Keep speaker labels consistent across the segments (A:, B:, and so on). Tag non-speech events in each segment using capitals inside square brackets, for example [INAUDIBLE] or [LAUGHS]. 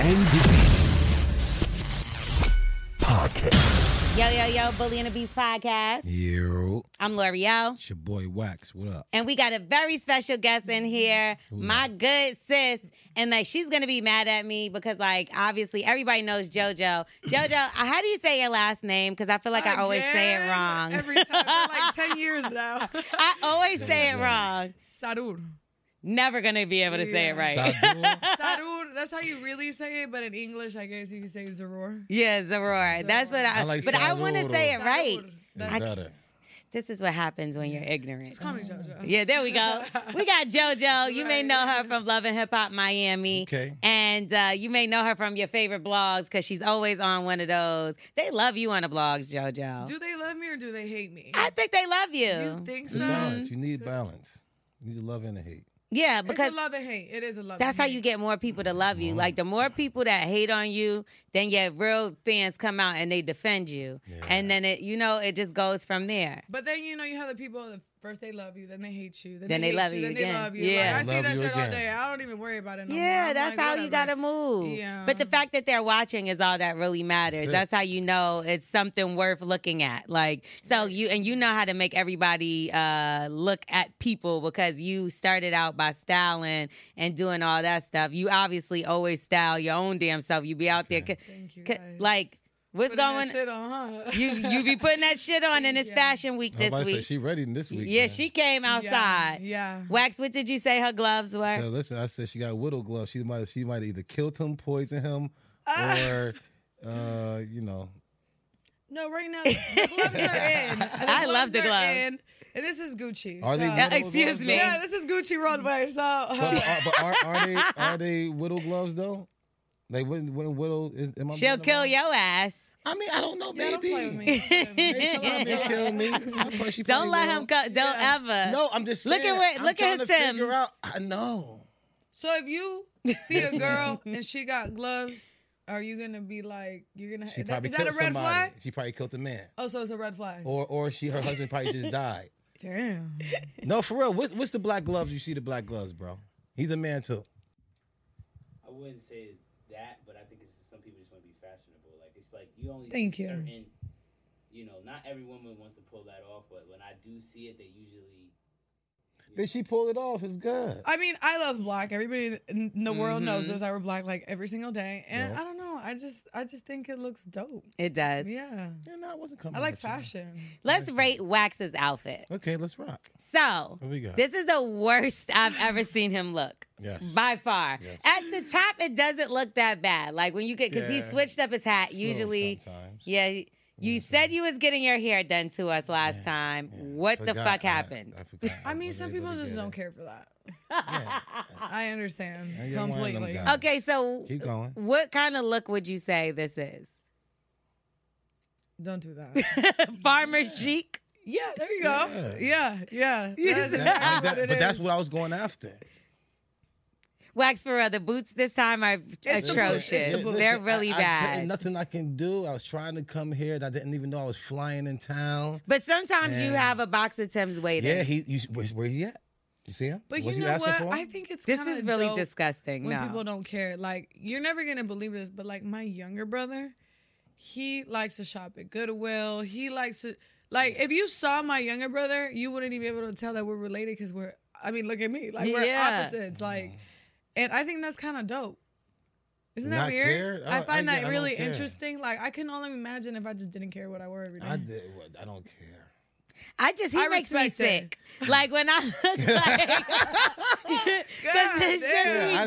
A: and the Beast podcast.
B: Yo, yo, yo, Bully and the Beast podcast.
A: Yo,
B: I'm L'Oreal,
A: it's your boy Wax. What up?
B: and we got a very special guest in here, my good sis. And like, she's gonna be mad at me because, like, obviously everybody knows
C: [CLEARS THROAT]
B: JoJo. JoJo, uh, how do you say your last name? Because I feel like I always say it
D: Again?
B: wrong.
D: Every time for like 10 years now.
B: [LAUGHS] I always say it wrong.
D: Sarur.
B: Never gonna be able to say it right. [LAUGHS]
D: Sarur. That's how you really say it, but in English, I guess you can say Zaror.
B: yeah, Zoror. That's what I.
C: I like
B: but I want to
C: Sarur,
B: say
C: though.
B: it right.
D: Sarur.
C: Is
D: That's,
C: that it?
B: This is what happens when you're ignorant.
D: just call me JoJo.
B: Yeah, there we go.
D: [LAUGHS]
B: We got JoJo. You may know her from Love and Hip Hop Miami.
C: Okay.
B: And uh, you may know her from your favorite blogs because she's always on one of those. They love you on the blogs, JoJo.
D: Do they love me or do they hate me?
B: I think they love you.
D: you think
C: It's
D: so?
C: balance. You need balance. You need love and the hate.
B: yeah,
D: Because
B: because
D: it's a love and hate. It is a love.
B: that's
D: and
B: how
D: hate.
B: you get more people to love you. Like the more people that hate on you, then your real fans come out and they defend you. And then it, you know, it just goes from there.
D: But then you know you have the people that first they love you, then they hate you, then,
B: Then
D: they,
B: they
D: hate
B: love you
D: then
B: again.
D: they love you.
B: Yeah.
D: Like, I see
C: Love
D: that
C: you
D: shit all
C: again.
D: day. I don't even worry about it. No more.
B: Yeah,
D: I'm
B: that's
D: like,
B: how you
D: whatever.
B: gotta move.
D: Yeah.
B: But the fact that they're watching is all that really matters.
C: it.
B: That's how you know it's something worth looking at. Like so you and you know how to make everybody uh look at people because you started out by styling and doing all that stuff. You obviously always style your own damn self. You be out there c-
D: Thank you.
B: c-
D: guys.
B: like what's
D: Putting that
B: going
D: shit on, huh?
B: [LAUGHS] you you be putting that shit on and it's
D: Yeah.
B: fashion week this
C: Nobody
B: week.
C: said she ready this week.
B: yeah,
C: man.
B: she came
D: Yeah,
B: outside.
D: Yeah.
B: Wax, what did you say her gloves were?
C: Yeah, listen, I said she got widow gloves. She might, she might either killed him, poisoned him,
B: Ah.
C: or uh, you
B: [LAUGHS]
C: know,
D: No, right now the gloves are in. The
B: I love the
D: are
B: gloves. Uh,
D: in, and this is Gucci.
C: are they?
D: so-
C: widow
B: excuse
C: gloves, though?
B: me.
D: Yeah, this is Gucci Runway. So uh,
C: But, are, but are, are they are they widow gloves though? Like when when widow is? Am I
B: She'll
C: blind
B: kill
C: about-
B: your ass.
C: I mean, I don't know.
D: Yeah, don't
C: Maybe.
D: play with me. Don't play with me.
C: She probably
B: [LAUGHS]
C: kill me. I probably- she
B: Don't
C: probably
B: let
C: will.
B: him go. Don't
D: Yeah.
B: ever.
C: No, I'm just
B: Look at
C: saying.
B: what-
C: I'm
B: look at
C: trying
B: his
C: to figure
B: Tim's.
C: out. I know.
D: So if you see
C: [LAUGHS]
D: a girl and she got gloves, are you gonna be like, you're gonna?
C: She
D: that-
C: probably
D: is that a
C: killed
D: red
C: somebody.
D: flag?
C: She probably killed a man.
D: Oh, so it's a red flag.
C: Or or she her husband probably
D: [LAUGHS]
C: just died.
D: Damn.
C: No, for real. What's what's the black gloves? You see the black gloves, bro. He's a man too.
E: I wouldn't say that, but I think it's some people just want to be fashionable. Like it's like you only
D: Thank
E: see
D: you.
E: certain, you know, not every woman wants to pull that off, but when I do see it, they usually
C: Did she pull it off? It's good.
D: I mean, I love black. Everybody in the world
B: Mm-hmm.
D: knows this. I wear black like every single day, and
C: Nope.
D: I don't know. I just, I just think it looks dope.
B: It does.
D: Yeah,
C: Yeah, no, I wasn't coming.
D: I like
C: at you.
D: fashion.
B: Let's rate Wax's outfit.
C: Okay, let's rock.
B: So,
C: What we got?
B: this is the worst I've ever seen him look.
C: Yes.
B: By far.
C: Yes.
B: At the top, it doesn't look that bad. Like when you get, because he
C: Yeah.
B: switched up his hat.
C: Slow
B: Usually,
C: sometimes.
B: yeah. You said you was getting your hair done to us last time.
C: Yeah,
B: What the
C: forgot.
B: fuck
C: I-
B: happened?
C: I, forgot.
D: [LAUGHS] I mean,
C: wasn't
D: some
C: able
D: people
C: to
D: just
C: get
D: don't
C: it.
D: care for that.
C: Yeah.
D: I understand
C: Yeah, you're one of them
D: completely.
C: guys.
B: okay, so
C: Keep going.
B: what kind of look would you say this is?
D: [LAUGHS]
B: [LAUGHS]
D: Don't do that.
B: Farmer chic?
D: [LAUGHS] Yeah, there you go. Yeah, yeah.
B: Yes.
D: That-
C: That- I mean, that-
D: [LAUGHS] [LAUGHS] what it
C: but that's
D: is.
C: what I was going after.
B: Wax for real. The boots this time are
D: It's the
B: atrocious.
D: bullshit. It's the bullshit.
B: They're really
C: I, I couldn't-
B: bad.
C: nothing I can do. I was trying to come here. And I didn't even know I was flying in town.
B: but sometimes you
C: Yeah.
B: have a box of Tim's waiting.
C: Yeah, he. You, where's, where he at? You see him?
D: But
C: What
D: you know
C: asking
D: what?
C: for?
D: I think it's
B: this
D: kinda
B: is really
D: dope
B: disgusting.
D: When
B: No.
D: people don't care, like you're never gonna believe this, but like my younger brother, he likes to shop at Goodwill. He likes to like if you saw my younger brother, you wouldn't even be able to tell that we're related because we're. I mean, look at me, like we're
B: Yeah.
D: opposites, like, and I think that's kind of dope. Isn't that
C: Not
D: weird?
C: care?
D: I,
C: I-
D: find
C: I- I
D: that
C: don't
D: really
C: care.
D: interesting. Like I can only imagine if I just didn't care what I wore every day.
C: I did. well, I don't care.
B: I just he
D: I
B: makes me
D: respect it.
B: sick. Like when
C: [LAUGHS]
B: I look like
D: God
B: because it's just
D: damn.
B: he
C: Yeah, I- I-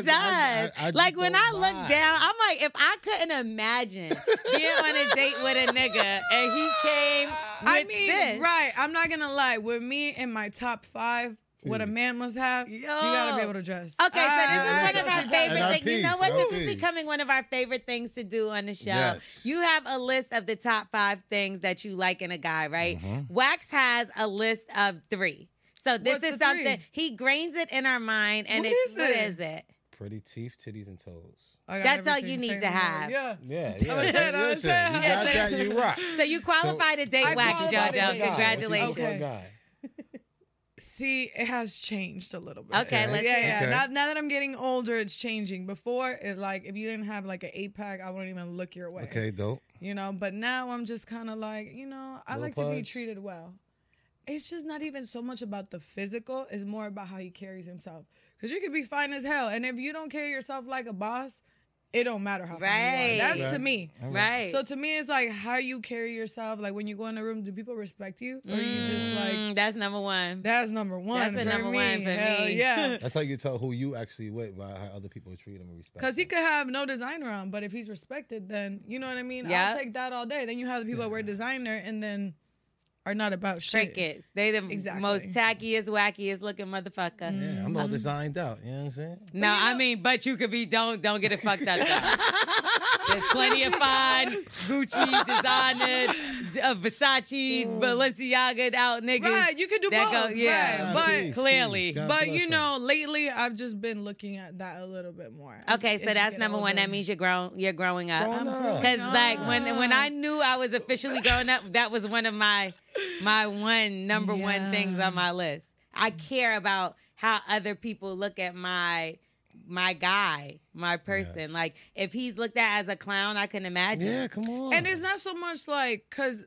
C: I-
B: does.
C: I
B: like
C: just
B: when
C: don't
B: I look
C: mind.
B: down, I'm like, if I couldn't imagine being on a date with a nigga and he came with
D: I mean,
B: this.
D: right? I'm not gonna lie. With me in my top five, what a
C: Hmm.
D: man must have, you gotta be able to dress.
B: Okay, so this
D: Ah.
B: is one
D: [LAUGHS]
B: of our favorite
C: And
B: things. You know
C: peace,
B: what?
C: and
B: This is
C: peace.
B: becoming one of our favorite things to do on the show.
C: Yes.
B: You have a list of the top five things that you like in a guy, right?
C: Mm-hmm.
B: Wax has a list of three. So this
D: What's
B: is
D: the
B: something
D: three?
B: he grains it in our mind, and
D: What
B: it's
D: is
B: what
D: it?
B: is it?
C: Pretty teeth, titties, and toes.
D: I got
B: That's all
D: everything
B: you need
D: same
B: to
D: as her.
B: have.
D: Yeah.
C: Yeah, yeah.
D: yeah,
C: so
D: [LAUGHS] that's
C: listen,
D: it.
C: you
D: Yeah,
C: got that, you
D: [LAUGHS]
C: rock.
B: So you qualify to date
D: I
B: Wax,
D: qualified to
B: JoJo.
D: date.
B: Congratulations.
D: Okay.
C: guy.
D: See, it has changed a little bit.
B: Okay, let's
D: yeah,
B: hear
D: yeah.
B: it.
C: Okay.
D: Now, now that I'm getting older, it's changing. Before, it's like if you didn't have like an eight pack, I wouldn't even look your way.
C: Okay, dope.
D: you know. But now I'm just kind of like, you know, I
C: Little
D: like to be
C: pudge.
D: treated well. It's just not even so much about the physical; it's more about how he carries himself. Cause you could be fine as hell, and if you don't carry yourself like a boss, it don't matter how fine
B: Right.
D: you are. That's to
C: Right.
D: me.
B: Right.
D: So to me, it's like how you carry yourself. Like when you go in a room, do people respect you, or you just like
B: Mm, that's number one.
D: that's number one.
B: That's the
D: for
B: number
D: me.
B: one for
D: Hell
B: me. [LAUGHS]
D: Yeah.
C: That's how you tell who you actually with by how other people treat him and respect.
D: Cause he
C: him.
D: could have no designer on, but if he's respected, then you know what I mean.
B: Yeah.
D: I'll take that all day. Then you have the people that wear designer and then are not about shit.
B: Crickets. They the
D: Exactly.
B: most tackiest, wackiest looking motherfucker.
C: Yeah, I'm all
D: Mm-hmm.
C: designed out. You know what I'm saying?
B: No, I mean, but you could be don't don't get it fucked
C: [LAUGHS]
B: up. though. There's plenty of fine
D: [LAUGHS]
B: Gucci designer, d- uh, Versace, Balenciaga out niggas.
D: Mm. Right, you could do
B: that
D: both.
B: Go, yeah,
D: right,
C: Ah,
D: but
C: peace,
B: clearly-
C: peace. God
D: but
C: bless
D: you
C: him.
D: know, lately I've just been looking at that a little bit more. As-
B: Okay,
D: as
B: so
D: you
B: that's
D: get
B: number one.
D: older.
B: That means you're grown. You're growing up.
C: Grown up.
B: Because like when when I knew I was officially growing up, that was one of my my one number one things on my list. I care about how other people look at my my guy, my person.
C: Yes.
B: Like if he's looked at as a clown, I can imagine.
C: Yeah, come on.
D: and it's not so much like because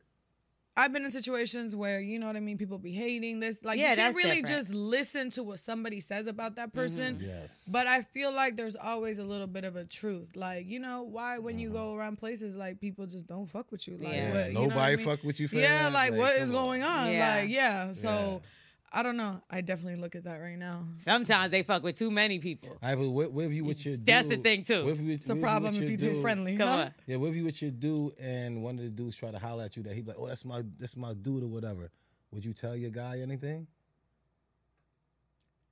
D: I've been in situations where you know what I mean. People be hating this. Like
B: Yeah,
D: you can't
B: that's
D: really
B: different. Mm-hmm.
D: just listen to what somebody says about that person.
C: yes.
D: But I feel like there's always a little bit of a truth. Like, you know, why when you go around places like people just don't fuck with you. Like
B: Yeah.
D: what,
C: yeah,
D: you know what I
C: Mm-hmm. nobody
D: mean?
C: fuck with you. For
D: Yeah,
C: that.
D: like, what
C: come
D: is going on?
B: Yeah.
D: Like, yeah. So
C: Yeah.
D: I don't know. I definitely look at that right now.
B: Sometimes they fuck with too many people.
C: All right, but what, what if you with your
B: [LAUGHS] That's the
C: dude-
B: thing, too.
C: what if you with-
D: It's a
C: what if you
D: problem
C: with
D: if
C: your
D: you're too
C: dude-
D: friendly.
B: Come
D: huh?
B: on.
C: Yeah, what if you with your dude and one of the dudes try to holler at you that he be like, oh, that's my that's my dude or whatever. Would you tell your guy anything?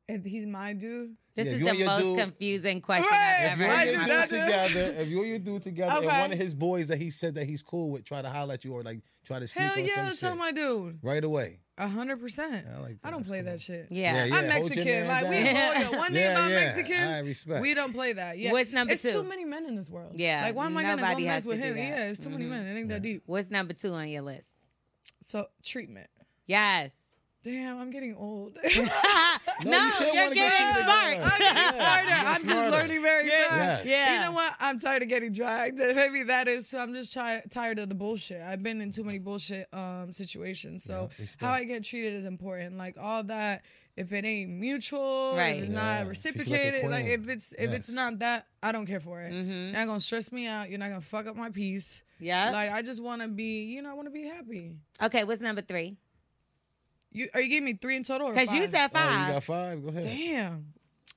D: If he's my dude.
B: This
C: Yeah,
B: is
C: you
B: the
C: and your
B: most
C: dude-
B: confusing question
D: Right,
B: I've
C: If you
B: ever
D: I
C: and
D: do
C: your
B: heard. in
D: that
C: dude
B: my
D: too.
C: together, if you and your dude together,
D: Okay.
C: and one of his boys that he said that he's cool with try to holler at you or like try to sneak
D: Hell
C: on
D: yeah,
C: some
D: that's
C: shit
D: all my dude.
C: right away.
D: A hundred percent.
C: Yeah, I like that.
D: I don't
C: That's
D: play
C: cool.
D: that shit.
B: Yeah.
D: I'm
C: hold your man
D: Mexican. Like we,
C: down.
D: oh,
C: [LAUGHS]
D: yeah. one thing
C: Yeah,
D: about
C: yeah.
D: Mexicans,
C: I respect.
D: we don't play that. Yeah,
B: What's number
D: it's
B: two?
D: too many men in this world.
B: Yeah,
D: like why am I gonna go
B: nobody has
D: mess with
B: to do
D: him?
B: that.
D: Yeah, it's too many
B: Mhm.
D: men. It ain't that deep.
B: What's number two on your list?
D: So treatment.
B: Yes.
D: Damn, I'm getting
C: [LAUGHS]
B: [LAUGHS]
D: old. [LAUGHS]
B: no,
C: you should
B: you're
C: wanna get
B: getting
C: to the
B: smart.
C: guy.
D: I'm getting
C: Yeah,
D: smarter.
C: you're
D: I'm just
C: smarter.
D: learning very
C: Yes.
D: fast.
B: Yeah.
D: You know what? I'm tired of getting dragged. [LAUGHS] Maybe that is. So I'm just try- tired of the bullshit. I've been in too many bullshit um, situations. So
C: Yeah, respect.
D: how I get treated is important. Like all that. If it ain't mutual,
B: Right.
D: if it's
C: Yeah.
D: not
C: Treat you like a
D: reciprocated, like,
C: queen.
D: if it's if it's
C: Yes.
D: not that, I don't care for it.
B: Mhm.
D: You're not gonna stress me out. You're not gonna fuck up my peace.
B: Yeah.
D: Like I just want to be, you know, I want to be happy.
B: okay, what's number three?
D: You are you giving me three in total? or
B: Because you
D: five?
B: said
C: Oh,
B: five.
C: you got five. Go ahead.
D: damn.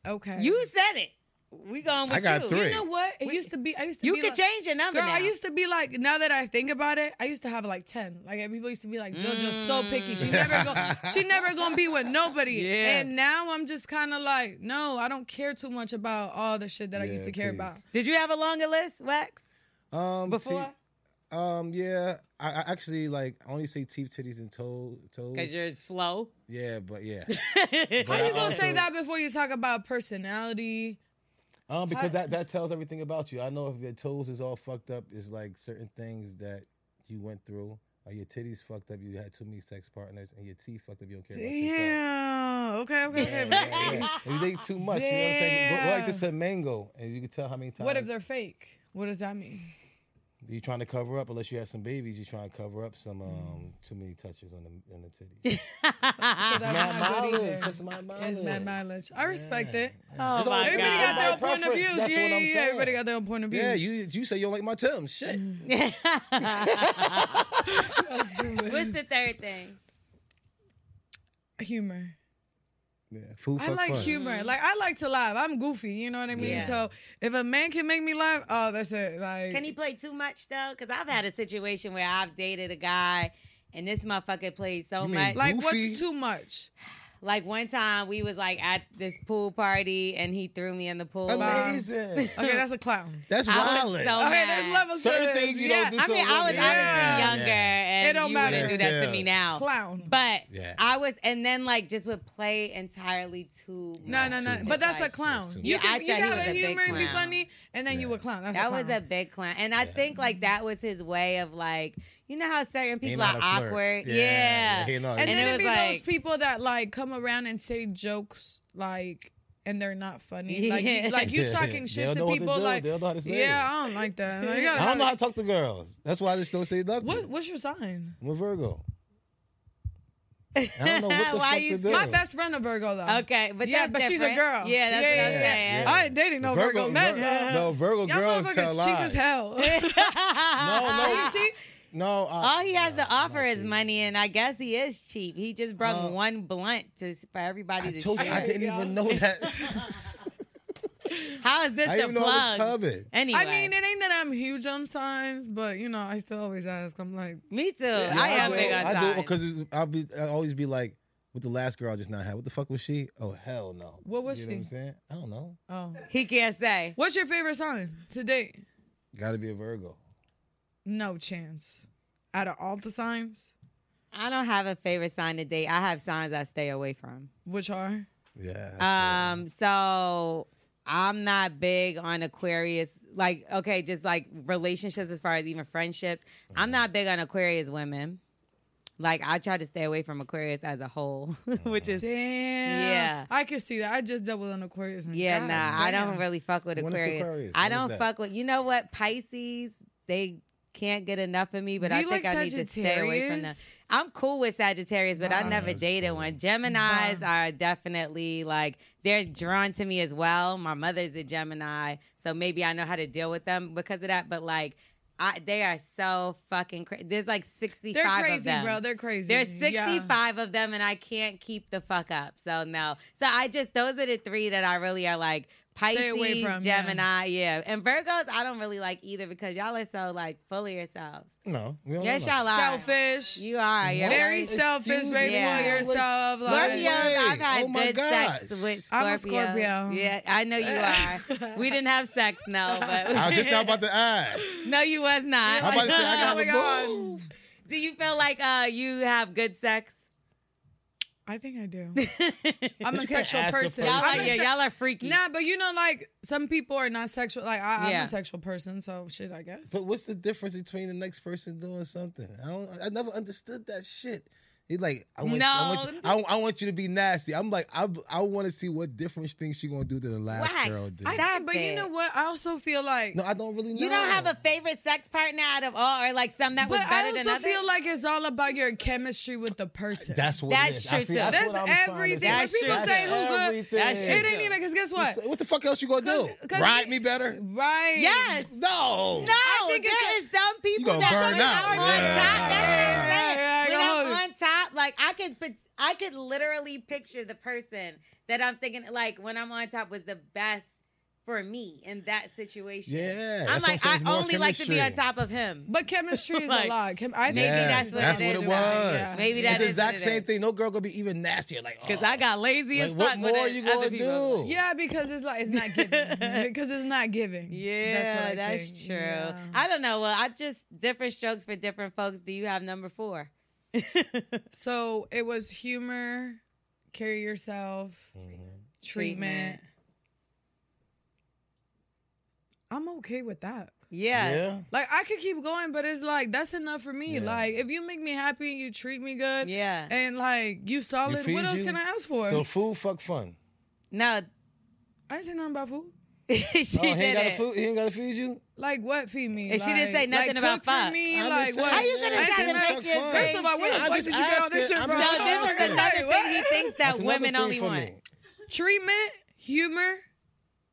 D: Okay.
B: you said it. We going with
C: I got
B: you.
C: three.
D: You know what? It
B: We-
D: used to be. I used to.
B: You
D: be
B: could
D: like,
B: change your number
D: Girl,
B: now.
D: I used to be like. Now that I think about it, I used to have like ten. Like people used to be like, JoJo's so picky. She
B: [LAUGHS]
D: never gonna. she never gonna be with nobody.
B: Yeah.
D: And now I'm just kind of like, no, I don't care too much about all the shit that I used
C: Yeah,
D: to care
C: please.
D: about.
B: Did you have a longer list, Wax?
C: Um,
B: Before?
C: te- um, yeah. I, I actually like I only say teeth, titties, and toe, toes.
B: Because you're slow. [LAUGHS]
C: Yeah, but yeah.
D: How
C: But
D: you
C: I
D: gonna say
C: also-
D: that before you talk about personality?
C: Um,
D: How-
C: because that, that tells everything about you. I know if your toes is all fucked up, it's like certain things that you went through. Or your titties fucked up, you had too many sex partners, and your teeth fucked up, you don't care about yourself.
D: Damn. Okay. Okay. okay.
C: Yeah, yeah. If you think too much, you know what I'm saying? Go, go like
D: Damn.
C: this at Mango, and you can tell how many times.
D: What if they're fake? What does that mean?
C: You trying to cover up? Unless you have some babies, you trying to cover up some um too many touches on the on the titty.
D: So that's
C: Mad
D: not, good
C: mileage.
D: either.
C: That's mad
D: It's mad
C: mileage.
D: mileage. I respect
C: Yeah.
D: it.
B: Oh my God.
D: everybody got their own
C: Everybody
D: point of views.
C: preference, that's
D: yeah,
C: what
D: yeah,
C: I'm
D: yeah.
C: saying.
D: Everybody got their own point of views. Mm.
C: Yeah, you you say you don't like my Tim. Shit.
B: [LAUGHS] [LAUGHS] What's the third thing?
D: humor.
C: Yeah, food
D: I like
C: fun.
D: humor. Like I like to laugh. I'm goofy. You know what I mean.
B: Yeah.
D: So if a man can make me laugh, oh, that's it. Like
B: Can he play too much though? Because I've had a situation where I've dated a guy, and this motherfucker played so
C: You mean
B: much.
D: Like
C: Goofy?
D: what's too much?
B: Like one time we was like at this pool party, and he threw me in the pool.
C: Amazing.
D: [LAUGHS] Okay, that's
C: [LAUGHS]
D: a clown.
C: That's
B: I
C: wild.
B: was so
D: Okay,
B: mad.
D: there's levels. to
C: Certain
D: this.
C: things you
D: yeah.
C: don't do.
B: I
C: to
B: mean,
C: a
B: I was
C: woman.
B: obviously
D: Yeah.
B: younger,
C: Yeah.
B: and
D: It don't
B: you wouldn't
D: matter.
B: do that to me
C: Yeah.
B: now.
D: Clown.
B: But
C: Yeah.
B: I was, and then like just would play entirely too.
D: no,
B: much.
D: no, no.
B: Just
D: But that's a
B: like-
D: clown.
C: that's too
D: You
B: much. Yeah, I
D: can you
B: thought he
D: have
B: was a
D: a
B: big
D: humor and be
B: clown.
D: funny, and then you
C: Yeah.
D: a clown. That's
B: That
D: a
B: was a
D: clown.
B: big clown. And I think like that was his way of like, you know how certain
C: He
B: people
C: know
B: are
C: how to flirt.
B: awkward. Yeah.
C: he know how to
D: And,
B: And
D: then
B: it
D: it'd
B: was
D: be
B: like-
D: those people that like come around and say jokes like and they're not
C: [LAUGHS]
D: funny. Like
B: Yeah.
D: you, like you
C: Yeah.
D: talking
C: They don't
D: shit
C: know
D: to
C: what to
D: people
C: do.
D: like
C: They don't know how to say
D: Yeah,
C: it."
D: I don't
C: [LAUGHS]
D: like that. Like, you gotta
C: I don't know
D: have-
C: how to talk to girls. That's why I just don't say nothing.
D: What what's your sign?
C: I'm a
B: [LAUGHS]
C: Virgo. I don't know what the
B: Why
C: fuck
B: you-
C: to do.
D: My best friend a Virgo though.
B: Okay. But
D: Yeah,
B: that's
D: but she's a
B: different.
D: girl.
B: Yeah, that's
D: Yeah,
B: what I'm
D: yeah,
B: saying.
D: I ain't dating no Virgo, men.
C: Vir- no, Virgo
D: Y'all
C: girls
D: motherfuckers
C: tell
D: cheap
C: lies. [LAUGHS]
D: as
B: [LAUGHS]
D: hell. [LAUGHS]
C: No, no,
D: You cheat?
C: no. I-
B: All he has
C: nah,
B: to offer
C: nah,
B: is
C: dude.
B: money, and I guess he is cheap. He just brought
C: Uh,
B: one blunt to for everybody
C: I
B: to
C: told you
B: share.
C: I didn't
D: Yeah.
C: even know
B: [LAUGHS]
C: that. [LAUGHS]
B: How is this
C: I didn't
B: the
C: even know I was
B: plug?
C: covered.
B: Anyway,
D: I mean, it ain't that I'm huge on signs, but you know, I still always ask. I'm like,
B: me too.
C: Yeah,
B: I am
C: do,
B: big on
C: I
B: signs.
C: do because I'll be I always be like with the last girl I just not had. What the fuck was she? Oh hell no.
D: What was
C: you Know what I'm
D: she?
C: saying I don't know.
D: oh.
B: he can't say.
D: What's your favorite sign to date?
C: Got to be a Virgo.
D: No chance. Out of all the signs,
B: I don't have a favorite sign to date. I have signs I stay away from.
D: which are?
C: Yeah. that's good.
B: Um, so I'm not big on Aquarius. Like, okay, just like relationships as far as even friendships. I'm not big on Aquarius women. Like, I try to stay away from Aquarius as a whole, [LAUGHS] which is
D: Damn.
B: Yeah.
D: I can see that. I just dealt with an Aquarius. And
B: yeah,
D: God
B: nah. I don't
D: damn.
B: really fuck with
C: When is
B: Aquarius.
C: Aquarius?
B: I
C: When is
B: don't
C: that?
B: fuck with. You know what? Pisces, they can't get enough of me, but
D: Do
B: I
D: you
B: think
D: like
B: I need to stay away from them.
D: Sagittarius?
B: I'm cool with Sagittarius, but I
D: Nah,
B: never
C: that's
B: dated
C: cool.
B: one. Geminis are definitely like they're drawn to me as well. My mother's a Gemini, so maybe I know how to deal with them because of that. But like, I they are so fucking crazy. There's like 65
D: They're
B: of
D: crazy,
B: them.
D: bro. They're crazy.
B: There's
D: Yeah.
B: 65 of them, and I can't keep the fuck up. So no. So I just those are the three that I really are like Pisces,
D: Stay away from, yeah.
B: Gemini, yeah. and Virgos. I don't really like either because y'all are so like full of yourselves.
C: no. We don't
B: Yes,
C: know.
B: y'all are.
D: Selfish.
B: You are. You're
C: What?
D: very
C: Excuse
D: selfish,
C: me.
D: baby.
B: Yeah.
D: Yeah. yourself. Like,
B: Scorpios. I've had
C: Oh, my
B: good
C: gosh.
B: sex with Scorpios.
D: I'm a Scorpio.
B: Yeah, I know you
D: [LAUGHS]
B: are. we didn't have sex, no, but
C: I was just not about to ask.
B: [LAUGHS] no, you was not.
C: I'm about to say
B: [LAUGHS]
C: I
D: Oh my
C: gotta
D: God.
C: move.
B: Do you feel like uh you have good sex? [LAUGHS]
D: I think I do.
B: y'all
D: I'm
C: But
D: a
C: you can't
D: sexual
C: ask the
D: person.
C: person.
D: I'm
B: are,
D: a
B: yeah,
D: se-
B: y'all are freaky.
D: Nah, but you know, like some people are not sexual. Like I, I'm
B: Yeah.
D: a sexual person, so shit. I guess.
C: But what's the difference between the next person doing something? I don't. I never understood that shit. He's like, I want, I, want you, I, I want you to be nasty. I'm like, I, I want to see what different things she gonna do to the last
B: Whack.
C: girl did.
B: I
D: Yeah,
B: Stop
D: but
B: it.
D: you know what? I also feel like.
C: no, I don't really know.
B: You don't have a favorite sex partner out of all, or like some that was
D: but
B: better
D: I also
B: than others.
D: feel like it's all about your chemistry with the person.
C: That's what.
B: That's
C: it is.
B: true,
C: I see,
B: too.
C: That's,
D: That's
C: what I'm trying to
D: everything.
C: say.
B: When
C: That's
B: people
C: true.
B: say
D: who good,
C: That's
B: that
D: it
C: everything.
B: shit.
D: ain't even because guess
C: You
D: what?
C: say, What the fuck else you gonna do?
D: 'cause
C: Ride
D: we-
C: me better?
D: Right.
B: yes.
C: No.
B: No,
D: I think it's
B: there is some people
C: gonna
B: that
C: burn
B: when
C: out.
B: I'm on
C: Yeah.
B: top,
D: Yeah,
B: that's what I'm saying.
D: yeah,
B: when
D: I
B: I'm
D: know.
B: on top, like I could, put- I could literally picture the person that I'm thinking, like when I'm on top, was the best for me in that situation.
C: Yeah,
B: I'm
C: that's what I'm saying,
B: like, I
C: it's more
B: only like to be on
C: chemistry.
B: top of him.
D: But chemistry
B: [LAUGHS]
D: is
B: Like,
D: a lot. Chem- I think
B: maybe that's what
C: that's
B: it
C: what
B: is.
C: it was.
D: Yeah.
B: Maybe
C: It's
B: that
C: the
B: is what
C: exact
B: it
C: same
B: is.
C: thing. No girl gonna be even nastier. Like,
B: Because
C: oh.
B: I got lazy
C: Like,
B: as
C: what
B: fuck.
C: more
B: with
C: are
B: it-
C: you
B: other
C: gonna
B: people.
C: do?
D: Yeah, because it's like it's not
B: [LAUGHS]
D: giving. because it's not giving. That's what
B: Yeah,
D: I
B: that's,
D: think.
B: true.
D: Yeah.
B: I don't know. Well, I just different strokes for different folks. Do you have number
D: [LAUGHS]
B: four?
D: so it was humor, carry yourself,
C: Mm-hmm.
D: treatment. I'm okay with that.
B: Yeah.
D: Like I could keep going, but it's like that's enough for me.
C: Yeah.
D: Like if you make me happy and you treat me good,
B: Yeah.
D: and like you solid,
C: feed
D: what else
C: you.
D: can I ask for? [LAUGHS]
C: So food, fuck fun.
B: No. [LAUGHS]
D: I ain't say nothing about food.
B: she
C: oh, he ain't, gotta
B: didn't.
C: food, he ain't gotta feed you?
D: Like what feed me?
B: And she didn't
D: Like-
B: say nothing
D: like,
B: about
D: cook for
B: fuck.
D: me,
C: I'm
D: like
C: just
D: what?
B: How you gonna
D: I
B: try
D: didn't
B: to
D: make
B: make your
D: First of all, where the
C: I'm
D: fuck did
C: just
D: you get all this
C: asking.
D: shit
C: I'm
D: from?
C: just
B: So this is
C: asking.
B: another thing he thinks that
C: That's another
B: women
C: thing
B: only
C: for me.
B: want.
D: treatment, humor,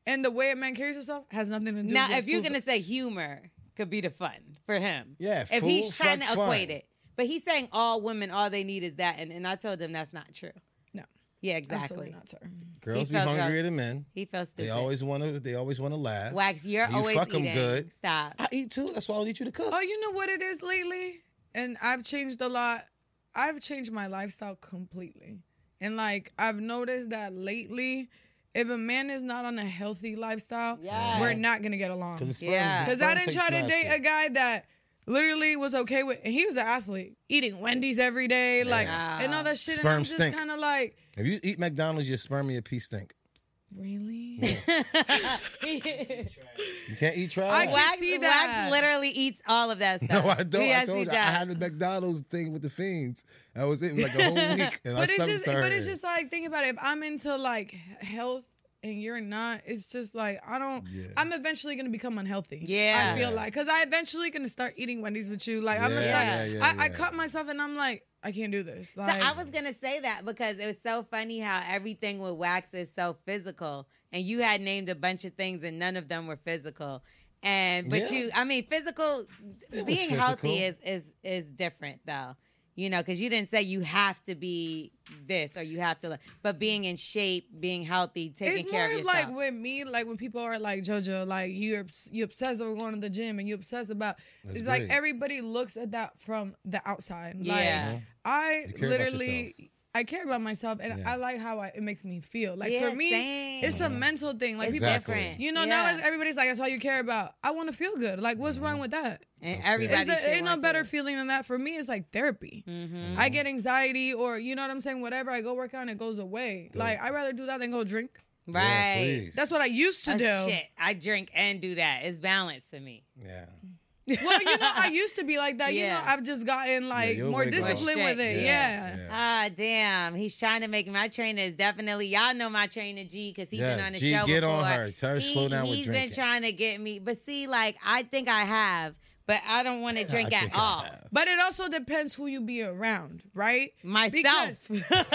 D: and the way a man carries himself has nothing to do.
B: Now,
D: with
B: if you're
D: food.
B: gonna say humor, could be the fun for him.
C: Yeah,
B: If
C: food,
B: he's trying to
C: fuck,
B: equate
C: fun.
B: it, but he's saying all women, all they need is that, and, and I told him that's not true.
D: No.
B: Yeah,
D: absolutely
B: exactly.
D: not, sir.
C: Girls
B: He
C: be
B: felt
C: hungrier
B: drunk.
C: than men.
B: He felt stupid.
C: They always wanna they always wanna laugh.
B: wax. You're
C: You
B: always
C: fuck 'em
B: eating.
C: good.
B: Stop.
C: I eat too. That's why I don't eat you to cook.
D: Oh, you know what it is lately, and I've changed a lot. I've changed my lifestyle completely, and like I've noticed that lately, if a man is not on a healthy lifestyle,
B: Yeah.
D: we're not gonna get along.
C: it's sperm-
B: Yeah.
D: Because
C: sperm
D: I didn't
C: takes
D: try to date
C: master.
D: a guy that literally was okay with, and he was an athlete, eating Wendy's every day, like,
B: Wow.
C: [LAUGHS]
D: and all that shit.
C: Ah. Sperm
D: and I'm
C: stink.
D: just kind of like,
C: If you eat McDonald's, your sperm and your pee stink.
D: really?
C: You can't eat trash.
D: I can
B: Wax,
D: see
B: wax
D: that.
B: literally eats all of that
C: [LAUGHS]
B: stuff.
C: No, I don't.
B: He
C: I
B: has
C: told you,
B: to
C: I
B: die.
C: had the McDonald's thing with the fiends. That was it, like a
D: [LAUGHS]
C: whole week, and I
D: but it's just,
C: started.
D: but it's just like, think about it. If I'm into like he- health and you're not, it's just like I don't.
C: Yeah.
D: I'm eventually gonna become unhealthy.
B: Yeah.
D: I feel like because I eventually gonna start eating Wendy's with you. Like I'm gonna
C: Yeah,
D: start.
C: yeah, yeah,
D: I, I
C: yeah.
D: cut myself and I'm like, I can't do this.
B: So
D: Like,
B: I was gonna say that because it was so funny how everything with wax is so physical, and you had named a bunch of things and none of them were physical. And but
C: Yeah.
B: you, I mean, physical
C: was
B: being healthy is
C: physical.
B: is is different though, you know, because you didn't say you have to be this or you have to, but being in shape, being healthy, taking
D: it's
B: care
D: more
B: of
D: of
B: yourself.
D: like with me, like when people are like JoJo, like you're obs- you obsessed over going to the gym and you obsess about.
C: That's
D: it's like
C: great.
D: everybody looks at that from the outside.
B: Yeah.
D: Like
B: Mhm.
D: I
C: You care about
D: literally, I care about myself and
C: Yeah.
D: I like how I, it makes me feel. Like
B: Yeah,
D: for me,
B: same.
D: it's a mental thing. Like
B: It's
D: people,
C: Exactly.
B: different.
D: you know,
B: Yeah.
D: now it's, everybody's like, that's all you care about. I want to feel good. Like what's
C: Mm-hmm.
D: wrong with that?
B: and
D: Is
B: everybody
D: there,
B: should
D: ain't no
B: want
D: better
B: to.
D: feeling than that for me. It's like therapy.
B: Mm-hmm.
C: Mm-hmm.
D: I get anxiety or you know what I'm saying. Whatever I go work on, it goes away. Like I rather do that than go drink.
C: Yeah,
B: right.
C: please.
D: That's what I used to
B: Oh,
D: do.
B: shit, I drink and do that. It's balanced for me.
C: yeah.
D: [LAUGHS] Well, you know, I used to be like that. You
B: Yeah.
D: know, I've just gotten like
C: you'll
D: more
C: wake up.
D: disciplined with
B: Shit.
C: Yeah,
D: it. Yeah.
C: yeah.
B: Ah, damn. He's trying to make my trainer is definitely y'all know my trainer G because he's been
C: Yeah,
B: on the
C: G,
B: show
C: get
B: before.
C: on her. Tell her
B: he,
C: slow down with
B: He's been
C: drinking.
B: trying to get me, but see, like I think I have, but I don't want to drink
C: I
B: at
C: think I
B: all.
C: have.
D: But it also depends who you be around, right?
B: Myself, [LAUGHS]
D: Because- [LAUGHS]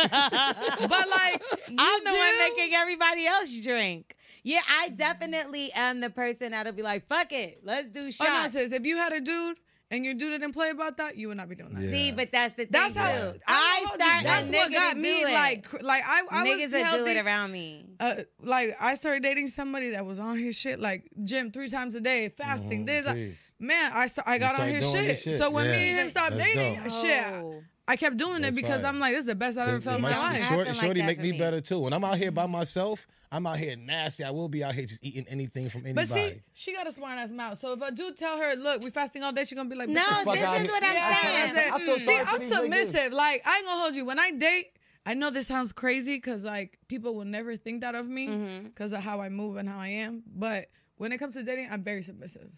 D: but like,
B: I'm the one
D: do-
B: making everybody else drink. Yeah, I definitely am the person that'll be like, "Fuck it, let's do
D: Oh, no,
B: shots."
D: sis, if you had a dude and your dude didn't play about that, you would not be doing that.
C: Yeah.
B: see, but that's the thing.
D: That's how
B: dude.
D: I
B: I
D: don't know,
B: start.
D: That's
B: a
D: what
B: nigga
D: got
B: to
D: me
B: do it.
D: like, cr- like I, I
B: niggas
D: was
B: that
D: healthy.
B: do it around me.
D: uh, like I started dating somebody that was on his shit, like gym three times a day, fasting.
C: Mhm,
D: this, like-
C: please.
D: man, I sta- I got on
C: started
D: his
C: doing
D: shit.
C: his shit.
D: So when me
C: Yeah.
D: and him stopped
C: Let's
D: dating,
C: go.
D: shit,
B: Oh.
D: I kept doing
C: That's
D: it because
C: fire.
D: I'm like, this is the best I've ever felt in
C: My
D: my
B: It
C: short-
B: happened
D: life.
C: short-
B: like
C: shorty
B: that
C: make
B: for
C: me
B: me.
C: better too. When I'm out here by myself, I'm out here nasty. I will be out here just eating anything from anybody.
D: But see, she got a smart ass mouth. So if I do tell her, look, we fasting all day, she's gonna be like,
B: No,
D: bitch,
B: this
C: out
B: is
C: here.
B: what I'm
D: Yeah,
B: saying.
D: I said,
C: I feel
D: mm.
C: sorry
D: See,
C: for
D: I'm
C: these niggas.
D: submissive. Like I ain't gonna hold you. When I date, I know this sounds crazy because like people will never think that of
B: Mm-hmm.
D: me because of how I move and how I am. But when it comes to dating, I'm very submissive.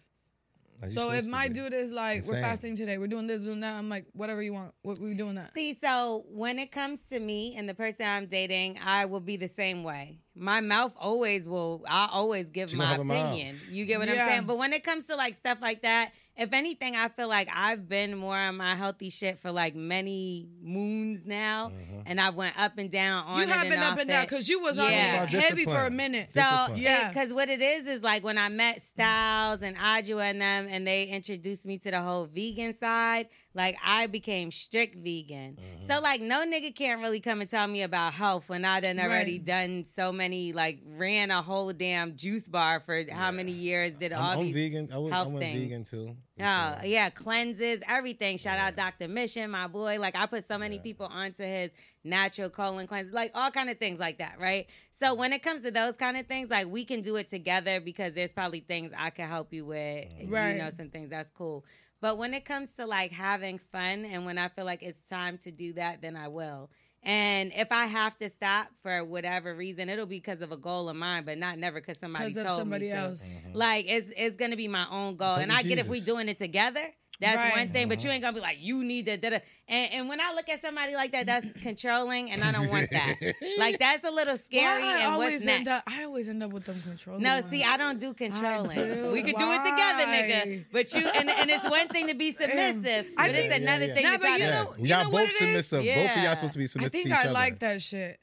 C: Like, you
D: So
C: supposed
D: if
C: to
D: my
C: be.
D: dude is like,
C: The
D: we're
C: same.
D: fasting today, we're doing this, doing that, I'm like, whatever you want, what we doing that.
B: See, so when it comes to me and the person I'm dating, I will be the same way. My mouth always will. I always give
C: She gonna
B: my
C: have a mouth.
B: opinion. You get what I'm
D: Yeah.
B: saying? But when it comes to like stuff like that, if anything, I feel like I've been more on my healthy shit for like many moons now,
C: Mm-hmm.
B: and I went up and down on
D: You
B: it
D: have
B: and
D: been
B: off
D: up and down
B: it.
D: because you was
B: Yeah.
D: on it heavy for a
C: Discipline.
D: minute.
C: Dis-
B: So,
C: Discipline.
B: yeah,
D: Yeah.
B: because what it is is like when I met Styles and Ajua and them, and they introduced me to the whole vegan side. Like I became strict vegan.
C: Mm-hmm.
B: So like no nigga can't really come and tell me about health when I done already
D: Right.
B: done so many. Like ran a whole damn juice bar for how many years? Did all
C: I'm, I'm
B: these
C: vegan. I, was, I
B: health
C: went
B: things.
C: vegan too.
B: Oh, yeah, cleanses, everything. Shout out Dr. Mission, my boy. Like I put so many people onto his natural colon cleanse, like all kind of things like that, right? So when it comes to those kind of things, like we can do it together because there's probably things I can help you with. You
D: Right.
B: know, some things that's cool. But when it comes to like having fun and when I feel like it's time to do that, then I will. And if I have to stop for whatever reason, it'll be because of a goal of mine, but not never because somebody
D: Because
B: told
D: of somebody
C: Mm-hmm.
B: me to.
D: else.
B: Like it's it's gonna be my own goal,
C: So
B: and
C: does
B: I get if we
C: Jesus. Uh-huh.
B: doing it together. That's
D: Right.
B: one thing, but you ain't gonna be like, you need that. da-da." And, and when I look at somebody like
C: [LAUGHS]
B: that, that's controlling, and I don't want that. like that's a little scary.
D: Why I
B: and
D: always
B: what's
D: end
B: next?
D: up. I always end up with them controlling.
B: No,
D: ones.
B: see, I don't do controlling.
D: do.
B: We could do it together, nigga.
D: Why?
B: But you and, and it's one thing to
D: [LAUGHS]
B: be submissive,
D: I
B: but it's
C: think-
B: another
C: Yeah, yeah.
B: thing
D: Nah,
B: to
D: but
B: try
D: you
B: to.
D: know-
A: yeah, y'all
D: know what
A: both
D: it is?
A: submissive. Both of
B: Yeah.
A: y'all supposed to be
D: I
A: submissive
D: think
A: to each
D: I
A: other.
D: like that shit.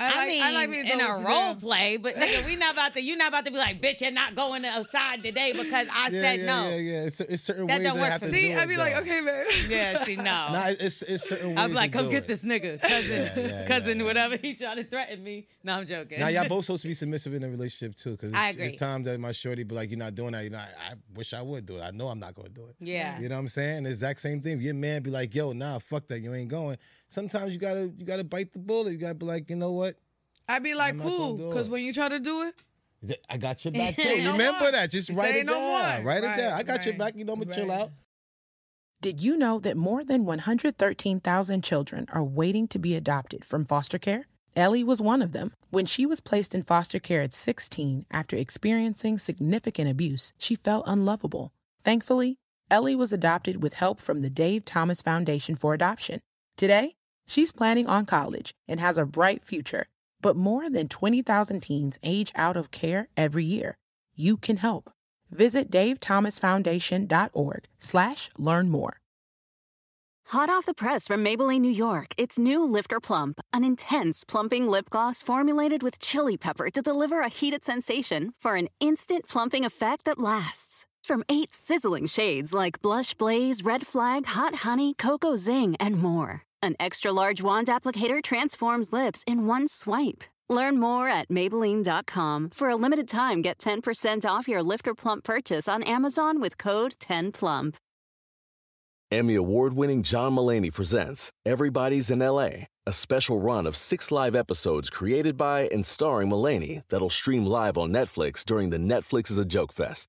D: I
B: I,
D: like.
B: mean,
D: I like being
B: in
D: told
B: a
D: what to
B: role
D: do.
B: play, but nigga, we not about to. You not about to be like, bitch, you're not going outside today because I
C: [LAUGHS] yeah,
B: said
C: yeah,
B: no.
C: yeah, yeah. It's, it's certain
B: That
C: ways
B: don't
C: that
B: work
C: have
B: for
C: to
B: me.
C: do
D: See,
C: it,
D: I'd be like,
C: though.
B: [LAUGHS]
D: okay, man.
B: Yeah, see,
C: [LAUGHS]
B: no.
C: Nah, it's it's certain ways.
B: I was like,
C: to
B: come
C: do
B: get
C: it. [LAUGHS]
B: this nigga, cousin,
C: Yeah, yeah,
B: cousin,
C: yeah, yeah.
B: whatever. He trying to threaten me. No, I'm joking.
C: Now y'all both supposed to be submissive in a relationship too, because
B: I
C: it's, it's
B: agree.
C: time that my shorty be like, you're not doing that. You know, I, I wish I would do it. I know I'm not gonna do it.
B: yeah.
C: You know what I'm saying? The exact same thing. If your man be like, yo, nah, fuck that, you ain't going. Sometimes you gotta you gotta bite the bullet. You gotta be like, you know what?
D: I'd be like,
C: I'm not gonna
D: cool,
C: do
D: because
C: it.
D: when you try to do it,
C: Th- I got
B: [LAUGHS]
C: your back too.
D: Say no
C: Remember
D: more.
C: that. Just
D: Say
C: write it
D: no
C: down.
D: more.
C: Write it
D: Right,
C: down. I got your
D: right,
C: back. You know I'm gonna chill
D: right.
C: out.
F: Did you know that more than 113,000 children are waiting to be adopted from foster care? Ellie was one of them. When she was placed in foster care at 16 after experiencing significant abuse, she felt unlovable. Thankfully, Ellie was adopted with help from the Dave Thomas Foundation for Adoption. Today, she's planning on college and has a bright future. But more than 20,000 teens age out of care every year. You can help. Visit davethomasfoundation.org slash learn more.
G: Hot off the press from Maybelline, New York, it's new Lifter Plump, an intense plumping lip gloss formulated with chili pepper to deliver a heated sensation for an instant plumping effect that lasts. From eight sizzling shades like Blush Blaze, Red Flag, Hot Honey, Cocoa Zing, and more. An extra large wand applicator transforms lips in one swipe. Learn more at Maybelline.com. For a limited time, get 10% off your Lifter Plump purchase on Amazon with code 10PLUMP.
H: Emmy award winning John Mullaney presents Everybody's in LA, a special run of six live episodes created by and starring Mullaney that'll stream live on Netflix during the Netflix is a Joke Fest.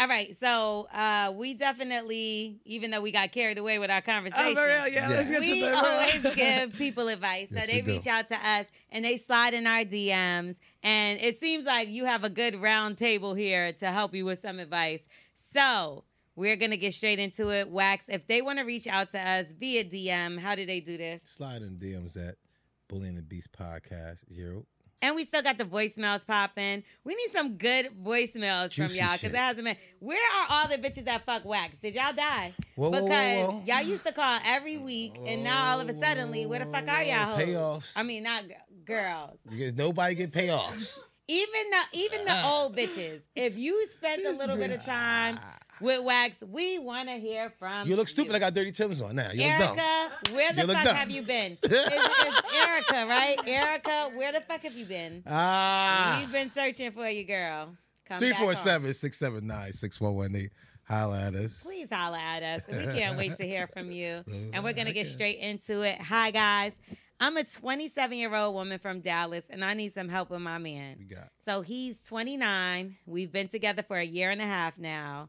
B: All right. So uh, we definitely, even though we got carried away with our
D: oh,
B: conversation,
D: for real,
A: Yeah.
D: yeah, let's get
B: we
D: to
B: [LAUGHS]
D: the
B: always give people advice.
A: Yes,
B: so they
A: we do.
B: reach out to us and they slide in our DMs. And it seems like you have a good round table here to help you with some advice. So we're going to get straight into it. Wax, if they want to reach out to us via DM, how do they do this?
C: Slide in DMs at Bully and the Beast Podcast, Zero.
B: And we still got the voicemails popping. We need some good voicemails from
C: Juicy
B: y'all
C: shit.
B: because that hasn't been. Where are all the bitches that fuck wax? Did y'all die?
C: Whoa, whoa,
B: because
C: whoa, whoa.
B: y'all used to call every week, and now all of a suddenly, where the fuck are y'all? hoes?
C: Payoffs.
B: I mean, not g- girls.
C: Because nobody get payoffs.
B: Even the even the
C: Ah.
B: old bitches. If you spent a little bit of time with wax, we want to hear from
C: Ah, You look stupid.
B: you.
C: I got dirty Tim's on now. You look dumb.
B: Erica, where the
C: You look
B: fuck
C: dumb.
B: have you been?
C: [LAUGHS]
B: It's, it's Erica, right? Erica, where the fuck have you been?
C: Ah.
B: We've been searching for you, girl. Come back home.
C: 347 679 6118. Holla at us.
B: Please holler at us. We can't wait to hear from
C: [LAUGHS]
B: you. And we're going to get straight into it. Hi, guys. I'm a 27 year old woman from Dallas, and I need some help with my
C: We
B: man.
C: got
B: So he's 29. We've been together for a year and a half now.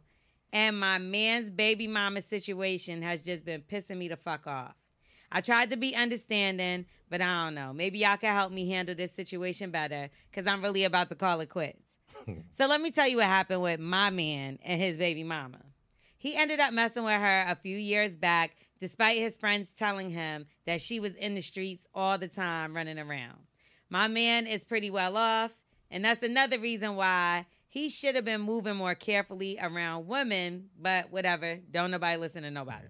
B: And my man's baby mama situation has just been pissing me the fuck off. I tried to be understanding, but I don't know. Maybe y'all can help me handle this situation better because I'm really about to call it quits. so let me tell you what happened with my man and his baby mama. He ended up messing with her a few years back, despite his friends telling him that she was in the streets all the time running around. My man is pretty well off, and that's another reason why he should have been moving more carefully around women, but whatever. Don't nobody listen to nobody.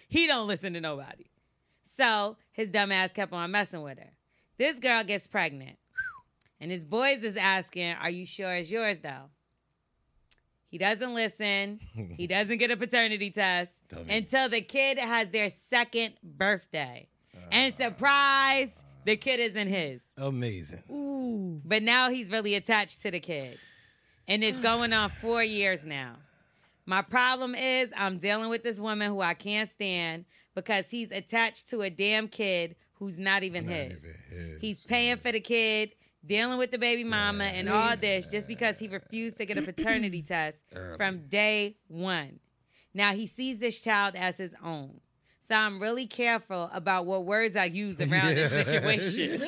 B: [LAUGHS] he don't listen to nobody. So his dumb ass kept on messing with her. This girl gets pregnant. And his boys is asking, Are you sure it's yours though? He doesn't listen. He doesn't get a paternity test until the kid has their second birthday. and surprise, the kid isn't his.
C: [LAUGHS] amazing.
B: But now he's really attached to the kid. And it's going on four years now. My problem is I'm dealing with this woman who I can't stand because he's attached to a damn kid who's not even, his. He's paying for the kid, dealing with the baby mama and all this just because he refused to get a paternity test from day one. Now he sees this child as his own. So I'm really careful about what words I use
C: [LAUGHS]
B: around this situation.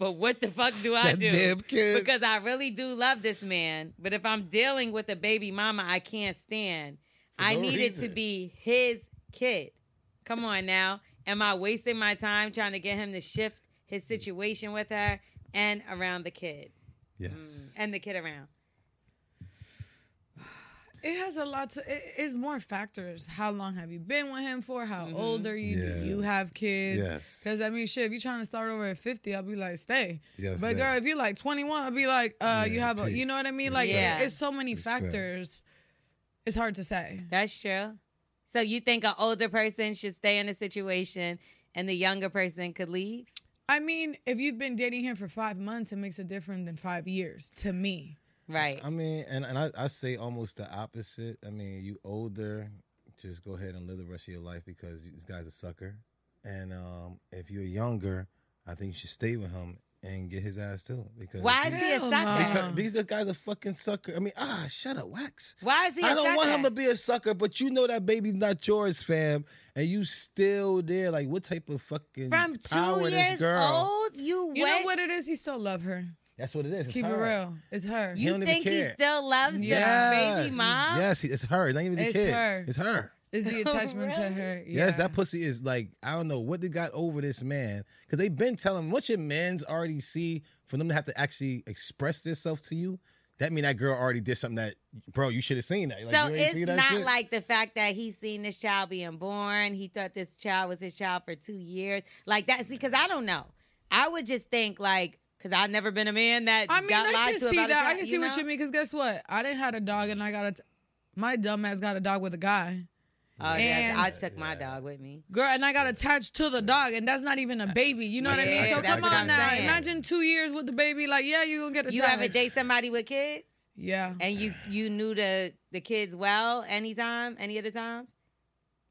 B: but what the fuck do I
A: That
B: do?
A: damn kid.
B: Because I really do love this man. But if I'm dealing with a baby mama I can't stand, I
C: no
B: need it
C: reason.
B: to be his kid. Come on now. Am I wasting my time trying to get him to shift his situation with her and around the kid?
A: Yes.
B: And the kid around.
D: It has a lot to. It, it's more factors. How long have you been with him for? How old are you? Do you
A: Mm-hmm. Yes.
D: have kids?
A: Yes.
D: Because I mean, shit. If you're trying to start over at 50, I'll be like, stay.
A: Yes,
D: But
A: stay.
D: girl, if you're like 21, I'll be like, uh, you
A: Yeah,
D: have a. You know
A: peace.
D: what I mean? Like,
B: Respect.
D: it- it's so many
A: Respect.
D: factors. It's hard to say.
B: That's true. So you think an older person should stay in a situation and the younger person could leave?
D: I mean, if you've been dating him for five months, it makes a difference than five years to me.
B: Right.
C: I mean, and, and I, I say almost the opposite. I mean, you older, just go ahead and live the rest of your life because you- this guy's a sucker. And um, if you're younger, I think you should stay with him and get his ass too. Because
B: Why is he a
D: Hell
B: sucker?
D: no.
C: because these are guys are fucking sucker. I mean, ah, shut up, wax.
B: Why is he a
C: I don't want
B: sucker?
C: him to be a sucker, but you know that baby's not yours, fam, and you still there. Like, what type of fucking
B: From
C: power
B: two
C: this
B: years
C: girl?
B: old, you,
D: You
B: went.
D: know what it is? He still love her.
C: That's what it is.
D: Let's
C: It's
D: keep it
C: her.
D: real. It's her.
C: He
B: you
C: don't even
B: think he
C: care.
B: still loves
C: Yes.
B: the baby mom?
C: Yes, it's her. It's not even the
D: It's
C: kid.
D: her.
C: It's her.
D: It's the attachment to
B: Really?
D: her.
C: Yes,
D: Yeah.
C: that pussy is like I don't know what they got over this man because they've been telling him, once your man's already see for them to have to actually express themselves to you. That mean that girl already did something that, bro, you should have seen that. Like,
B: so
C: you ain't see
B: it's
C: that
B: not
C: shit?
B: like the fact that he's seen this child being born. He thought this child was his child for two years. Like that, see, because I don't know. I would just think like, because I've never been a man that
D: I mean,
B: got
D: I
B: lied
D: can
B: to
D: see
B: about
D: that.
B: a child.
D: I can see what you mean. Because guess what? I didn't had a dog, and I got a. T- my dumb ass got a dog with a guy,
B: Oh, yeah,
D: And-
B: I took my dog with me.
D: girl, and I got attached to the dog, and that's not even a baby. You know what I
B: Yeah,
D: mean? So
B: that's
D: come
B: what
D: on
B: I'm
D: now.
B: saying.
D: Imagine two years with the baby. Like, yeah, you gonna get attached.
B: You ever date somebody with kids,
D: Yeah.
B: and you you knew the the kids well anytime, any of the times,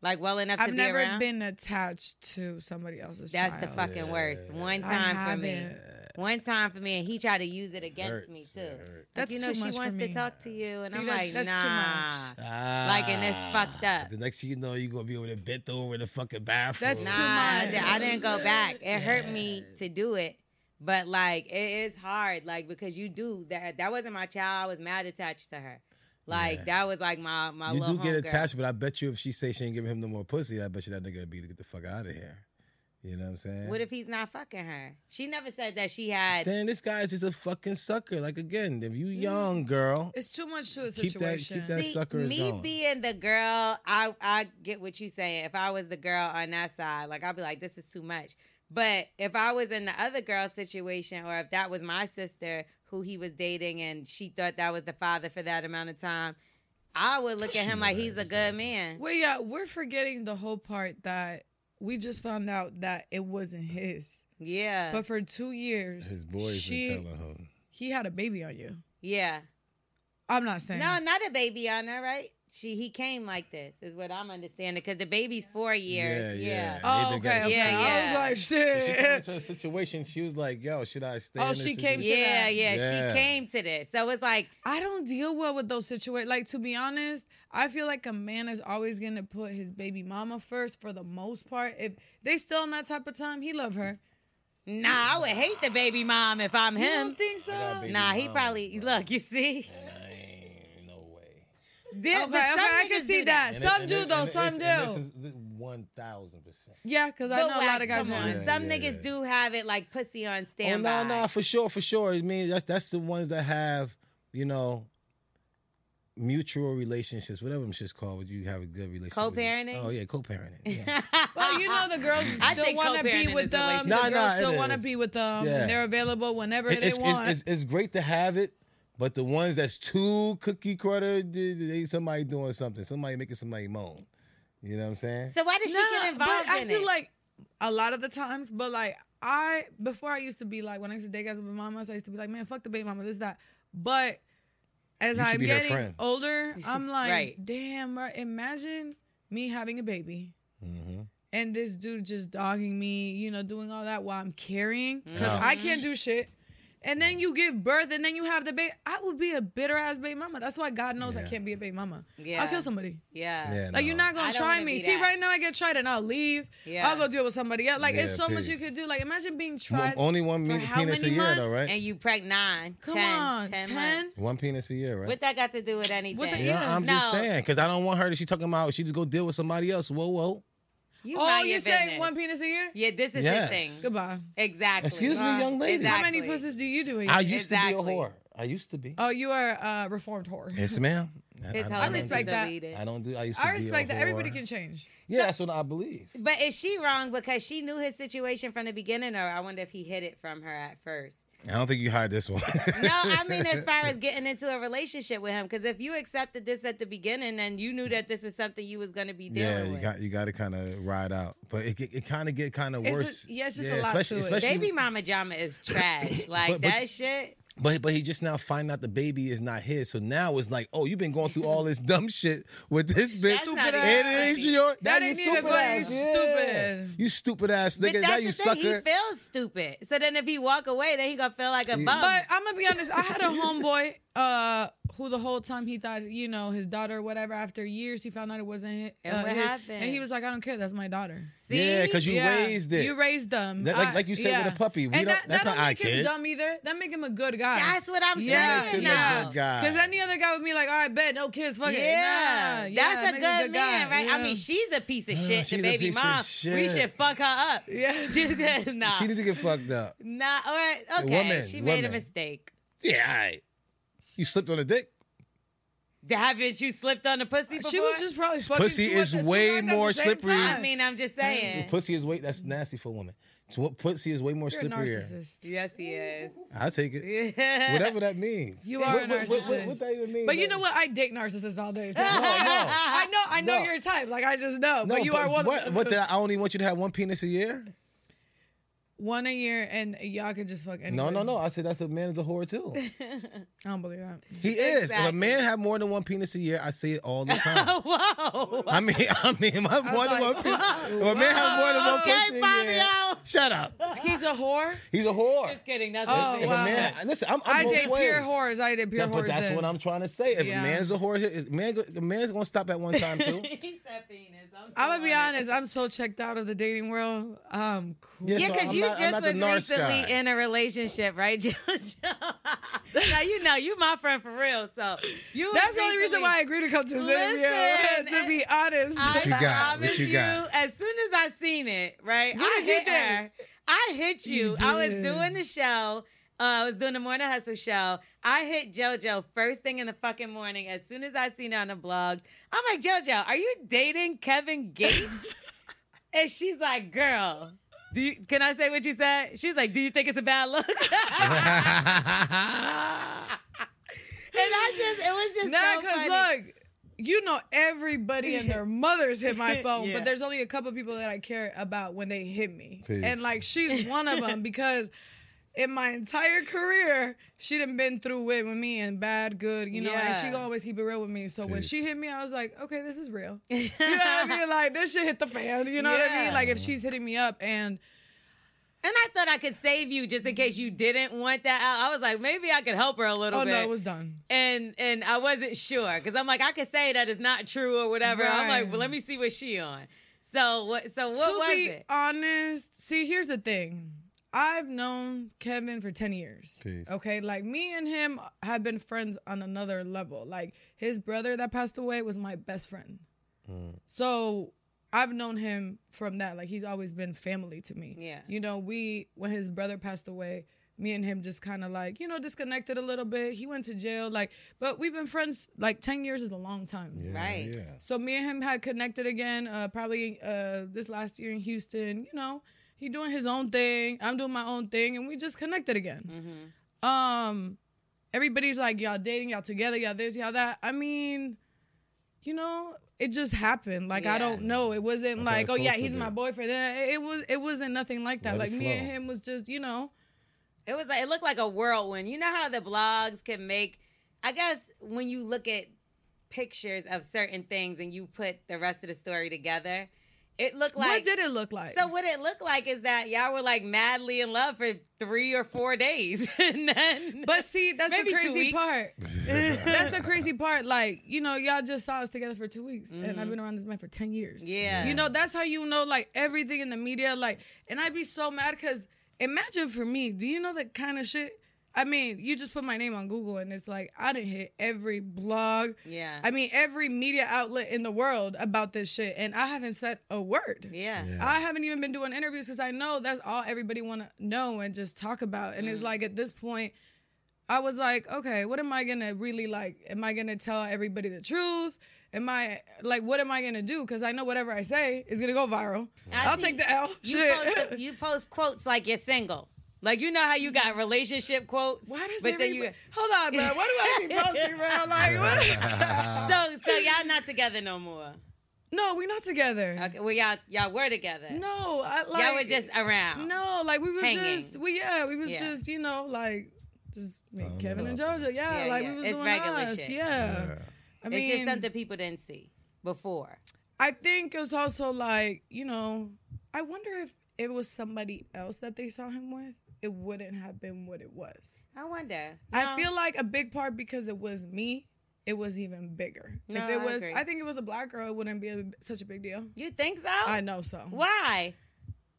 B: like well enough
D: I've
B: to be
D: never
B: around.
D: been attached to somebody else's
B: That's
D: child.
B: the fucking worst. One
D: I
B: time for me.
D: haven't.
B: One time for me, and he tried to use it against
C: hurts,
B: me
C: it
B: too.
C: hurts.
B: Like,
D: That's
B: you know
D: too
B: she
D: much for
B: wants to
D: me.
B: talk to you, and
D: See,
B: I'm
D: that's-
B: like,
D: that's too
B: nah.
D: much.
B: Like, and it's fucked
C: Ah,
B: up.
C: The next thing you know, you're gonna be over there bent over in the fucking bathroom.
D: That's
B: Nah,
D: too
B: I
D: much.
B: di- I didn't go back. It hurt me to do it, but like it is hard, like because you do that. That wasn't my child. I was mad attached to her. Like
C: Yeah.
B: that was like my my
C: you
B: little
C: do get
B: homegirl.
C: attached, but I bet you if she say she ain't giving him no more pussy, I bet you that nigga would be to get the fuck out of here. You know what I'm saying?
B: What if he's not fucking her? She never said that she had.
C: Then this guy is just a fucking sucker. Like again, if you young girl,
D: It's too much to a
C: Keep that- keep
D: situation.
C: that- sucker is
B: me
C: gone.
B: being the girl, I I get what you saying. If I was the girl on that side, like I'd be like, this is too much. But if I was in the other girl situation, or if that was my sister who he was dating and she thought that was the father for that amount of time, I would look at him like he's a good man.
D: Well, yeah, we're forgetting the whole part that we just found out that it wasn't his.
B: Yeah,
D: But for two years,
C: his boys
D: she,
C: been telling him.
D: he had a baby on you.
B: yeah.
D: I'm not saying.
B: No, not a baby on her, right? She he came like this is what I'm understanding because the baby's four years.
C: yeah.
D: Oh,
C: They've been
D: okay, okay.
B: together. Yeah, yeah.
D: I was like,
C: She came
D: shit.
C: into a situation. She was like, "Yo, should I stay?"
D: Oh,
C: in this
D: she came-
C: situation?
B: yeah,
D: that.
B: yeah.
C: Yeah.
B: She came to this, so it's like
D: [LAUGHS] I don't deal well with those situations. Like to be honest, I feel like a man is always gonna put his baby mama first for the most part. If they still in that type of time, he love her.
B: Nah, I would hate the baby mom if I'm
D: You don't
B: him.
D: think so?
C: got baby
B: Nah, he
C: mamas,
B: probably
C: bro.
B: look. You see,
C: I ain't- no way.
B: [LAUGHS] This-
D: Okay,
B: but
D: okay,
B: some
D: I can
B: niggas
D: see
B: do
D: that.
C: And it-
D: Some
C: and
D: do
C: it-
D: though.
C: and
D: Some
C: it's-
D: do.
C: and This is one thousand percent.
D: yeah, because I
B: But
D: know a lot
B: whack,
D: of guys.
B: come
D: are-
B: on,
C: Yeah,
B: some
C: yeah,
B: niggas
C: yeah.
B: do have it like pussy on
C: Oh [LAUGHS]
B: standby.
C: no, no, for sure, for sure. I mean, that's that's the ones that have you know mutual relationships, whatever them shits called. Would you have a good relationship? with your-
B: Co-parenting?
C: Oh yeah,
D: [LAUGHS]
C: co-parenting. Yeah.
D: But you
B: [LAUGHS]
D: know the girls
B: Ah, I
D: still
B: think
D: want to
B: co-parenting
D: be
B: is
D: with them.
B: relationship.
C: Nah,
D: the girls
C: nah, it
D: still want to
C: is.
D: be with them.
C: Yeah.
D: And they're available whenever
C: It-
D: they
C: it's, it's-
D: want.
C: It's, it's great to have it, but the ones that's too cookie cutter, d- d- they somebody doing something, somebody making somebody moan. You know what I'm saying?
B: So why did she get
D: Nah,
B: involved
D: but I
B: in
D: feel
B: it?
D: like a lot of the times, but like I before I used to be like when I used to date guys with my mamas, I used to be like, man, fuck the baby mama, this that. But as
C: You should
D: I'm
C: be her
D: getting
C: friend.
D: older, I'm like,
B: Right.
D: damn, bro, imagine me having a baby.
C: Mhm.
D: And
B: Hmm.
C: Oh.
D: this dude just dogging me, you know, doing all that while I'm carrying because I can't do shit. and then you give birth, and then you have the baby. I would be a bitter ass baby mama. That's why God knows I
C: Yeah.
D: can't be a baby mama.
B: Yeah.
D: I'll kill somebody.
B: Yeah.
C: Yeah,
D: Like you're
C: no.
D: not
B: I
D: gonna
B: don't
D: try
B: wanna
D: me.
B: be
D: See,
B: that.
D: right now I get tried and I'll leave.
B: Yeah.
D: I'll go deal with somebody else. Like it's
C: Yeah,
D: so much you
C: peace.
D: could do. Like imagine being
C: Well,
D: tried.
C: only one
D: for
C: me-
D: how
C: penis a
D: many
C: year, though,
D: months?
C: right?
B: And you preg nine.
D: Come
B: 10,
D: on,
B: 10
D: ten.
B: months.
C: one penis a year, right?
B: What that got to do with anything?
D: What the-
C: yeah,
D: Yeah.
C: I'm just
B: No.
C: saying, because I don't want her to. She talking about she just go deal with somebody else. Whoa, whoa.
B: You
D: Oh,
B: mind
D: you
B: your
D: say
B: business.
D: one penis a year?
B: Yeah, this is
C: Yes.
B: the thing.
D: Goodbye.
B: Exactly.
C: Excuse me, young lady.
D: How many
B: Exactly.
D: pussies do you do a year?
C: I used to be
B: Exactly.
C: a whore. I used to be.
D: oh, you are a reformed whore.
C: Yes, ma'am.
B: His
C: don't
B: whole
D: I
C: do-
B: thing
D: respect that.
B: deleted.
C: I don't do. I used to be
D: I
C: a
D: respect that. Everybody
C: whore.
D: can change.
C: Yeah, that's what I believe.
B: But is she wrong because she knew his situation from the beginning, or I wonder if he hid it from her at first?
C: I don't think you hide this one.
B: No, I mean as far as getting into a relationship with him, because if you accepted this at the beginning, then you knew that this was something you was going to be dealing
C: yeah, you
B: with.
C: got you got to kind of ride out, but it it kind of get kind of
D: It's
C: worse.
D: just- yeah, it's just a lot
C: especially,
D: to it.
C: especially
B: Baby mama jama is
C: [COUGHS]
B: trash. Like
C: But- but-
B: that shit.
C: But but he just now find out the baby is not his. So now it's like, oh, you've been going through all this dumb shit with this bitch.
B: That's not
C: and
B: even
C: it
B: funny.
C: ain't your.
D: That
C: you
D: ain't even
C: stupid
D: funny,
C: ass.
D: you
C: Yeah.
D: stupid.
C: You stupid ass
B: But
C: nigga.
B: that's
C: Now
B: the
C: you
B: thing.
C: sucker.
B: He feels stupid. So then if he walk away, then he gonna feel like a bum.
D: But I'm gonna be honest. I had a homeboy [LAUGHS] uh, who the whole time he thought, you know, his daughter or whatever. After years, he found out it wasn't. His,
B: And
D: uh,
B: what
D: his-
B: happened?
D: And he was like, I don't care. That's my daughter.
B: See?
C: Yeah, because you
D: Yeah,
C: raised it.
D: You raised them.
C: That- like- like you said with the puppy, we don't-
D: and that,
C: that's
D: that don't
C: not our
D: make him
C: kid.
D: dumb either. That make him a good guy.
B: That's what I'm saying.
D: Yeah. Makes him a
B: now.
D: good
C: guy.
D: Because any other guy would be like, all right, bet, no kids, fuck
B: Yeah,
D: it. Nah, yeah,
B: that's a
D: make
B: good,
D: him a good guy.
B: man, right? I
D: Yeah.
B: mean, she's a piece of
C: Yeah,
B: shit.
C: Uh, she's
B: The
C: a
B: baby
C: piece of
B: mom. We
C: shit.
B: should fuck her up. [LAUGHS]
D: Yeah.
B: Just, nah,
C: She need to get fucked up.
B: nah. All right, okay.
C: woman,
B: she made a
C: woman.
B: mistake.
C: Yeah, all right. You slipped on a dick.
B: Haven't you slipped on the pussy before?
D: She was just probably fucking
C: Pussy
D: two at
C: is
D: the- two
C: way
D: guys at the
C: more
D: same
C: slippery.
B: [LAUGHS]
D: time.
B: I mean, I'm just saying.
C: Pussy is way. That's nasty for a woman. So what pussy is way more
D: You're a
C: slipperier.
D: narcissist.
B: Yes, he is. [LAUGHS]
C: I take it.
B: Yeah. [LAUGHS]
C: Whatever that means.
D: You are
C: what,
D: a
C: what, what- what-
D: narcissist.
C: what that even mean?
D: But you
C: Like-
D: know what? I date narcissists all
B: [LAUGHS]
D: day. So.
C: No, no.
D: I know, I know
C: No.
D: your type. Like I just know,
C: No,
D: but you are one.
C: What?
D: of them.
C: What? That I only want you to have one penis a year.
D: One a year, and y'all can just fuck. Anybody.
C: No, no, no. I said that's a man is a whore too.
D: I don't believe that.
C: He is. If a
B: Exactly.
C: man have more than one penis a year, I see it all the time.
B: Whoa.
C: I mean, I mean, my more than
D: like,
C: one penis. If a man have more than one
B: Okay,
C: penis a year,
B: Fabio.
C: shut
B: Ah.
C: up.
D: [LAUGHS] He's a whore.
C: He's a whore.
B: Just kidding. That's
D: Oh,
C: If a
B: [LAUGHS]
D: wow.
C: man, listen, I'm,
D: I
C: I'm both
D: date
C: ways.
D: pure whores. I date pure
C: That-
D: whores.
C: but that's
D: then.
C: what I'm trying to say. If
D: Yeah.
C: a man's a whore, he- a man, go- a man's gonna stop at one time too.
B: He said penis. I'm, so
D: I'm gonna be
B: on it.
D: honest. I'm so checked out of the dating world. Um, cool.
C: Yeah,
B: Yeah,
C: so
B: because
C: I'm
B: you
C: not- I'm not
B: just
C: the
B: was
C: narc
B: recently
C: guy. [LAUGHS]
B: in [LAUGHS] a relationship, right, [LAUGHS] JoJo? now you know you my friend for real. So you.
D: That's
B: was
D: the only reason
B: recently-
D: why I agreed to come to this interview.
B: Listen,
D: [LAUGHS] to be honest,
B: I
C: you got?
B: promise
C: What you got?
B: As soon as I seen it, right?
D: What
B: I
D: did you
B: hit her. I hit you.
D: You
B: I was
D: did.
B: doing the show. Uh, I was doing the morning hustle show. I hit JoJo first thing in the fucking morning. As soon as I seen her on the blog, I'm like, JoJo, are you dating Kevin Gates? and she's like, girl. Do you, can I say what you said? She was like, "Do you think it's a bad look?" [LAUGHS] and I just—it was just
D: nah,
B: so
D: because
B: funny.
D: look, you know everybody
B: [LAUGHS]
D: and their mothers hit my phone,
B: Yeah.
D: but there's only a couple people that I care about when they hit me,
C: Peace.
D: and
B: [LAUGHS]
D: like she's one of them because. In my entire career, she done been through it with me and bad, good, you know, and
B: Yeah.
D: she gonna always keep it real with me. So when
C: Peace.
D: she hit me, I was like, okay, this is
B: [LAUGHS]
D: real. You know what I mean? Like this shit hit the fan. You know what I
B: Yeah.
D: mean? Like if she's hitting me up and
B: And I thought I could save you just in case you didn't want that out. I was like, maybe I could help her a little
D: oh
B: bit.
D: no, it was done.
B: and and I wasn't sure because I'm like, I could say that it's not true or whatever. I'm like,
D: Right.
B: well, let me see what she on. So what? So what
D: to
B: was
D: be
B: it?
D: honest, see, here's the thing. I've known Kevin for 10 years.
C: Peace.
D: Okay. Like, me and him have been friends on another level. Like, his brother that passed away was my best friend. So I've known him from that. Like, he's always been family to me.
B: Yeah.
D: You know, we, when his brother passed away, me and him just kind of like, you know, disconnected a little bit. He went to jail. Like, but we've been friends, like, 10 years is a long time.
B: Right.
C: [LAUGHS] Yeah.
D: So me and him had connected again, uh, probably uh, this last year in Houston. You know, he doing his own thing, I'm doing my own thing, and we just connected again. Um, everybody's like, y'all dating, y'all together, y'all this, y'all that. I mean, you know, it just happened. Like I
B: Yeah.
D: don't know. It wasn't
C: That's how
D: like,
C: it's
D: oh yeah,
C: supposed to
D: he's
C: be.
D: my boyfriend. It it was, it wasn't nothing like that.
C: Let
D: like
C: it
D: me and
C: flow.
D: him was just, you know,
B: It was like it looked like a whirlwind. You know how the blogs can make I guess when you look at pictures of certain things and you put the rest of the story together It looked like.
D: what did it look like?
B: so what it looked like is that y'all were like madly in love for three or four days, [LAUGHS] and then
D: but see, that's
B: Maybe
D: the
B: two
D: crazy
B: weeks.
D: part. That's the crazy part. Like, you know, y'all just saw us together for two weeks, and I've been around this man for 10 years.
B: Mm-hmm. Yeah.
D: You know, that's how you know, like, everything in the media. Like, and I'd be so mad because imagine for me, do you know that kind of shit? I mean, you just put my name on Google, and it's like, I didn't hit every blog.
B: Yeah.
D: I mean, every media outlet in the world about this shit, and I haven't said a word.
B: yeah.
D: I haven't even been doing interviews because I know that's all everybody want to know and just talk about. And it's like at this point, I was like, okay, what am I gonna really like? Am I gonna tell everybody the truth? Am I like, what am I gonna do? Because I know whatever I say is gonna go viral.
B: I
D: I'll
B: see
D: take the L.
B: You
D: Shit.
B: post, you post quotes like you're single. Like you know how you got relationship quotes.
D: [LAUGHS] Why does
B: but then
D: everybody?
B: you
D: Hold on, man. Why do
B: [LAUGHS]
D: I be posting, bro?
C: [LAUGHS]
D: Like, what?
B: so so y'all not together no
D: [LAUGHS]
B: more.
D: no, we're not together.
B: Okay, well y'all y'all were together.
D: No, I like.
B: y'all were just around.
D: No, like we was
B: Hanging.
D: just we yeah, we was
B: Yeah.
D: just, you know, like just me,
C: don't know
D: Kevin and
C: about
D: Jojo. Yeah,
B: Yeah,
D: like
B: yeah.
D: we was
B: It's
D: doing
B: regular
D: us.
B: shit.
D: Yeah. I
B: it's
D: mean
B: just something people didn't see before.
D: I think it was also like, you know, I wonder if it was somebody else that they saw him with, it wouldn't have been what it was.
B: I wonder.
D: I feel like a big part because it was me, it was even bigger.
B: No,
D: if it
B: I
D: was
B: agree.
D: I think it was a black girl, it wouldn't be a, such a big deal.
B: you think so.
D: I know so.
B: Why?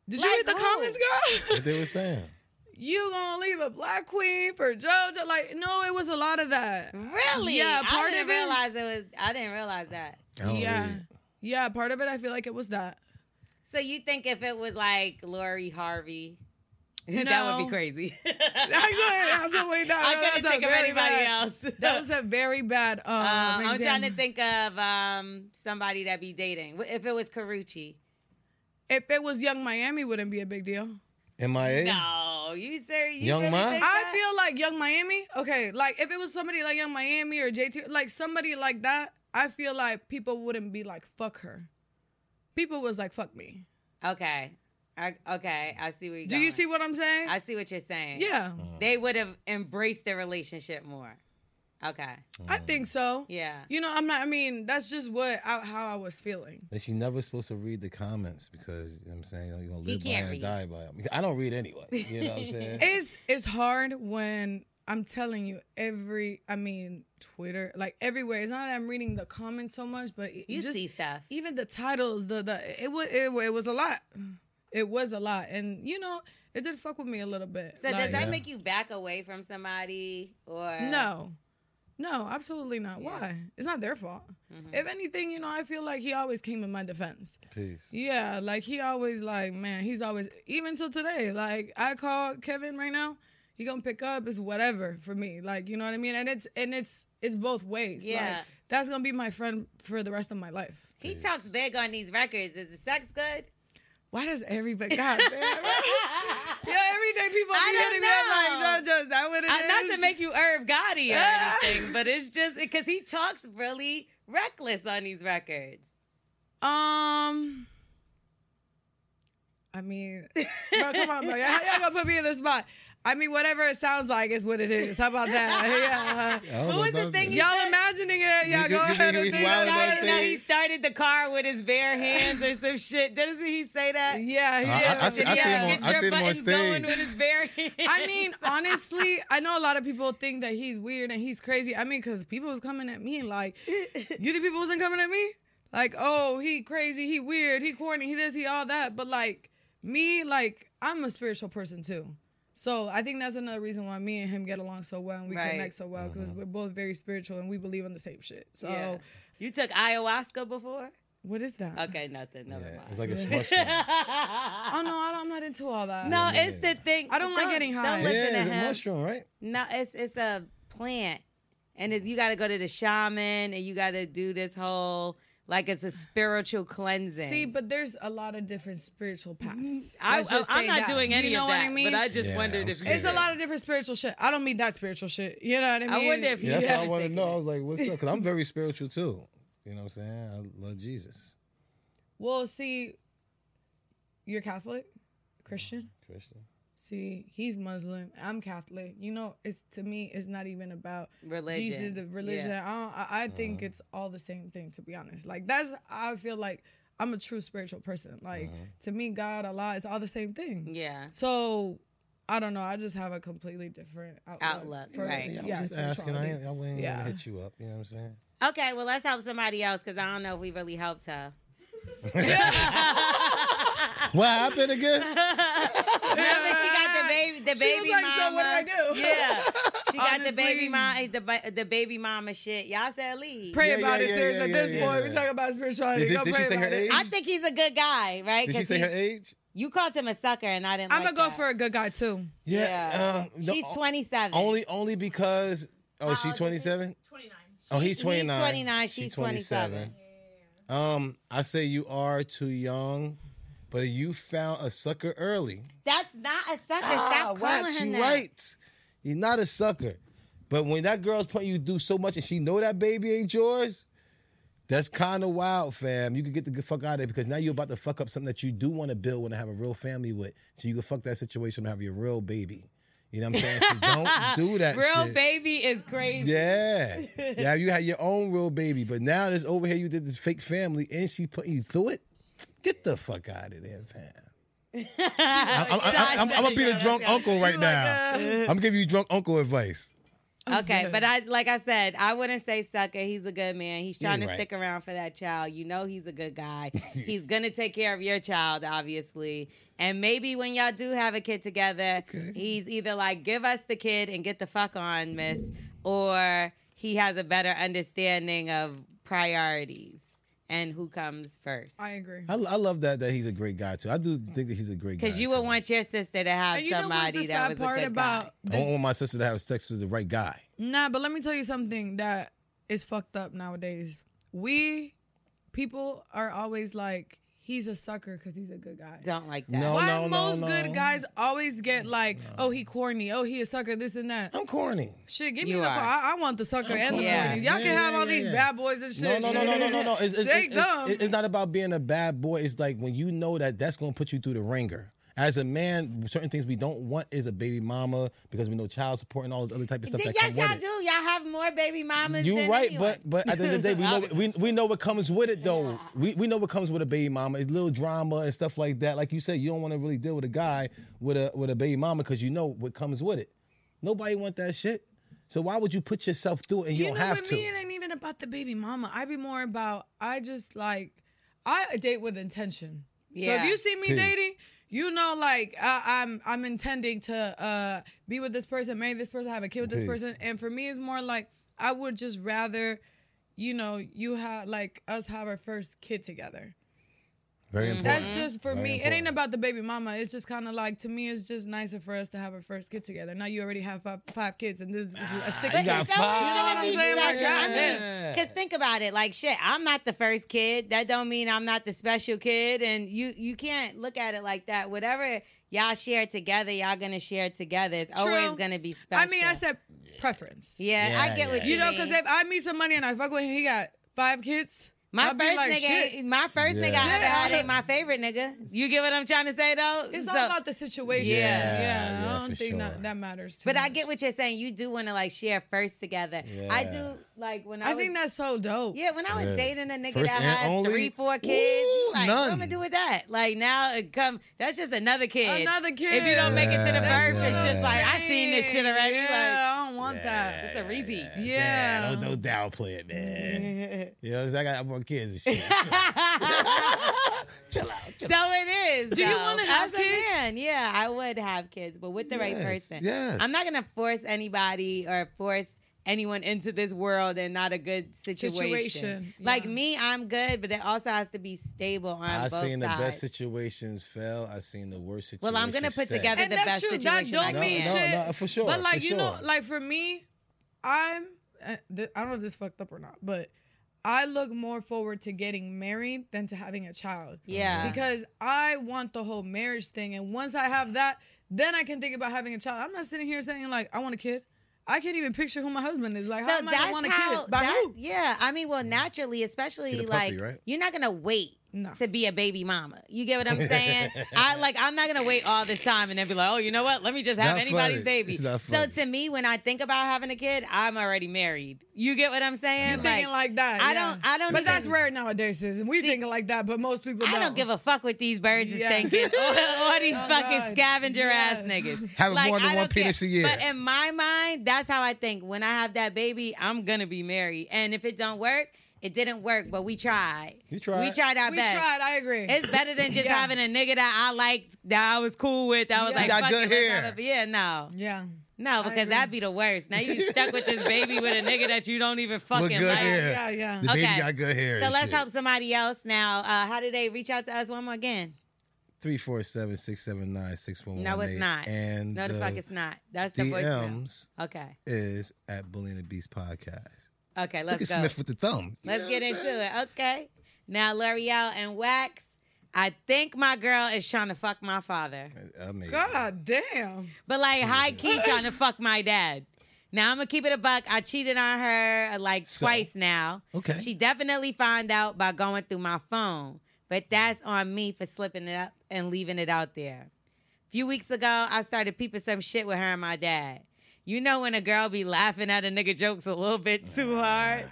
D: Did
B: Oh, Like
D: you read the
B: who?
D: comments, girl? [LAUGHS]
C: What they were saying.
D: you gonna leave a black queen for JoJo? Like, no, it was a lot of that.
B: Really?
D: Yeah, part
B: I didn't
D: of it-
B: realize it was. I didn't realize that.
C: I don't
D: yeah,
C: read.
D: yeah. Part of it, I feel like it
B: [LAUGHS]
D: was that.
B: So you think if it was like Lori Harvey, [LAUGHS] that would
D: No.
B: be crazy. [LAUGHS]
D: Actually, absolutely not.
B: I
D: No,
B: couldn't
D: that's a
B: think of
D: very
B: anybody
D: bad-
B: else. [LAUGHS]
D: That was a very bad. Um,
B: Um, I'm trying to
D: example.
B: think of um, somebody that be dating. Wh- If it was Carucci.
D: If it was Young Miami, wouldn't be a big deal.
C: MIA.
B: No, you serious? You
C: Young
B: really
C: Ma?
B: think
D: I
B: that?
D: feel like Young Miami. Okay, like if it was somebody like Young Miami or JT, like somebody like that, I feel like people wouldn't be like fuck her. People was like fuck me.
B: Okay. I, okay, I see where you
D: Do you see what I'm saying?
B: I see what you're saying.
D: yeah,
B: They would have embraced the relationship more. Okay.
D: I think so.
B: Yeah.
D: You know, I'm not. I mean, that's just what I, how I was feeling.
C: That you never supposed to read the comments because you know what I'm saying you're gonna
B: He
C: live by
B: can't
C: it
B: read.
C: and die by it. I don't read anyway. You know what I'm
B: [LAUGHS]
C: saying?
D: It's it's hard when I'm telling you every. I mean, Twitter, like everywhere. It's not that I'm reading the comments so much, but it-
B: You
D: just
B: see stuff.
D: even the titles. The the it was it, wa- it was a lot. It was a lot, and you know, it did fuck with me a little bit.
B: So does
D: Like,
B: that make you back away from somebody or
D: No. No, absolutely not. Why? It's not their fault.
B: Mm-hmm. Mm.
D: If anything, you know, I feel like he always came in my defense.
C: Peace.
D: Yeah, like he always like, man, he's always even till today. Like I call Kevin right now, he gonna pick up. It's whatever for me. Like you know what I mean. And it's and it's it's both ways.
B: Yeah.
D: like, that's gonna be my friend for the rest of my life.
B: He talks big on these records. Is the sex
D: [LAUGHS]
B: good?
D: Why does everybody? God damn.
B: [LAUGHS]
D: Yeah, every day people
B: I
D: be
B: don't
D: hitting me up like, JoJo, is that what it is?
B: I- Uh, not to make you Herb
D: [LAUGHS]
B: Gotti or anything, but it's just because he talks really reckless on these records.
D: Um, I mean, bro, come on, bro.
B: [LAUGHS]
D: Y'all, y'all gonna put me in the spot. I mean, whatever it sounds like is what it is. How about that? [LAUGHS] Yeah. uh-huh.
C: I don't
B: What
C: know
B: was the
C: nothing.
B: thing you-
D: Y'all imagining it? Y'all
C: You-
D: go
C: you think
D: ahead
C: it
D: and
C: was
D: think
C: wild
D: about
C: about
D: it.
B: Started, no, he
C: things.
B: started the car with his
D: [LAUGHS]
B: bare hands or some shit. Doesn't he say that?
D: Yeah,
C: I- I-
D: yeah.
C: I see- I see him on-
B: Get your
C: I see him on
B: buttons going
C: stage.
B: with his bare hands. [LAUGHS]
D: I mean, honestly, I know a lot of people think that he's weird and he's crazy. I mean, because people was coming at me like, [LAUGHS] you think people wasn't coming at me? Like, oh, he crazy, he weird, he corny, he this, he all that. But like me, like I'm a spiritual person too. So I think that's another reason why me and him get along so well and we
B: Right.
D: connect so well because
C: Uh-huh.
D: we're both very spiritual and we believe in the same shit. So
B: Yeah. you took ayahuasca before?
D: what is that?
B: Okay, nothing. Never
C: Yeah,
B: mind.
C: it's like a
B: [LAUGHS]
C: mushroom.
D: Oh no, I don't, I'm not into all that.
B: no, it's the thing.
D: I don't like getting high.
B: Don't listen
C: yeah,
B: to
C: it's a
B: him.
C: mushroom, right?
B: No, it's it's a plant, and it's, you got to go to the shaman, and you got to do this whole like it's a spiritual cleansing.
D: See, but there's a lot of different spiritual paths.
B: Mm-hmm. I,
D: Let's just
B: I, am
D: say
B: not
D: that.
B: doing any
D: you know
B: of
D: what
B: that.
D: I mean?
B: But I just
C: Yeah,
B: wondered
C: I'm
B: if
C: scared.
D: It's a lot of different spiritual shit. I don't mean that spiritual shit. You know what I mean?
B: I wonder if
C: Yeah, that's
B: Yeah.
C: what I want to
B: Taking
C: know.
B: it.
C: I was like, what's up? Because I'm very spiritual too. You know what I'm saying? I love Jesus,
D: Well, see, you're Catholic, Christian.
C: Uh-huh. Christian.
D: See, he's Muslim. I'm Catholic. You know, it's to me, it's not even about
B: Religion.
D: Jesus, the religion.
B: Yeah. Uh-huh.
D: I, don't, I, I think it's all the same thing. To be honest, like that's I feel like I'm a true spiritual person. Like
B: Uh-huh.
D: to me, God, Allah, it's all the same thing.
B: Yeah.
D: So I don't know. I just have a completely different outlook.
B: Outlook,
D: for-
B: right.
C: Yeah,
D: Yeah,
C: I'm just asking. I, ain't-
D: spirituality.
C: I wouldn't
D: Yeah.
C: to hit you up. You know what I'm saying?
B: Okay, well, let's help somebody else because I don't know if we really helped
C: [LAUGHS]
B: her. [LAUGHS]
C: What happened again?
B: [LAUGHS] Remember, she got the baby, the
D: She
B: baby
D: was like,
B: mama.
D: "So what do I do?" [LAUGHS]
B: Yeah, she got the
D: Honestly.
B: baby mama, the, ba- the baby mama shit. Y'all said leave.
D: Pray
C: Yeah,
D: about
C: yeah,
D: it,
C: yeah,
D: serious.
C: yeah,
D: At
C: yeah,
D: this
C: yeah,
D: point,
C: yeah.
D: we talk about spirituality.
C: Did- did-
D: go
C: did she
D: pray
C: say her
D: about it.
C: age?
B: I think he's a good guy, right?
C: Did she
B: 'Cause
C: say her
B: he-
C: age?
B: You called him a sucker, and I didn't.
D: I'm
B: like
D: gonna go
B: that.
D: for a good guy too.
B: Yeah.
C: um, the-
B: She's 27.
C: Only, only because oh, she's 27.
I: 29.
C: Oh, he's
B: He's
C: 29.
B: 29, she's 27.
C: Um, I say you are too young, but you found a sucker early.
B: That's not a sucker. Stop
C: Ah, wax,
B: calling him
C: you
B: that.
C: right. You're not a sucker. But when that girl's putting you do so much and she know that baby ain't yours, that's kind of wild, fam. You could get the good fuck out of there because now you're about to fuck up something that you do want to build and have a real family with. So you can fuck that situation and have your real baby. You know what I'm saying? So don't
B: [LAUGHS]
C: do that
B: Real
C: shit.
B: baby is crazy. [LAUGHS]
C: Yeah. Yeah, you had your own real baby, but now this over here, you did this fake family and she put you through it. Get the fuck out of there, fam.
B: Uh,
C: I'm, I'm, I'm, I'm gonna be the drunk uncle right now. I'm gonna give you drunk uncle advice.
D: Oh,
B: Okay, but I like I said, I wouldn't say sucker. He's a good man. He's trying
C: You're
B: to
C: right.
B: stick around for that child. You know he's a good
D: [LAUGHS]
B: guy. he's gonna take care of your child, obviously. And maybe when y'all do have a kid together, he's either like, give us the kid and get the fuck on, miss, or he has a better understanding of priorities and who comes first.
D: I agree.
C: I, I love that that he's a great guy too. I do think that he's a great guy.
B: Because you would
C: too.
B: want your sister to have
D: And you know what's
B: somebody
D: the
B: that
D: sad
B: was a
D: part
B: good
D: about
B: guy.
C: I
D: this?
C: don't want my sister to have sex with the right guy.
D: Nah, but let me tell you something that is fucked up nowadays. We people are always like, he's a sucker because he's a good guy.
B: Don't like that.
C: No.
D: Why
C: no,
D: most
C: no.
D: good guys always get like, oh he corny, oh he a sucker, this and that.
C: I'm corny.
D: Shit, give
B: You
D: me the
B: are.
D: car. I, I want the sucker and the
B: Yeah.
D: yeah. Y'all
C: Yeah,
D: can have
C: yeah,
D: all
C: yeah,
D: these
C: yeah.
D: bad boys and
C: No,
D: shit.
C: no, no, no, no, no, no. It's, it's,
D: Take
C: it's-
D: them.
C: it's not about being a bad boy. It's like when you know that that's going to put you through the ringer. As a man, certain things we don't want is a baby mama because we know child support and all this other type of stuff that
B: Yes,
C: come
B: y'all
C: with
B: do.
C: it.
B: Y'all have more baby mamas.
C: You
B: than
C: right,
B: anyone.
C: but but at the end of the day,
B: [LAUGHS]
C: we know we, we know what comes with it though. We, we know what comes with a baby mama. It's little drama and stuff like that. Like you said, you don't want to really deal with a guy with a with a baby mama because you know what comes with it. Nobody want that shit. So why would you put yourself through it and you,
D: you
C: don't
D: know,
C: have
D: with
C: to?
D: me, it ain't even about the baby mama. I be more about I just like I date with intention. So
B: Yeah.
D: if you see me
C: Peace.
D: dating, you know, like I, I'm I'm intending to uh, be with this person, marry this person, have a kid with this
C: Peace.
D: person, and for me, it's more like I would just rather, you know, you have like us have our first kid together.
C: Very important.
D: That's just for
C: Very
D: me. It
C: important.
D: ain't about the baby mama. It's just kind of like to me, it's just nicer for us to have our first kid together. Now you already have five, five kids, and this is a six.
B: But
C: You got
B: it's always gonna
C: five.
B: be
D: You know what I'm
B: special. I
D: saying?
B: mean, Cause think about it, like shit. I'm not the first kid. That don't mean I'm not the special kid. And you you can't look at it like that. Whatever y'all share together, y'all gonna share together. It's always
D: True.
B: gonna be special.
D: I mean, I said preference.
B: yeah,
C: Yeah,
B: I get
C: yeah.
B: what you,
D: You know,
B: mean.
D: because if I meet some money and I fuck with him, he got five kids.
B: my
D: I'll be
B: first
D: like,
B: nigga,
D: shit.
B: ain't, my first
C: Yeah.
B: nigga I ever
D: Yeah.
B: had ain't my favorite nigga. You get what I'm trying to say though?
D: It's
B: So-
D: all about the situation.
C: Yeah,
D: Yeah,
C: yeah,
D: I don't
C: for
D: think
C: sure.
D: that, that matters too
B: but I
D: much.
B: get what you're saying. You do want to like share first together. I
C: Yeah.
B: do like when I,
D: I
B: was,
D: think that's so dope.
B: Yeah, when I was
C: Yeah.
B: dating a nigga
C: First
B: that
C: and
B: had
C: only?
B: three, four kids,
C: Ooh,
B: you like, what
C: none.
B: am gonna do with that? Like now it come that's just another kid.
D: Another kid.
B: If you don't make it to the
C: Yeah.
B: birth, it's just like I seen this shit already.
D: Yeah, I don't want
B: Like
D: that.
B: it's a repeat.
D: Yeah.
C: no, no downplay it, man. you know, 'cause I got more kids and
B: [LAUGHS]
C: shit. chill out. Chill out.
B: So it is.
D: Do you
B: though.
D: wanna have
B: As a
D: kids?
B: man, yeah, I would have kids, but with the right
C: Yes,
B: person.
C: yes.
B: I'm not gonna force anybody or force anyone into this world and not a good situation.
D: Situation,
B: Like
D: yeah.
B: me, I'm good, but it also has to be stable on
C: I
B: both sides.
C: seen the best situations fail. I seen the worst situations.
B: Well, I'm gonna put
C: stay.
B: together
D: And
B: the
D: that's
B: best
D: true. That
B: situation. I
D: don't
C: No,
D: mean
B: can.
C: no,
D: shit.
C: no, for sure.
D: But like
C: for
D: you know,
C: sure.
D: like for me, I'm. Uh, th- I don't know if this fucked up or not, but I look more forward to getting married than to having a child.
B: Yeah.
D: Because I want the whole marriage thing, and once I have that, then I can think about having a child. I'm not sitting here saying like I want a kid. I can't even picture who my husband is. Like,
B: so
D: how am I
B: that's
D: gonna want a
B: how.
D: kid? By Mm.
B: that's-
D: who?
B: Yeah, I mean, well, naturally, especially
C: Get a puppy,
B: like
C: right?
B: you're not gonna wait.
D: No.
B: to be a baby mama. You get what
C: [LAUGHS]
B: I'm saying? I like I'm not gonna wait all this time and then be like, oh, you know what? Let me just have
C: not
B: anybody's
C: funny.
B: baby.
C: It's not
B: So
C: funny.
B: to me, when I think about having a kid, I'm already married. You get what I'm saying?
D: You're thinking like that.
B: I
D: yeah.
B: don't- I don't
D: But
B: even-
D: that's rare nowadays. Sis. We thinking like that, but most people.
B: I don't give a fuck what these birds
D: Yeah.
B: is [LAUGHS]
D: [LAUGHS]
B: thinking or, or these
D: Oh,
B: fucking
D: God.
B: scavenger ass
D: Yes.
B: niggas.
C: Having more than one
B: I don't care.
C: penis a year.
B: But uh, in my mind, that's how I think. When I have that baby, I'm gonna be married. And if it don't work, it didn't work, but we tried.
C: You tried.
B: We tried our
D: We
B: best.
D: tried. I agree.
B: It's better than just
D: Yeah.
B: having a nigga that I liked, that I was cool with, that was
D: Yeah.
B: like,
C: Got
B: fuck
C: good
B: it, let's
C: hair.
B: have a- Yeah, no.
D: yeah.
B: No, because
D: agree.
B: that'd be the worst. Now you stuck with this baby with a nigga that you don't even fucking
C: Look good
B: like.
C: hair.
D: Yeah, yeah.
C: The
B: Okay.
C: baby got good hair.
B: So
C: and
B: let's
C: shit.
B: help somebody else now. Uh, how do they reach out to us one more again?
C: 347-679-6118.
B: No, it's not.
C: And
B: No, the fuck it's not. That's the voicemail.
C: DMs
B: Okay.
C: is at Bullying the Beast Podcast.
B: Okay,
C: Look
B: let's
C: at
B: go.
C: Smith with the thumb. You
B: Let's
C: know
B: get
C: what I'm
B: into
C: saying?
B: it. Okay. Now L'Oreal and Wax. I think my girl is trying to fuck my father.
C: Amazing.
D: God damn.
B: But like high key trying to fuck my dad. Now I'm gonna keep it a buck. I cheated on her uh, like
C: So?
B: twice now.
C: Okay.
B: She definitely found out by going through my phone, but that's on me for slipping it up and leaving it out there. Few weeks ago, I started peeping some shit with her and my dad. You know when a girl be laughing at a nigga jokes a little bit too hard,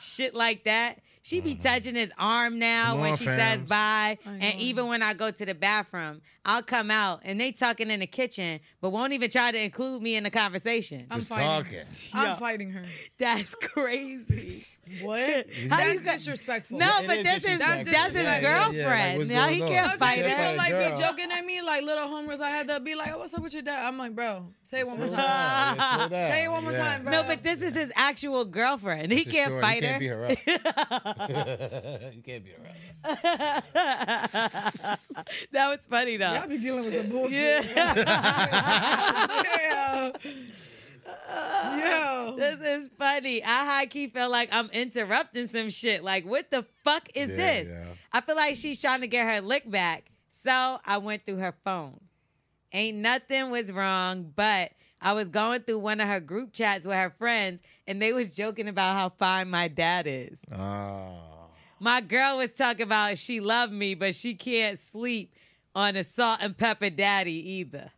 B: shit like that. She be touching his arm now
C: Mm-hmm. Come
B: when
C: on,
B: she says
C: fams.
B: bye,
D: I
B: and
D: know.
B: even when I go to the bathroom, I'll come out and they talking in the kitchen, but won't even try to include me in the conversation.
D: I'm
C: Just
D: fighting.
C: talking.
B: Yo.
D: I'm fighting her.
B: That's [LAUGHS] crazy. what? How you
D: That's
B: say-
D: disrespectful.
B: no,
C: It
B: but
C: is
B: this is that's
D: disrespectful.
B: his
D: Yeah, yeah, yeah,
B: girlfriend.
C: like, what's
B: now
C: going
B: he
C: on?
B: can't
D: Sometimes
B: fight
D: people
B: her.
D: like
C: Girl.
D: be joking at me, like little homers. I had to be like, oh, "What's up with your dad?" I'm like, "Bro, say it one more time."
B: [LAUGHS]
D: Say it one more time, bro.
B: no, but this is his actual girlfriend. He can't fight
C: you
B: her.
C: Can't beat her
B: [LAUGHS]
C: up. [LAUGHS] you can't beat her up.
B: that was funny though.
D: Y'all be dealing with the bullshit.
B: Yeah.
D: [LAUGHS] Yo.
B: This is funny. I high key feel like I'm interrupting some shit. Like, what the fuck is
C: Yeah,
B: this?
C: yeah.
B: I feel like she's trying to get her lick back. So I went through her phone. Ain't nothing was wrong, but I was going through one of her group chats with her friends, and they was joking about how fine my dad is.
C: Oh.
B: My girl was talking about she loved me, but she can't sleep on a salt and pepper daddy either.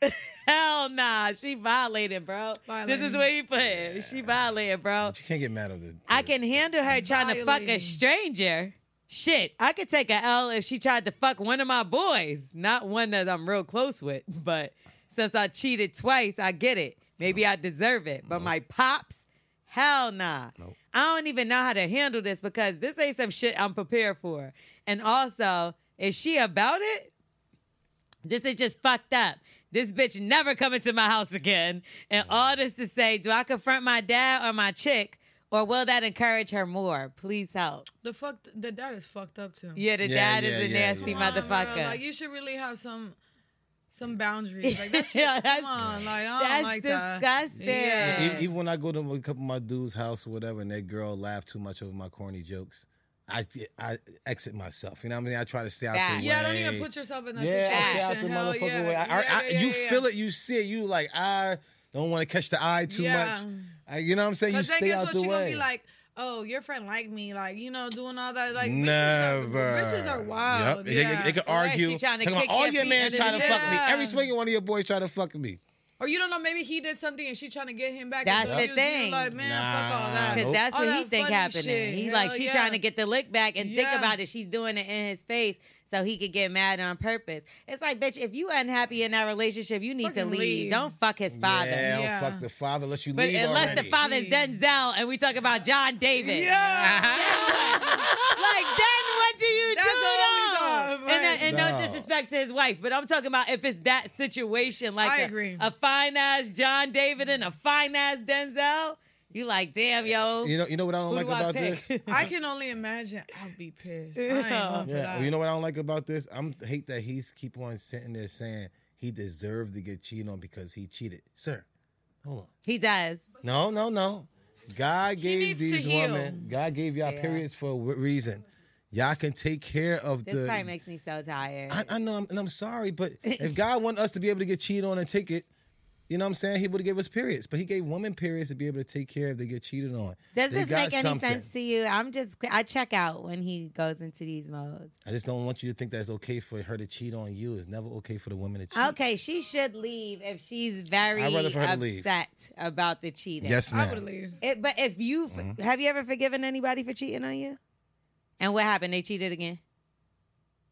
B: [LAUGHS] Hell nah, she violated, bro. This is
D: Violating.
B: what he put. in. She violated, bro.
C: But you can't get mad at the.
B: I can handle her trying to fuck a
D: Violating.
B: stranger. Shit, I could take a L if she tried to fuck one of my boys, not one that I'm real close with. But since I cheated twice, I get it. Maybe I deserve it. But my pops, hell nah. I don't even know how to handle this because this ain't some shit I'm prepared for. And also, is she about it? This is just fucked up. This bitch never coming to my house again. And all this to say, do I confront my dad or my chick, or will that encourage her more? Please help.
D: The fuck, the dad is fucked up too.
B: Yeah, the
C: Yeah,
B: dad
C: yeah,
B: is a
C: yeah,
B: nasty
C: yeah.
D: Come on, bro.
B: motherfucker.
D: Like you should really have some, some boundaries.
B: [LAUGHS]
D: Like that shit.
B: Yeah,
D: come
B: that's-
D: on, like I don't
B: That's
D: like that.
B: disgusting.
D: Yeah.
C: E- Even when I go to a couple of my dudes' house or whatever, and that girl laugh too much over my corny jokes, I I exit myself. You know what I mean? I try to stay out
B: Back.
C: the
D: Yeah,
C: way.
D: don't even put yourself in that
C: yeah, I
B: out
C: stay out
D: situation.
C: the
D: Hell
C: motherfucking
D: yeah.
C: way. I,
D: Yeah,
C: I,
D: yeah,
C: you
D: yeah,
C: feel
D: yeah.
C: it, you see it. You like I don't want to catch the eye too
D: Yeah.
C: much. I, you know what I'm saying? You
D: Cause then
C: stay
D: guess
C: out
D: what?
C: the
D: She
C: way.
D: gonna be like, "Oh, your friend like me, like you know, doing all that." Like
C: Never.
D: Bitches are, bitches are wild.
C: Yep. They-
D: Yeah.
C: They, they could
B: Or is
C: argue.
B: she tryna
C: Talking about,
B: kick
C: all
B: your
C: your
B: feet
C: man's
B: under
C: trying
B: the
C: to fuck me.
D: Yeah.
C: Every swinging one of your boys trying to fuck me.
D: Or you don't know, maybe he did something and she trying to get him back.
B: That's
D: and
B: the
D: you- you
B: thing.
D: Like, man, fuck all
C: Nah,
D: that.
B: Because
C: Nope.
B: that's
D: All
B: what he
D: that
B: think
D: funny
B: happening.
D: shit.
B: He
D: Hell
B: like she
D: yeah.
B: trying to get the lick back and think
D: Yeah.
B: about it. She's doing it in his face so he could get mad on purpose. It's like, bitch, if you unhappy in that relationship, you need to
D: Fucking
B: leave.
D: leave.
B: Don't fuck his father.
C: Yeah,
D: Yeah.
C: Don't fuck the father unless you
B: But
C: leave
B: unless
C: already.
B: the father's Denzel and we talk about John David.
C: [LAUGHS]
B: [LAUGHS] like then what do you
D: That's
B: do
D: always
B: though?
D: on,
B: and uh,
D: right.
B: and no.
C: No.
B: disrespect to his wife, but I'm talking about if it's that situation, like
D: I
B: a-
D: agree.
B: a fine ass John David and a fine ass Denzel, you like, damn, yo.
C: You know, you know what I don't
B: Who
C: like
B: do I
C: about
B: pick?
D: [LAUGHS]
C: this.
D: I can only imagine. I'll be pissed. I ain't going for
C: Yeah.
D: that.
B: uh,
C: You know what I don't like about this? I'm hate that he's keep on sitting there saying he deserved to get cheated on because he cheated. Sir, hold on.
B: [LAUGHS] he does.
C: No, no, no. God gave
D: needs to
C: these
D: heal.
C: women. God gave y'all
B: Yeah.
C: periods for a w- reason. Y'all can take care of
B: This
C: the.
B: part makes me so tired. [LAUGHS]
C: I, I know, I'm, and I'm sorry, but if God wanted us to be able to get cheated on and take it, you You know what I'm saying? He would have gave us periods, but he gave women periods to be able to take care if they get cheated on.
B: Does
C: They
B: this
C: got
B: make any
C: something.
B: sense to you? I'm just I check out when he goes into these modes.
C: I just don't want you to think that it's okay for her to cheat on you. It's never okay for the women to cheat.
B: Okay, she should leave if she's very
C: I'd rather for her to leave.
B: upset about the cheating.
C: Yes,
D: I
C: ma'am.
D: would leave.
B: It, but if you
C: Mhm.
B: have you ever forgiven anybody for cheating on you? And what happened? They cheated again.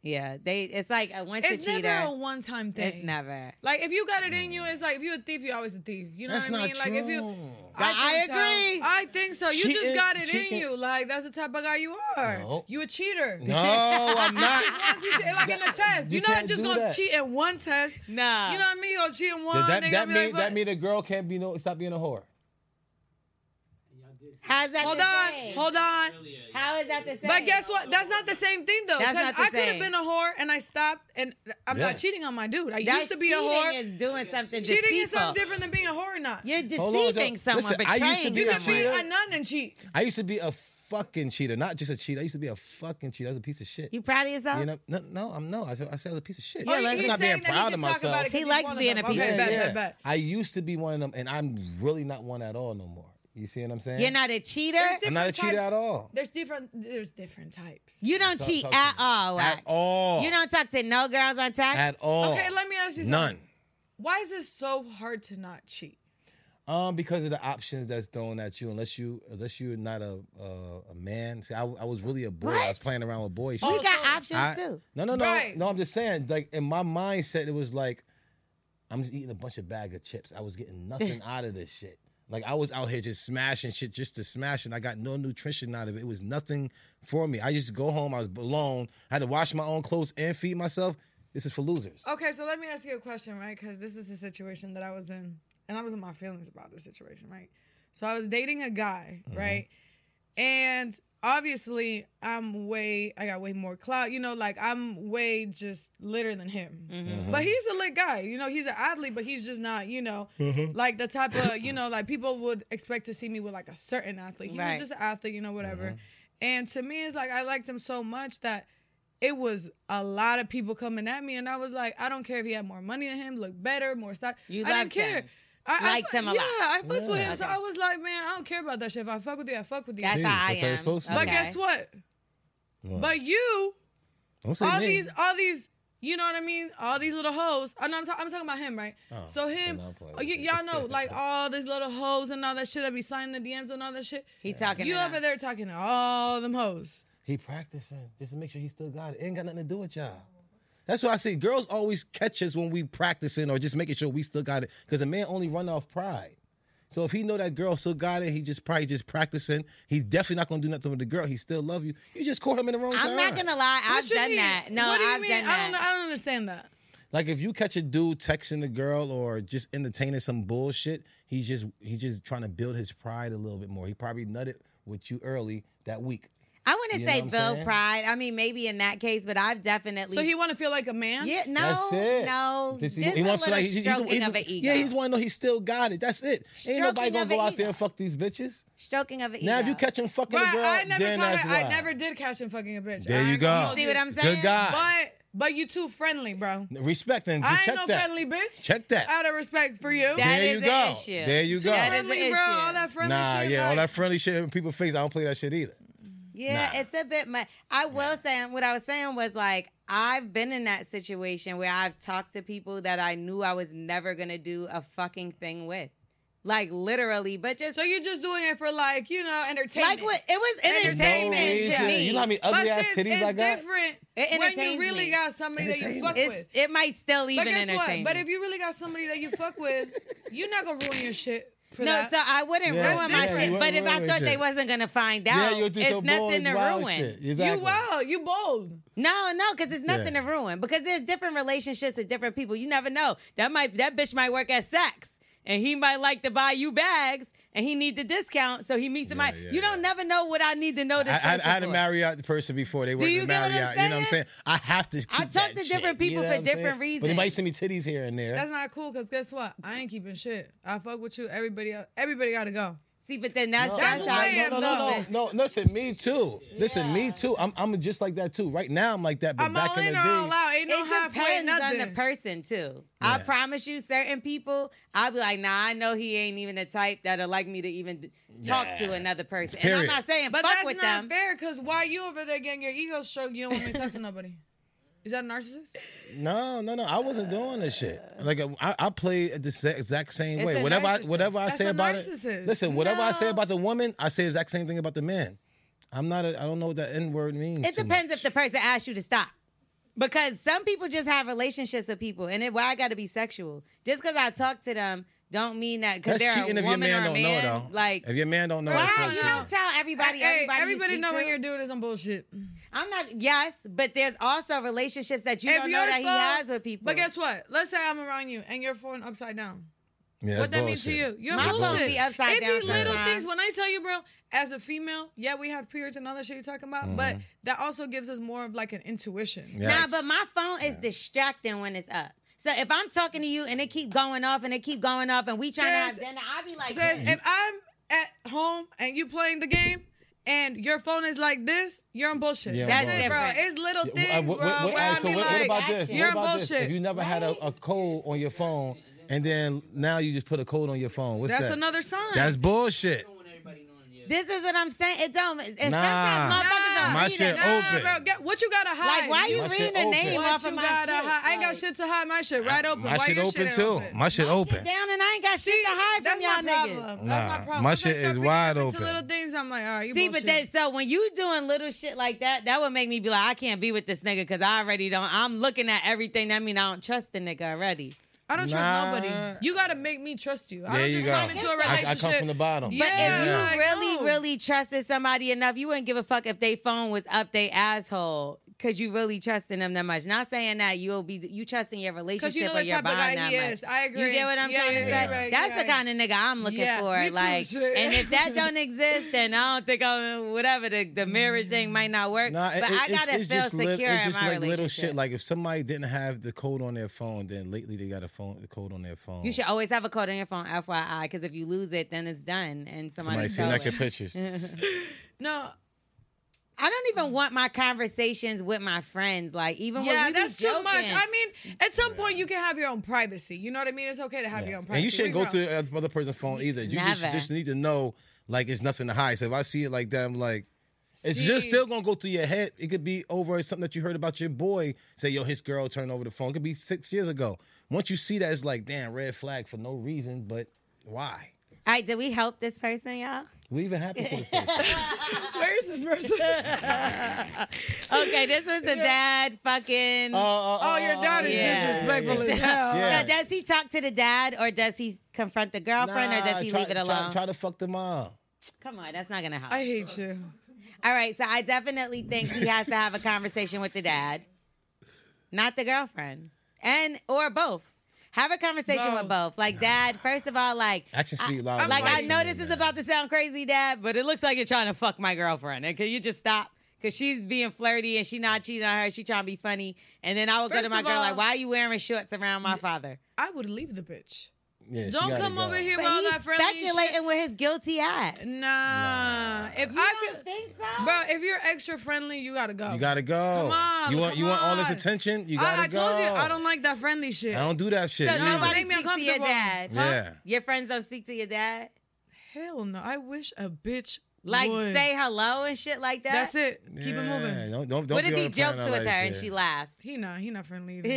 B: Yeah, they. It's like a once
D: It's
B: a cheater.
D: never a one time thing.
B: it's never. Mm.
D: Like if you got it in you, it's like if you're a thief, you're always a thief. You know
C: That's
D: what
C: not
D: I mean?
C: true.
D: Like if you [LAUGHS]
B: I
D: think so.
B: agree.
D: I think so. You
C: Cheating-
D: just got it
C: cheating-
D: in you. Like that's the type of guy you are.
C: No.
D: You a cheater. [LAUGHS]
C: no, I'm not.
D: Once you cheat- like in the
C: [LAUGHS]
D: test,
C: You
D: you are not
C: can't
D: just
C: do
D: gonna
C: that.
D: cheat in one test.
B: Nah.
D: You know what I mean? You're gonna cheat in one.
C: Does that
D: they
C: that
D: gonna be
C: mean
D: like,
C: that mean a girl can't be no stop being a whore?
B: How's that?
D: Hold
B: the
D: on,
B: same?
D: hold on.
B: How is that the same?
D: But guess what? That's not the same thing though.
B: That's
D: Because
B: not the
D: I could
B: same.
D: have been a whore and I stopped, and I'm not
C: Yes.
D: cheating on my dude. I
B: That
D: used to be a whore.
B: Cheating is doing something.
D: cheating
B: deceitful.
D: is something different than being a whore or not.
B: You're
C: Hold on,
B: deceiving
C: Joe.
B: someone,
C: Listen, I
B: betraying
C: used to be
D: You
C: a
D: can
B: someone.
D: cheat
C: cheater.
D: on nothing and cheat.
C: I used to be a fucking cheater, not just a cheater. I used to be a fucking cheater. I was a piece of shit.
B: You proud of yourself?
C: You know, no, no, I'm no. I, said- I said I was a piece of shit.
B: Yeah,
D: he-
B: let's-
C: I'm
D: he's
C: not being
D: Oh, saying that he
C: proud of
D: can talk about
C: myself.
D: it 'cause
B: He
D: he's
B: likes
D: one of
B: being
D: them.
B: a piece
D: Okay,
B: of
D: bet,
B: shit.
D: bet, bet.
C: I used to be one of them, and I'm really not one at all no more. You see what I'm saying?
B: You're not a cheater.
D: There's
C: I'm not a
D: different
C: cheater
D: types.
C: at all.
D: There's different. There's different types.
B: You don't
C: Talk-
B: cheat
C: talk to
B: at
C: me.
B: all.
C: At
B: Wack.
C: all.
B: You don't talk to no girls on text.
C: At all.
D: Okay, let me ask you something.
C: None.
D: Why is it so hard to not cheat?
C: Um, because of the options that's thrown at you, unless you unless you're not a a, a man. See, I, I was really a boy. I was
B: What?
C: playing around with boys.
D: Oh,
B: we got
D: Also,
B: options
C: I-
B: too.
C: No, no, no,
D: Right.
C: no. I'm just saying, like in my mindset, it was like I'm just eating a bunch of bag of chips. I was getting
D: [LAUGHS]
C: nothing out of this shit. Like I was out here just smashing shit just to smash, and I got no nutrition out of it. It was nothing for me. I used to go home. I was alone. I had to wash my own clothes and feed myself. This is for losers.
D: Okay, so let me ask you a question, right? Because this is the situation that I was in, and I was in my feelings about this situation, right? So I was dating a guy, right? And obviously, I'm way, I got way more clout, you know, like I'm way just litter than him.
B: Mm-hmm.
C: Mm-hmm.
D: But he's a lit guy, you know, he's an athlete, but he's just not, you know, like the type of, you know, like people would expect to see me with like a certain athlete. He
B: Right. Uh-huh.
D: was just an athlete, you know, whatever. And to me, it's like I liked him so much that it was a lot of people coming at me, and I was like, I don't care if he had more money than him, looked better, more style.
B: You
D: I didn't
B: liked
D: care.
B: him.
D: I,
B: Liked
D: I,
B: him a
D: yeah,
B: lot.
D: I fucked with him, so
B: Okay.
D: I was like, man, I don't care about that shit. If I fuck with you, I fuck with you.
B: That's
C: Dude,
B: how I
C: that's how
B: am.
C: it's supposed to be.
D: but guess what?
C: What?
D: But you,
C: Don't say
D: all
C: me.
D: these, all these, you know what I mean? All these little hoes. I know I'm, ta- I'm talking about him, right?
C: Oh,
D: so him,
C: then I'll play
D: oh,
C: with
D: y-
C: you.
D: y'all know,
C: [LAUGHS]
D: like all these little hoes and all that shit that be signing the DMs and all that shit.
B: He talking.
D: You
B: to
D: over
B: them.
D: there talking to all them hoes.
C: He practicing just to make sure he still got it. It ain't got nothing to do with y'all. That's why I say girls always catch us when we practicing or just making sure we still got it. Because a man only run off pride. So if he know that girl still got it, he just probably just practicing. He's definitely not gonna do nothing with the girl. He still love you. You just caught him in the wrong
B: I'm
C: time.
B: not gonna lie.
D: What
B: I've
D: you
B: done
D: mean?
B: that. No,
D: what do you
B: I've
D: mean?
B: done that.
D: I don't, I don't understand that.
C: Like if you catch a dude texting the girl or just entertaining some bullshit, he's just he's just trying to build his pride a little bit more. He probably nutted with you early that week.
B: I wouldn't
C: You
B: say
C: know what I'm
B: build
C: saying?
B: pride. I mean, maybe in that case, but I've definitely.
D: So he want to feel like a man?
B: yeah, no,
C: That's it.
B: no,
C: Just-
B: just, a
C: wants
B: little
C: to like- he's- he's-
B: stroking
C: he's-
B: of an ego.
C: Yeah, he's want to know he still got it. That's it. Ain't nobody
B: Stroking
C: gonna
B: of
C: go
B: an
C: out there
B: ego.
C: and fuck these bitches.
B: stroking of an ego.
C: Now if you catch him fucking
D: Right,
C: a girl,
D: I never
C: then
D: caught
C: that's
D: it.
C: why.
D: I never did catch him fucking a bitch.
C: There
D: I
C: you
D: ain't gonna
C: go.
D: hold
B: See what I'm saying?
C: Good guy.
D: But but you too friendly, bro.
C: Respect and
D: I
C: check
D: ain't no
C: that.
D: friendly bitch.
C: Check that.
D: Out of respect for you.
B: That
C: there
B: is
C: you
B: the
C: go.
B: issue.
C: There you
B: Too
C: go.
B: That is the
D: friendly, bro.
B: issue.
D: All that friendly
C: nah,
D: shit.
C: yeah, all
D: like-
C: that friendly shit in people's face. I don't play that shit either.
B: Yeah,
C: Nah.
B: it's a bit much. I will say what I was saying was like I've been in that situation where I've talked to people that I knew I was never gonna do a fucking thing with, like literally, but just
D: So you're just doing it for like you know entertainment.
B: like what it was
D: Entertainment.
B: entertainment to
D: reason.
B: me.
C: You know how many
D: But
C: ugly ass
D: sis,
C: titties
D: it's
C: I got?
D: different
B: It
D: when
B: entertains
D: you really
B: me.
D: got somebody that you fuck
C: Entertainment.
D: with.
B: It's, it might still
D: But
B: even
D: guess
B: entertain.
D: what? But
B: me.
D: if you really got somebody that you fuck with, you're not gonna ruin your shit for
B: no,
D: that.
B: so I wouldn't
C: Yeah,
B: ruin
D: yeah,
B: my
D: you
B: shit.
D: wouldn't
B: But if I
C: ruin
B: thought they
C: shit.
B: wasn't gonna find
C: Yeah,
B: out,
C: you'll do
B: it's
C: some bold,
B: nothing to
C: wild
B: ruin.
C: shit. Exactly.
D: You wild. You bold.
B: No, no, because it's nothing
C: Yeah.
B: to ruin. Because there's different relationships with different people. You never know. That might that bitch might work at sex, and he might like to buy you bags, and he need the discount, so he meets somebody.
C: yeah,
B: you don't
C: yeah.
B: never know what I need to know.
C: I,
B: This
C: I, I had a
B: person for.
C: Marriott person before. They worked
B: you
C: at
B: get what I'm
C: Marriott. You know what I'm
B: saying?
C: saying? I have to. Keep
B: I talk
C: that
B: to
C: shit,
B: different
C: you
B: people
C: know
B: for
C: what I'm saying?
B: different
C: But they might
B: reasons.
C: send me titties here and there.
D: That's not cool. Cause guess what? I ain't keeping shit. I fuck with you. Everybody, el- everybody gotta go.
B: See, but then that's
C: No,
B: that's,
D: That's
B: how
D: why
C: no,
D: I
C: no, no,
D: love
C: no, no. Listen, me too. Listen, me too. I'm, I'm just like that too. Right now, I'm like that. But
D: I'm
C: back
D: all
C: in
D: in
C: the
D: or all
C: day,
D: out. Ain't no
B: it
D: halfway
B: depends on
D: nothing.
B: the person too. I
C: Yeah.
B: promise you, certain people, I'll be like, nah, I know he ain't even the type that'll like me to even d- talk to
C: Yeah.
B: another person. And
C: Period.
B: I'm not saying
D: but
B: fuck
D: that's
B: with
D: not
B: them.
D: fair because why you over there getting your ego stroked? You don't want me to talk to nobody. Is that a narcissist?
C: no, no, no. I wasn't doing this shit. Like I, I play it the sa- exact same
B: It's
C: way.
B: a
C: Whatever, I,
B: narcissist.
C: whatever I
D: That's
C: say
D: a
C: about
D: narcissist.
C: it. Listen, whatever I say
D: No.
C: about the woman, I say exact same thing about the man. I'm not. A, I don't know what that N word means.
B: It
C: too
B: depends
C: much.
B: if the person asks you to stop. Because some people just have relationships with people, and it, why I got to be sexual? Just because I talk to them, don't mean that because
C: That's
B: they're
C: cheating
B: a
C: if your
B: woman
C: man
B: or a
C: don't
B: man.
C: know though.
B: Like,
C: if your man don't know,
D: Why
C: it's
B: why
C: not
B: you
D: Yeah.
C: cheating.
B: don't tell everybody?
D: Hey,
B: everybody, you
D: everybody
B: speak
D: know when
B: to?
D: your dude is on bullshit.
B: I'm not. Yes, but there's also relationships that you
D: If
B: don't know
D: your
B: that he
D: phone-
B: has with people.
D: But guess what? Let's say I'm around you and your phone upside down.
C: Yeah,
D: what
C: that's
D: that mean to
C: bullshit.
D: you? You're
B: My phone
D: bullshit.
B: be upside
D: it
B: down
D: be little
B: sometimes.
D: things. When I tell you, bro, as a female, yeah, we have periods and all that shit you're talking about, but
C: Mm-hmm.
D: that also gives us more of like an intuition.
B: Nah,
C: Yes.
B: but my phone is distracting when it's up. So if I'm talking to you and it keep going off and it keep going off and we trying
D: Says-
B: to have dinner, I'll be like,
D: Says,
B: "Damn."
D: if I'm at home and you playing the game and your phone is like this, you're on bullshit.
C: Yeah,
D: That's
C: I'm
D: it, bro.
B: bullshit.
D: It's little
C: Yeah, wh-
D: things,
C: wh-
D: bro.
C: wh-
D: where
C: alright,
D: I
C: so
D: be
C: what, what
D: like,
C: about this?
D: you're
C: what about
D: on
C: this?
D: bullshit.
C: If you never had a, a code on your phone, and then now you just put a code on your phone, what's
D: That's
C: that?
D: another sign.
C: That's bullshit.
B: this is what I'm saying. It don't. It's
C: Nah.
B: sometimes motherfuckers don't
C: Nah. My
B: read
C: shit
B: it.
D: nah,
C: open.
D: bro. Get, what you gotta hide?
B: Like, why you
C: My shit
B: reading the
C: open.
B: name
D: What
B: off
D: you
B: of my
D: gotta
B: shit?
D: hide? I ain't got
B: Like,
D: shit to hide. My shit right open.
C: My
D: why
C: shit
D: your
C: open
D: shit
C: too.
D: Open?
C: My shit open.
B: Down and I ain't got shit to hide
D: That's
B: from y'all
D: my
B: niggas.
D: problem.
C: Nah,
D: That's my problem.
C: my
D: Once I
C: shit
D: start
C: is
D: picking
C: wide
D: up into
C: open.
D: Little things, I'm like, all right, you
B: See,
D: bullshit.
B: but that so when you doing little shit like that, that would make me be like, I can't be with this nigga because I already don't. I'm looking at everything. That mean I don't trust the nigga already.
D: I don't
C: Nah.
D: trust nobody. You gotta make me trust you. I
C: There
D: don't
C: you
D: just
C: go.
D: come into a
C: I,
D: relationship.
C: I come from the bottom.
D: But
B: But
D: Yeah.
B: if you
D: Like,
B: really,
D: no.
B: really trusted somebody enough, you wouldn't give a fuck if they phone was up they asshole because you really trusting them that much. Not saying that you'll be you trusting your relationship
D: Because you know
B: or
D: the
B: your
D: type of
B: bond
D: guy
B: that
D: he
B: much.
D: is. I agree.
B: You get what I'm
D: Yeah,
B: trying
D: yeah,
B: to
D: yeah,
B: say?
D: right,
B: That's
D: yeah,
B: the
D: right.
B: kind of nigga I'm looking
D: Yeah,
B: for.
D: me too,
B: like,
D: shit.
B: and if that
D: [LAUGHS]
B: don't exist, then I don't think I'll whatever the, the marriage
D: Mm.
B: thing might not work.
C: Nah, it-
B: but
C: it-
B: I
C: it's-
B: gotta
C: it's
B: feel
C: just
B: secure
C: lit- it's
B: in
C: just
B: my
C: like
B: relationship.
C: little shit. Like if somebody didn't have the code on their phone, then lately they got a phone, the code on their phone.
B: you should always have a code on your phone, FYI, because if you lose it, then it's done, and
C: Somebody
B: somebody
C: see
B: stole it.
C: naked pictures.
D: no,
B: [LAUGHS] I don't even want my conversations with my friends. Like even
D: yeah,
B: when we
D: that's
B: be joking,
D: too much. I mean, at some point you can have your own privacy. You know what I mean? It's okay to have your own privacy.
C: And you shouldn't
D: We
C: go
D: grown.
C: through the other person's phone either. You just,
B: Never.
C: just need to know like it's nothing to hide. So if I see it like that, I'm like, it's just
D: See.
C: still gonna go through your head. It could be over something that you heard about your boy. Say, yo, his girl turned over the phone. It could be six years ago. Once you see that, it's like, damn, red flag for no reason, but why?
B: All right, did we help this person,
D: [LAUGHS]
B: y'all?
C: We even happy
B: [LAUGHS]
C: for this person.
D: Where is this person? [LAUGHS]
B: Okay, this was the dad fucking.
D: oh, your dad is
B: yeah. [LAUGHS]
D: disrespectful as hell.
C: Uh, Yeah.
B: Now, does he talk to the dad or does he confront the girlfriend or does he
C: try,
B: leave it
C: try-
B: alone?
C: Try, to fuck the mom.
B: Come on, that's not gonna help.
D: I hate you.
B: All right, so I definitely think he has
C: [LAUGHS]
B: to have a conversation with the dad, not the girlfriend, and or both. Have a conversation with both. Like,
C: [SIGHS]
B: dad, first of all, like,
C: Action
B: I-
C: speak louder.
B: Like,
C: than
B: I
C: words,
B: know this
C: man.
B: is about to sound crazy, Dad, but it looks like you're trying to fuck my girlfriend. And can you just stop? Because she's being flirty and she not cheating on her. She trying to be funny. And then I would go
D: First
B: to my
D: of
B: girl, like,
D: all-
B: why are you wearing shorts around my father?
D: I would leave the bitch.
C: Yeah, she
D: Don't
C: gotta
D: come
C: go.
D: over here
B: But
D: with all
B: he's
D: that friendly
B: speculating with his guilty eye.
D: shit. Nah. If I
B: don't
D: feel,
B: think so?
D: bro, if you're extra friendly, you gotta go.
C: You gotta go.
D: Come on,
C: you want you
D: come
C: want all this
D: on.
C: attention? You gotta
D: I, I
C: go.
D: told you I don't like that friendly shit.
C: I don't do that shit.
B: So
C: neither.
B: nobody
D: Make me
B: speaks to your
D: uncomfortable.
B: dad. huh?
C: Yeah.
B: Your friends don't speak to your dad.
D: Hell no. I wish a bitch
B: Like,
D: would.
B: say hello and shit like that.
D: That's it. Keep it
C: Yeah,
D: moving.
C: Don't, don't, don't
B: What
C: be
B: if he
C: on the plan
B: jokes
C: all
B: with her
C: that
B: and
C: shit.
B: she laughs?
D: He not. He not friendly either.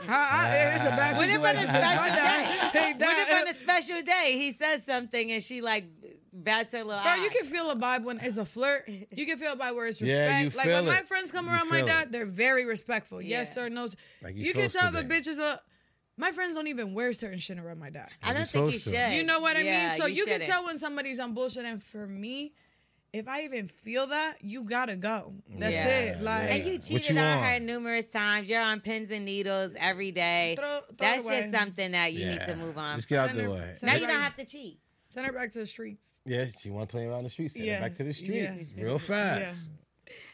B: [LAUGHS] what
D: I, I, it's a bad
C: What
B: if
D: situation.
B: on a special day?
D: Hey,
B: What
D: that-
B: if on a special day he says something and she like bats her little
D: Bro,
B: eye?
D: you can feel a vibe when it's a flirt. You can feel a vibe where it's respect.
C: Yeah, you
D: like
C: feel
D: when my
C: it.
D: friends come
C: You
D: around my
C: feel
D: dad,
C: it.
D: they're very respectful.
B: Yeah.
D: Yes sir, no. sir.
C: Like you
D: you can
C: supposed to
D: tell the
C: be.
D: bitch is a. My friends don't even wear certain shit around my dad.
B: I don't
C: You're
B: think you
C: supposed to.
B: should.
D: You know what I
B: Yeah,
D: mean? So you, can
B: shouldn't.
D: tell when somebody's on bullshit. And for me, if I even feel that, you gotta go. That's
B: Yeah.
D: it. Like
B: And you
C: What
B: cheated
C: you
B: on
C: on?
B: her numerous times. You're on pins and needles every day.
D: Throw- throw
B: That's
D: it away.
B: just something that you need
C: Yeah.
B: to move on.
C: Just get out
D: Send
C: the
D: her-
C: way.
D: send
B: Now
D: her
B: you
D: back-
B: don't have to cheat.
D: send her back to the street.
C: Yeah, she want to play around the streets. Send her
D: Yeah,
C: back to the
D: yeah,
C: streets
D: yeah,
C: real fast.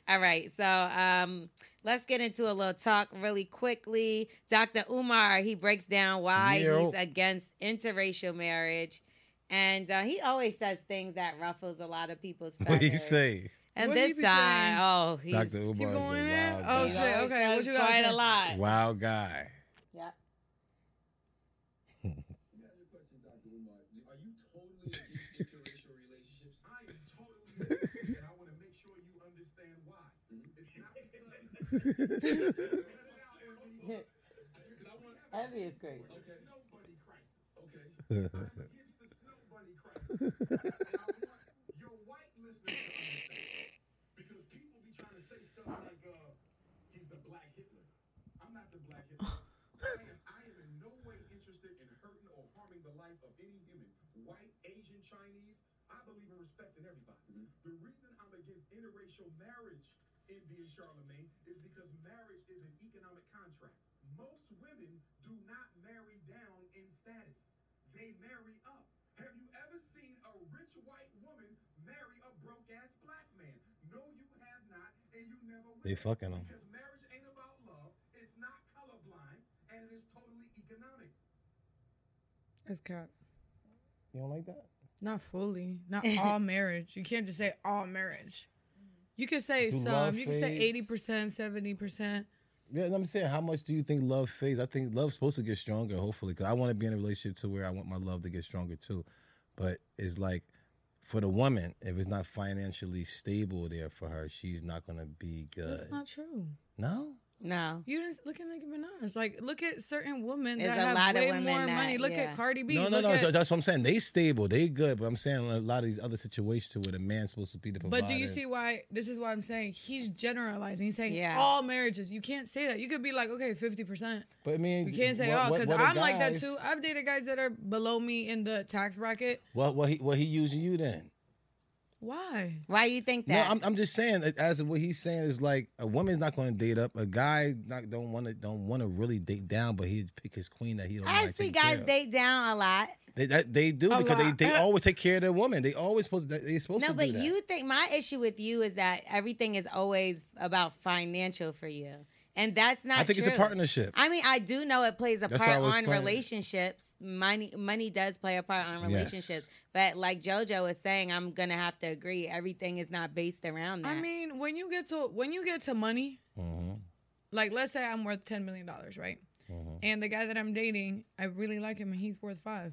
B: All right, so um, let's get into a little talk really quickly. Dr. Umar he breaks down why
C: Yo.
B: he's against interracial marriage, And uh, he always says things that ruffles a lot of people's
C: [LAUGHS] What do you
B: feathers.
C: say?
B: And
D: What he
B: this
D: be
B: time,
D: saying?
B: oh, he's
C: Dr. Umar
D: You
C: is
D: going
C: a
D: in?
C: wild
D: Oh
C: guy.
D: shit. Okay, what you got?
B: Quite a
D: Okay.
B: lot.
C: Wild guy. [LAUGHS]
B: Yep.
C: [LAUGHS]
B: Heavy is great.
I: uh,
C: Oh. Mm-hmm. They fucking him.
D: It's cap.
C: [LAUGHS] You don't like that?
D: Not fully.
B: [LAUGHS]
D: Not all marriage. You can't just say all marriage. You can say
C: Do love
D: some. You can say eighty
C: fades?
D: percent, seventy percent.
C: Yeah, and I'm saying, how much do you think love fades? I think love's supposed to get stronger, hopefully, because I want to be in a relationship to where I want my love to get stronger too. But it's like, for the woman, if it's not financially stable there for her, she's not gonna be good.
D: That's not true.
C: no,
B: No.
D: You didn't look at Nicki Minaj. Like look at certain women
B: There's
D: that
B: a
D: have
B: lot of
D: way
B: women
D: more
B: that-
D: money. Look
B: yeah.
D: at Cardi B.
C: no, no,
D: look
C: no.
D: at-
C: That's what I'm saying. They stable, they good, but I'm saying a lot of these other situations to where the man's supposed to be the provider.
D: But do you see why this is why I'm saying he's generalizing. He's saying
B: Yeah.
D: all marriages. You can't say that. You could be like, okay, fifty percent.
C: But I mean,
D: You can't say
C: what-
D: all
C: what-
D: because
C: what the
D: I'm like that
C: guys-
D: too. I've dated guys that are below me in the tax bracket.
C: Well, what he what he using you then?
D: Why?
B: Why you think that?
C: No, I'm, I'm just saying that as what he's saying is like a woman's not going to date up. A guy not don't want to don't want to really date down, but he'd pick his queen that he don't.
B: I
C: like
B: see
C: taking care
B: guys
C: of.
B: date down a lot.
C: They that, they do
D: A
C: because
D: lot. [LAUGHS]
C: they, they always take care of their woman. They always supposed to, they supposed
B: No,
C: to do
B: but
C: that.
B: you think my issue with you is that everything is always about financial for you, and that's not.
C: I think it's a
B: true.
C: partnership.
B: I mean, I do know it plays a
C: That's what I
B: part
C: was
B: on
C: playing.
B: relationships. Money, money does play a part on
C: Yes.
B: relationships. But like JoJo is saying, I'm gonna have to agree. Everything is not based around that.
D: I mean, when you get to when you get to money,
C: Mhm.
D: like let's say I'm worth ten million dollars, right?
C: mm-hmm.
D: And the guy that I'm dating, I really like him, and he's worth five.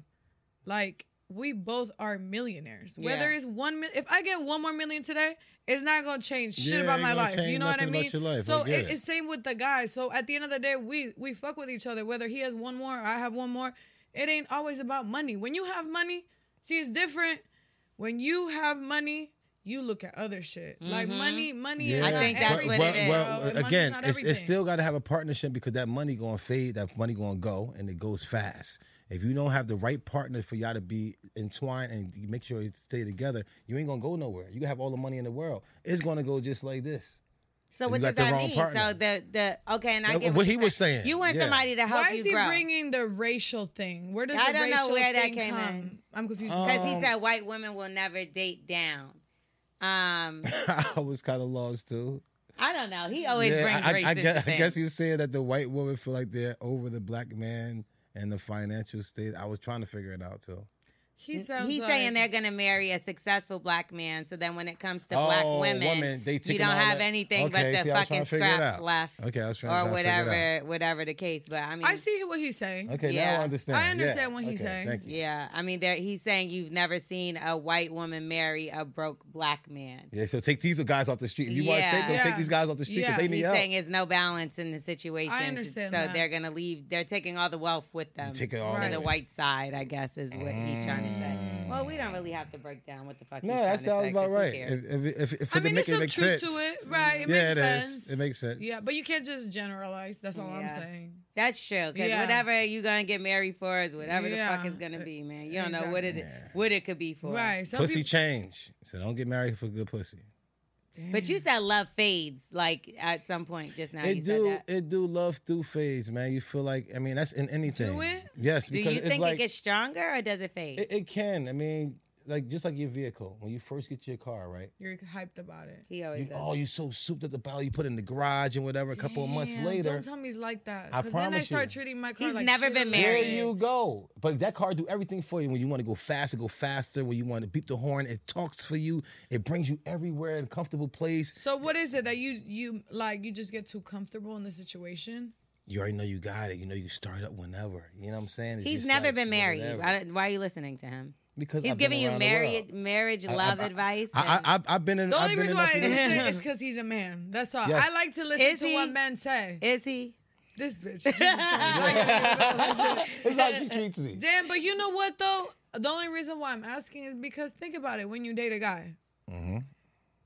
D: Like we both are millionaires. Whether
B: Yeah.
D: it's one, mil- if I get one more million today, it's not gonna change shit
C: Yeah,
D: about
C: ain't
D: my
C: gonna
D: life. You
C: change
D: know what I
C: nothing about
D: mean?
C: your life. I
D: So
C: get it.
D: it's same with the guy. So at the end of the day, we we fuck with each other. Whether he has one more, or I have one more. It ain't always about money. When you have money, see, it's different. When you have money. You look at other shit like
B: Mm-hmm.
D: money, money. is
B: I
D: not
B: think that's
D: everything,
B: what it is.
D: bro,
C: Well,
D: and money's
C: again,
D: not
C: it's, it's
D: everything.
C: still got to have a partnership because that money going to fade, that money going to go, and it goes fast. If you don't have the right partner for y'all to be entwined and make sure you stay together, you ain't going to go nowhere. You can have all the money in the world. It's going to go just like this. [LAUGHS]
B: so
C: you
B: what does
C: got the
B: that
C: wrong
B: mean? So
C: partner.
B: the the okay, and I
C: That-
B: get
C: what
B: you're
C: he was saying,
B: You want
C: yeah.
B: somebody to help
D: Why
B: you
D: is he
B: grow
D: bringing the racial thing? Where does
B: I
D: the
B: don't know
D: racial
B: where that
D: thing
B: came
D: come?
B: in. Oh.
D: I'm confused.
C: Um,
B: because he said white women will never date down.
C: [LAUGHS]
B: Um,
C: I was kind of lost too.
B: I don't know. He always
C: Yeah,
B: brings
C: I, I,
B: racist
C: I guess, I
B: things.
C: guess he was saying that the white women feel like they're over the black man and the financial state. I was trying to figure it out too.
D: he sounds
B: He's
D: like,
B: saying they're going to marry a successful black man. So then when it comes to
C: Oh,
B: black women,
C: women, they
B: you
C: taking
B: don't
C: all
B: have
C: that-
B: anything
C: Okay,
B: but the
C: see, I was trying
B: fucking
C: to figure it
B: scraps
C: out.
B: left.
C: Okay, I was trying-
B: Or
C: trying to figure it
B: whatever, whatever the case. But I mean,
D: I see what he's saying.
C: Okay, now
B: Yeah.
C: I understand.
D: I understand
C: Yeah,
D: what he's
C: okay,
D: saying.
C: Thank you.
B: Yeah, I mean, there- he's saying you've never seen a white woman marry a broke black man.
C: Yeah, so take these guys off the street. If you want to
B: Yeah.
C: take them,
D: Yeah.
C: take these guys off the street because
D: Yeah.
C: they need
B: He's
C: help.
B: saying there's no balance in the situation.
D: I understand
B: So
D: that.
B: they're going to leave. They're taking all the wealth with them.
C: take it all Mm.
B: to
D: Right.
B: the white side, I guess, is what he's trying to say. Well, we don't really have to break down what the fuck
C: no,
B: he's trying
C: that
B: to
C: sounds
B: say,
C: about
B: 'cause who
C: right.
B: cares?
C: If, if, if, if,
D: I
C: it
D: mean,
C: make,
D: there's
C: it
D: some
C: makes sense.
D: truth to it, right? It
C: yeah,
D: makes
C: it is.
D: sense.
C: It makes sense.
D: yeah, but you can't just generalize. That's all I'm
B: Yeah.
D: saying.
B: That's true. Cause
D: Yeah.
B: whatever you gonna get married for is whatever the fuck
D: Yeah. uh,
B: is gonna be, man. You don't know what it
C: Exactly.
B: what it could be for.
D: Right? Some
C: pussy
D: people-
C: change. So don't get married for good pussy.
B: But you said love fades, like at some point just now. you
C: Mm. it do.
B: said that.
C: It do love through phase, man. You feel like I mean that's in anything.
D: it?
C: Yes,
B: Do
C: because
B: you
C: it's
B: think
C: like
B: it gets stronger or does it fade?
C: it, it can. I mean, like just like your vehicle when you first get your car, right?
D: You're hyped about it.
B: He always
C: You,
B: does.
C: oh,
B: that.
C: you so souped up about it, you put it in the garage and whatever. A couple of months
D: Damn,
C: later,
D: Don't tell me he's like that.
C: I
D: 'cause Then I
C: promise
D: start
C: you.
D: treating my car
B: He's
D: like
B: never
D: shit
B: been
D: I'm
C: there
B: married.
D: doing.
C: you go. But that car do everything for you when you want to go fast, it go faster. When you want to beep the horn, it talks for you. It brings you everywhere in a comfortable place.
D: So what is it that you you like? You just get too comfortable in the situation.
C: You already know you got it. You know you can start up whenever. You know what I'm saying? It's
B: He's
C: just
B: never
C: like
B: been married.
C: whatever.
B: I don't, why are you listening to him?
C: because
B: He's
C: I've been
B: giving you
C: around the world.
B: marriage, marriage
C: I- I-
B: love
C: I-
B: advice.
C: I,
B: and-
C: I, I, I've been in.
D: The
C: I've
D: only
C: been
D: reason
C: in
D: why I
C: enough of these-
D: listen is
C: [LAUGHS]
D: because he's a man. That's all.
C: Yes.
D: I like to listen
B: Is
D: to
B: he-
D: what men say.
B: is he?
D: this
C: [LAUGHS]
D: bitch. Jesus Christ.
C: That's how she treats me.
D: Damn, but you know what though? The only reason why I'm asking is because think about it. When you date a guy,
C: Mm-hmm.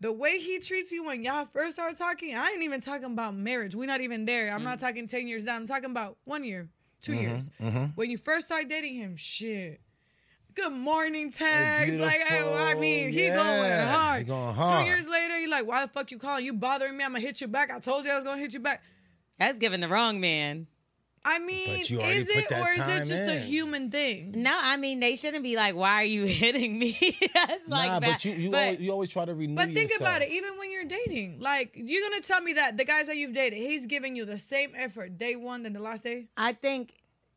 D: the way he treats you when y'all first start talking, I ain't even talking about marriage. We're not even there. I'm
C: Mm.
D: not talking ten years down. I'm talking about one year, 2
C: Mm-hmm.
D: years. When you first start dating him, shit. Good morning text. Like I, I mean, he
C: beautiful.
D: going
C: Yeah,
D: hard.
C: he going hard.
D: Two years later, you like, why the fuck you calling? You bothering me? I'm gonna hit you back. I told you I was gonna hit you back.
B: That's giving the wrong man.
D: I mean,
C: you already
D: is
C: put
D: it
C: that
D: or is
C: time
D: it just a
C: in.
D: human thing?
B: No, I mean they shouldn't be like, "Why are you [LAUGHS] hitting me?" That's
C: nah,
B: like
C: but
B: that.
C: you you,
B: but
C: always, you always try to renew.
D: But think about it,
C: yourself.
D: even when you're dating, like you're gonna tell me that the guys that you've dated, he's giving you the same effort day one than the last day.
B: I think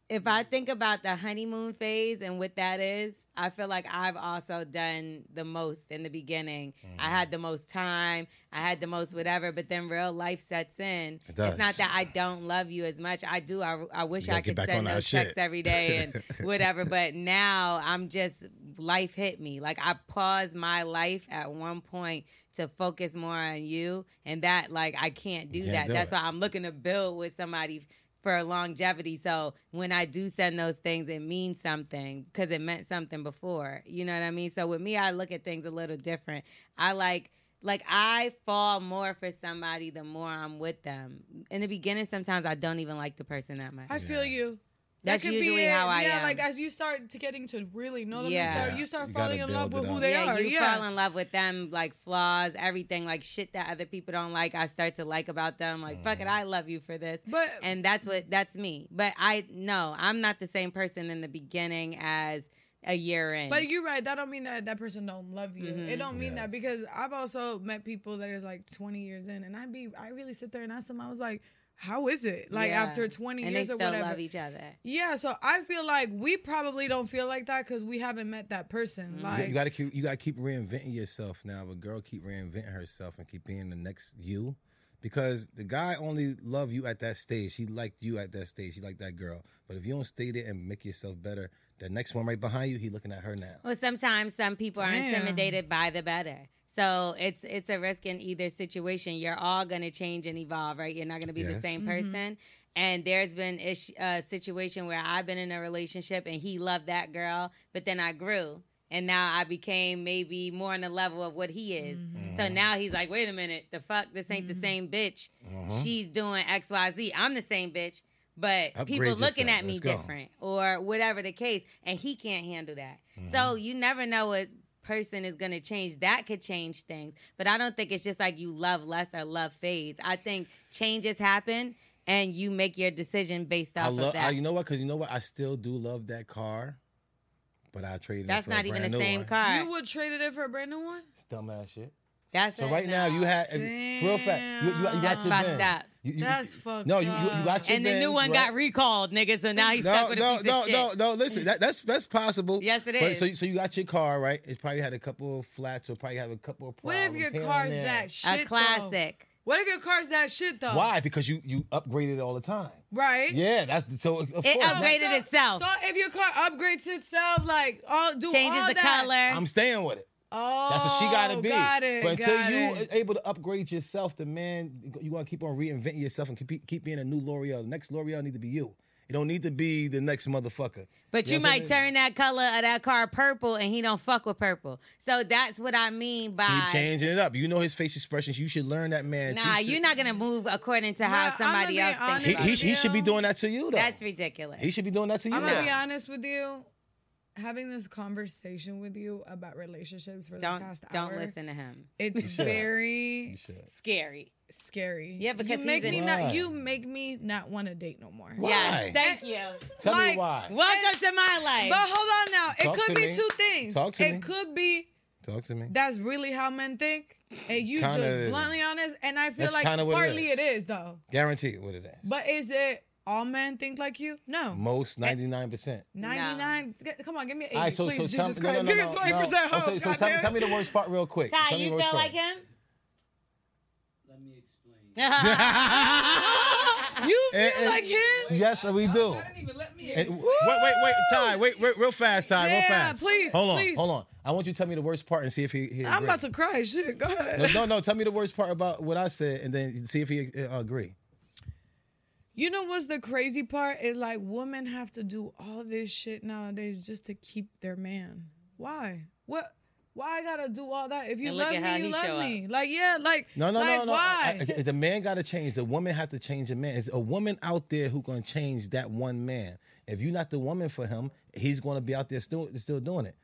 B: if I think about the honeymoon phase and what that is, I feel like I've also done the most in the beginning. I
C: Mm-hmm.
B: had the most time, I had the most whatever, but then real life sets in.
C: It does.
B: It's not that I don't love you as much. I do. I, I wish
C: gotta
B: I
C: get
B: could
C: back on
B: send
C: our
B: those
C: shit.
B: texts every day and
C: [LAUGHS]
B: whatever, but now I'm just, life hit me. Like I paused my life at one point to focus more on you, and that, like, I can't do
C: can't
B: that.
C: do
B: That's
C: it.
B: why I'm looking to build with somebody for longevity. So when I do send those things, it means something because it meant something before. You know what I mean? So with me, I look at things a little different. I like. Like I fall more for somebody the more I'm with them. In the beginning, sometimes I don't even like the person that much.
D: I feel you.
B: That's usually how I
D: yeah,
B: am.
D: like as you start to getting to really know them,
B: Yeah.
D: you start, you start
C: You gotta
D: falling in love
C: build
D: with
C: it
D: who
C: up.
D: they
B: yeah,
D: are.
B: you
D: yeah,
B: fall in love with them, like flaws, everything, like shit that other people don't like. I start to like about them, like fuck it,
C: Mm.
B: I love you for this.
D: but
B: and that's what that's me. But I no, I'm not the same person in the beginning as a year in.
D: but you're right. That don't mean that that person don't love you.
B: Mhm.
D: It don't mean that
C: Yes.
D: because I've also met people that is like 20 years in, and I be I really sit there and ask them. I was like, how is it? Like
B: Yeah.
D: after 20
B: and
D: years
B: they
D: or
B: still
D: whatever.
B: love each other.
D: yeah, so I feel like we probably don't feel like that because we haven't met that person.
C: Mm-hmm. You,
D: Like,
C: got to keep you got to keep reinventing yourself now. If a girl keep reinventing herself and keep being the next you, because the guy only love you at that stage. He liked you at that stage. He liked that girl. But if you don't stay there and make yourself better, the next one right behind you, he looking at her now.
B: Well, sometimes some people are
D: Damn.
B: intimidated by the better. So it's it's a risk in either situation. You're all going to change and evolve, right? You're not going to be the
C: Yes.
B: same person. And there's been a uh, situation where I've been in a relationship and he loved that girl, but then I grew. And now I became maybe more on the level of what he is.
C: Mm-hmm.
D: Mm-hmm.
B: So now he's like, wait a minute, the fuck, this ain't the same bitch.
C: Uh-huh. Mm-hmm.
B: She's doing X, Y, Z. I'm the same bitch, but
C: Upgrade
B: people looking
C: yourself.
B: at me
C: Let's go.
B: different or whatever the case, and he can't handle that.
C: Mm-hmm.
B: So you never know what person is going to change. That could change things, but I don't think it's just like you love less or love fades. I think changes happen, and you make your decision based off
C: I love.
B: of that.
C: You know what? Because you know what? I still do love that car, but I traded.
B: That's
C: it for a
B: not even
C: brand
B: the
C: new
B: same
C: one.
B: car.
D: You would trade it in for a brand new one?
C: It's Dumbass shit.
B: That's
C: So
B: it.
C: right now you
B: No.
C: had if- real fact. You, you, you got
B: That's
C: your
B: fucked
C: Benz.
B: up.
C: You- you-
D: That's fucked
C: No, you, you, you got
D: up.
C: your
B: And the new
C: Benz,
B: one
C: right?
B: got recalled, nigga. So now he's stuck with a
C: no,
B: piece
C: no,
B: of shit.
C: no, no. Listen, that, that's that's possible.
B: Yes, it
C: it is. but
B: is.
C: So, so you got your car, right? It probably had a couple of flats, or probably have a couple of
D: What
C: problems.
D: if your
C: here and
D: car's
C: there.
D: that shit?
B: a
D: though?
B: classic.
D: What if your car's that shit though?
C: Why? Because you you upgraded all the time.
D: Right?
C: Yeah, that's so. Of
B: It
C: course,
B: upgraded
D: So-
B: itself.
D: So if your car upgrades itself, like all do
B: Changes
D: all
B: the
D: that.
B: color.
C: I'm staying with it.
D: Oh,
C: That's what she gotta be.
D: Got it.
C: but until
D: got
C: you
D: it.
C: are able to upgrade yourself, the man you gonna keep on reinventing yourself and keep keep being a new L'Oreal. The next L'Oreal need to be you. It don't need to be the next motherfucker.
B: But you
C: know what I'm
B: might
C: saying?
B: turn that color of that car purple, and he don't fuck with purple. So that's what I mean by
C: Keep changing it up. You know his face expressions. You should learn that man.
B: nah.
C: Teach-
B: You're not gonna move according to how
D: Nah,
B: somebody
D: I'ma
B: else thinks.
D: be honest
C: He,
B: about
C: he,
B: you.
C: he should be doing that to you though.
B: that's ridiculous.
C: He should be doing that to you.
D: I'm gonna be
C: now.
D: honest with you. having this conversation with you about relationships for
B: Don't
D: the past
B: don't
D: hour.
B: listen to him.
D: It's
C: should.
D: very
C: should.
I: Scary.
D: scary.
B: Yeah, because
D: you make
B: he's
D: me
B: in-
D: not.
C: Why?
D: You make me not want to date no more.
C: Why?
B: Yes, thank you.
C: Tell me
D: Like-
C: why.
B: Welcome to my life.
D: But hold on now. It
C: Talk to
D: could be
C: me.
D: two things.
C: Talk to
D: it
C: me.
D: could be
C: Talk to me.
D: that's really how men think, and you
C: Kinda
D: just
C: is.
D: bluntly honest. And I feel
C: That's
D: like
C: kinda what it
D: partly
C: is.
D: it is though.
C: Guarantee what it is.
D: But is it all men think like you? No.
C: Most ninety nine percent.
D: Ninety nine. Come on, give me an eighty,
C: All right, so
D: please.
C: so tell
D: Jesus
C: me no, no,
D: Christ,
C: no,
D: give me
C: no,
D: twenty percent
C: no. Oh,
D: hope.
C: So, so tell, me- tell me the worst part real quick.
B: Ty,
C: tell me
B: you
C: the
B: feel
C: worst part. [LAUGHS]
B: like him?
E: Let me
B: [LAUGHS]
E: explain.
D: You feel
C: And- and-
D: like him?
C: Eh, Yes, we do.
E: I didn't even let me.
C: And- wait, wait, wait, Ty, wait, wait, real fast, Ty, real
D: Yeah,
C: fast.
D: please,
C: hold on,
D: please.
C: hold on. I want you to tell me the worst part and see if he. he
D: I'm
C: agree.
D: about to cry. Shit, go ahead.
C: No, no, no, tell me the worst part about what I said, and then see if he uh, agree.
D: You know what's the crazy part is like women have to do all this shit nowadays just to keep their man. Why? What? Why I gotta do all that? If you
B: And look
D: love
B: at how
D: me, you
B: he show
D: love
B: up.
D: me. Like yeah, like
C: No, no,
D: like,
C: no, no. I-
D: Why?
C: I- the man got to change. The woman have to change the man. It's a woman out there who gonna change that one man. If you're not the woman for him, he's gonna be out there still still doing it.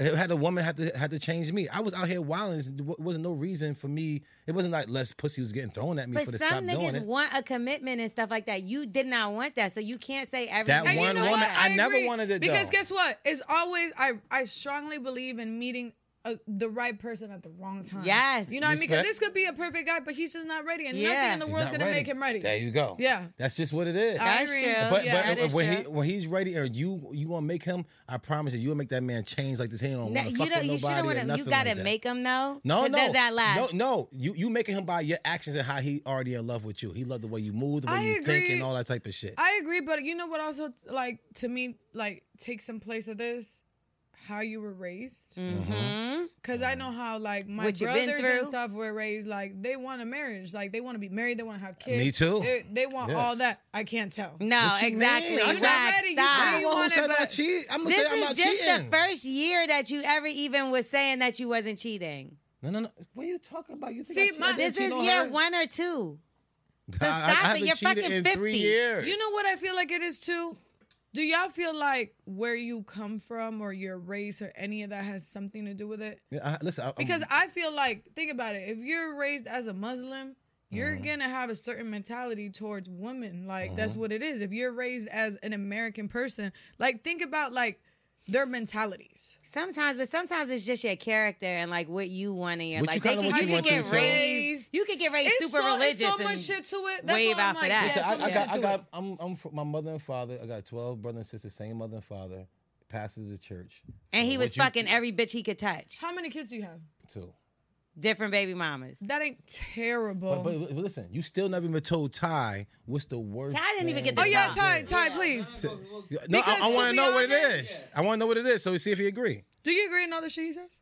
C: It had a woman had to had to change me. I was out here wilding. There wa- wasn't no reason for me. It wasn't like less pussy was getting thrown at me for
B: But
C: to stop
B: some
C: doing
B: niggas
C: it.
B: want a commitment and stuff like that. You did not want that, so you can't say everything.
C: That
D: And
C: one
D: you know
C: woman-
D: what?
C: I never
D: agree.
C: wanted it,
D: because
C: though.
D: guess what? It's always I. I strongly believe in meeting. uh the right person at the wrong time.
B: Yes.
D: you know what I mean. Because
C: Respect.
D: this could be a perfect guy, but he's just not ready, and nothing
B: Yeah.
D: in the
C: He's
D: world's
C: not
D: gonna make him ready.
C: There you go.
D: Yeah.
C: that's just what it is.
D: I
B: That's
D: agree.
B: true.
C: but
D: yeah,
B: Uh, that
C: but
B: is
C: when he
B: true.
C: when he's ready, or you you gonna make him? I promise you, you'll make that man change like this. He don't want
B: No,
C: to fuck
B: you don't.
C: with
B: You
C: nobody.
B: shouldn't
C: or
B: want to. You
C: nothing
B: gotta
C: like that.
B: make him know.
C: No,
B: But
C: no,
B: Does that last?
C: No, no. You you making him by your actions and how he already in love with you. He loved the way you move, the way
D: I
C: you think,
D: agree.
C: and all that type of shit.
D: I agree, but you know what also like to me like takes some place of this how you were raised
B: hmm
C: Mm-hmm.
D: because I know how like my
B: What you been
D: brothers
B: through.
D: and stuff were raised like they want a marriage like they want to be married they want to have kids
C: Me too.
D: they, they want all
C: Yes.
D: that I can't tell
B: No,
C: What you
B: exactly.
C: mean? I
B: Wax,
C: said
D: already, you
B: stop.
D: really
C: I'm the one who
D: want it,
C: said
D: but-
C: I cheat. I'm gonna
B: This
C: say I'm
B: is
C: not
B: just
C: cheating.
B: the first year that you ever even was saying that you wasn't cheating.
C: no, no, no. What are you talking about? You think
D: See,
C: I cheated?
D: my-
C: I didn't
B: This
C: cheat
B: is
C: on
B: year
C: her.
B: one or two.
C: I, I, I
B: stop it.
C: haven't
B: You're
C: cheated
B: fucking
C: in
B: 50.
C: three years.
D: you know what I feel like it is too do y'all feel like where you come from or your race or any of that has something to do with it
C: Yeah, I, listen, I, I'm-
D: Because I feel like, think about it. If you're raised as a Muslim, you're
C: Mm.
D: gonna have a certain mentality towards women. Like that's
C: Mm-hmm.
D: what it is. If you're raised as an American person, like think about like their mentalities.
B: Sometimes, but sometimes it's just your character and like what you want in your
C: What you
B: life. They
C: kinda
B: can-
C: what you
B: you can
C: want to
B: get
C: yourself.
B: raised. You can get raised
D: It's
B: super
D: so,
B: religious.
D: It's so much
B: and-
D: shit to it. That's
B: wave
D: what I'm
B: out for
D: like,
B: that.
D: yeah,
C: So I,
D: so
C: I
D: much
C: got,
D: shit
C: I
D: to
C: got,
D: it.
C: I'm, I'm from my mother and father. I got 12 brothers and sisters, same mother and father, pastors of the church.
B: and he
C: So
B: was
C: what you-
B: fucking every bitch he could touch.
D: How many kids do you have?
C: Too.
B: Different baby mamas.
D: That ain't terrible.
C: But, but, but listen, you still never even told Ty what's the worst.
B: Ty didn't even
C: thing
B: get the
D: oh
C: that
D: yeah,
C: you
B: Tom.
D: Ty,
C: did.
D: Ty, please.
C: No,
D: Because
C: I, I
D: to
C: want to
D: be
C: know what it
D: honest-
C: is. I want to know what it is. So we see if he agree.
D: Do you agree in all the shit he says?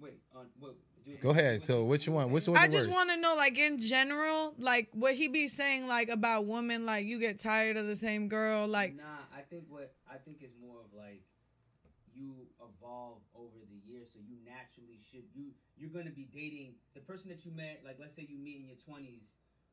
E: Wait, on what? do-
C: Go ahead. So what you want? What's the
D: I just want to know, like in general, like what he be saying, like about women, like you get tired of the same girl, like
E: Nah, I think what I think is more of like you evolve over the years, so you naturally should you you're gonna be dating the person that you met. Like, let's say you meet in your twenties.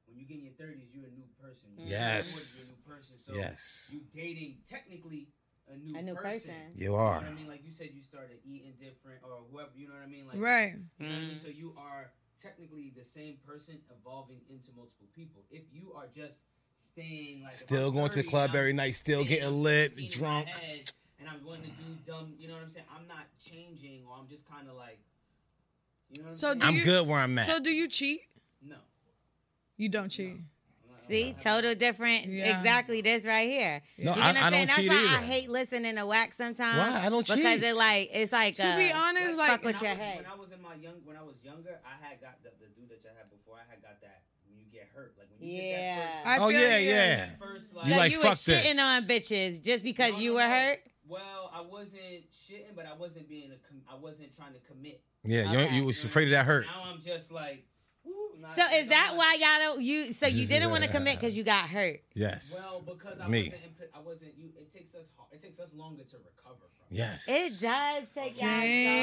E: When you get in your thirties, you're a new person. You're
C: Yes.
E: a new person. So
C: Yes.
E: you dating technically a new,
B: A new
E: person.
B: person.
C: You
E: You know
C: are.
E: what I mean? Like you said, you started eating different or whoever. You know what I mean? Like
D: right.
B: Mm.
E: You know what I
B: Mm-hmm.
E: mean? So you are technically the same person evolving into multiple people. If you are just staying like if
C: Still
E: I'm
C: going to the
E: 30
C: club
E: and I'm
C: every night, still
E: staying
C: getting
E: on
C: lit,
E: 16 in my
C: drunk.
E: head, and I'm going to do dumb. You know what I'm saying? I'm not changing, or I'm just kind of like, you know what I'm
D: So
E: saying?
D: do
C: I'm
D: you-
C: good where I'm at.
D: So do you cheat?
E: no.
D: You don't cheat.
B: See, total different.
D: Yeah.
B: Exactly this right here.
C: No,
B: You know
C: I-
B: what I'm
C: I don't
B: saying? That's
C: cheat
B: why I
C: either.
B: hate listening to wax sometimes.
C: Why? I don't
B: Because
C: cheat.
B: it like it's like
D: To be
B: uh,
D: honest,
B: fuck
D: like
B: with your
E: I was-
B: head.
E: When I was in my young, when I was younger, I had got the, the dude that I had before. I had got that when you get hurt, like when you
B: Yeah.
E: get that
D: I
E: first,
C: oh
D: feel
C: yeah,
D: you.
C: yeah.
E: first
C: You
E: like,
B: So
C: like,
B: you was
C: fuck this.
B: shitting on bitches just because
E: No,
B: you
E: no,
B: were
E: no.
B: hurt.
E: Well, I wasn't shitting, but I wasn't being a com- I wasn't trying to commit.
C: Yeah, you
B: Okay.
C: you was afraid of that hurt.
E: Now I'm just like, woo, nah,
B: So is
E: I'm
B: that
E: not-
B: why y'all don't you? So you didn't want to commit because you got hurt.
C: Yes.
E: Well, because I
C: Me.
E: wasn't. imp- I wasn't. You. It takes us. Hard, it takes us longer to recover from. it.
C: Yes.
B: It does take y'all.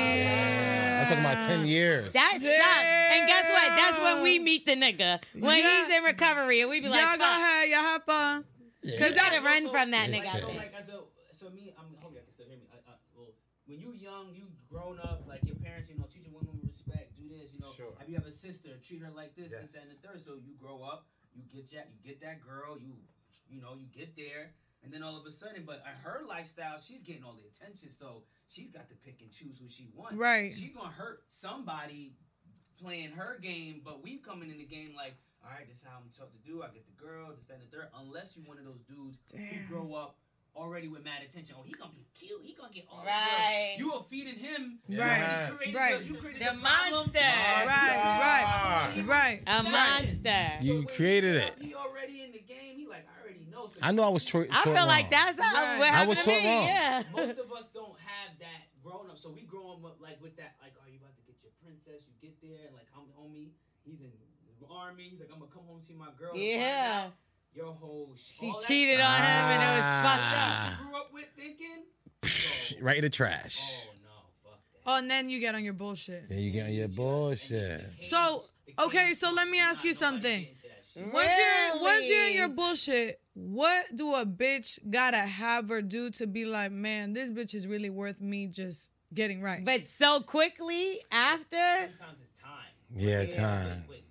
B: so long.
D: Damn.
C: I'm talking about ten years.
B: That sucks. And guess what? That's when we meet the nigga when
D: Yeah.
B: he's in recovery, and we be like,
D: y'all go
B: "Fuck."
D: ahead. Y'all have fun.
B: You gotta run from that
E: Like,
B: nigga. I
E: so,
B: think.
E: like, as a, so me, I'm. I hope you can still hear me. I, I, well, when you young, you grown up, like your parents, you know, teaching women respect, do this, you know.
I: Sure.
E: Have you have a sister, treat her like this, this, that, and
I: Yes.
E: the third. So you grow up, you get that, you get that girl, you, you know, you get there, and then all of a sudden, but in her lifestyle, she's getting all the attention, so she's got to pick and choose who she wants.
D: Right.
E: She gonna hurt somebody playing her game, but we coming in the game like, all right, this is how I'm tough to do. I get the girl, this, that, and the third. Unless you're one of those dudes
D: Damn.
E: who grow up already with mad attention. Oh, he gonna be cute. He gonna get all the
B: Right.
E: girls. You are feeding him.
I: Yes.
E: You created
D: Right.
E: The, you created
B: The
E: the, problem.
B: monster.
D: Right,
I: Ah.
D: right, right.
B: A monster.
E: So
C: You
E: when he
C: created
E: up,
C: it.
E: He already in the game. He like I already know. So
C: I know I was tro-
B: I feel
C: taught
B: like
C: wrong.
B: that's how,
D: Right.
B: what
D: I
B: happened
C: was
B: to
C: taught
B: me.
C: wrong.
B: Yeah. [LAUGHS]
E: Most of us don't have that grown up, so we growing up like with that. Like, oh, you about to get your princess? You get there, and like, I'm homie. He's in the army. He's like, I'm gonna come home and see my girl. and find
B: Yeah.
E: out Your whole sh-
B: She
E: all that
B: cheated on him and it was fucked
E: shit
B: up.
E: you grew up with thinking. So,
C: [LAUGHS] Right in the trash.
E: Oh no, fuck that.
D: Oh, and then you get on your bullshit.
C: Then you get on your bullshit.
D: So, okay, so let me ask you something. Once you're once you're in your bullshit, what do a bitch gotta have or do to be like, man, this bitch is really worth me just getting right?
B: But so quickly after?
E: Sometimes it's time.
C: Yeah, time.
E: Wait,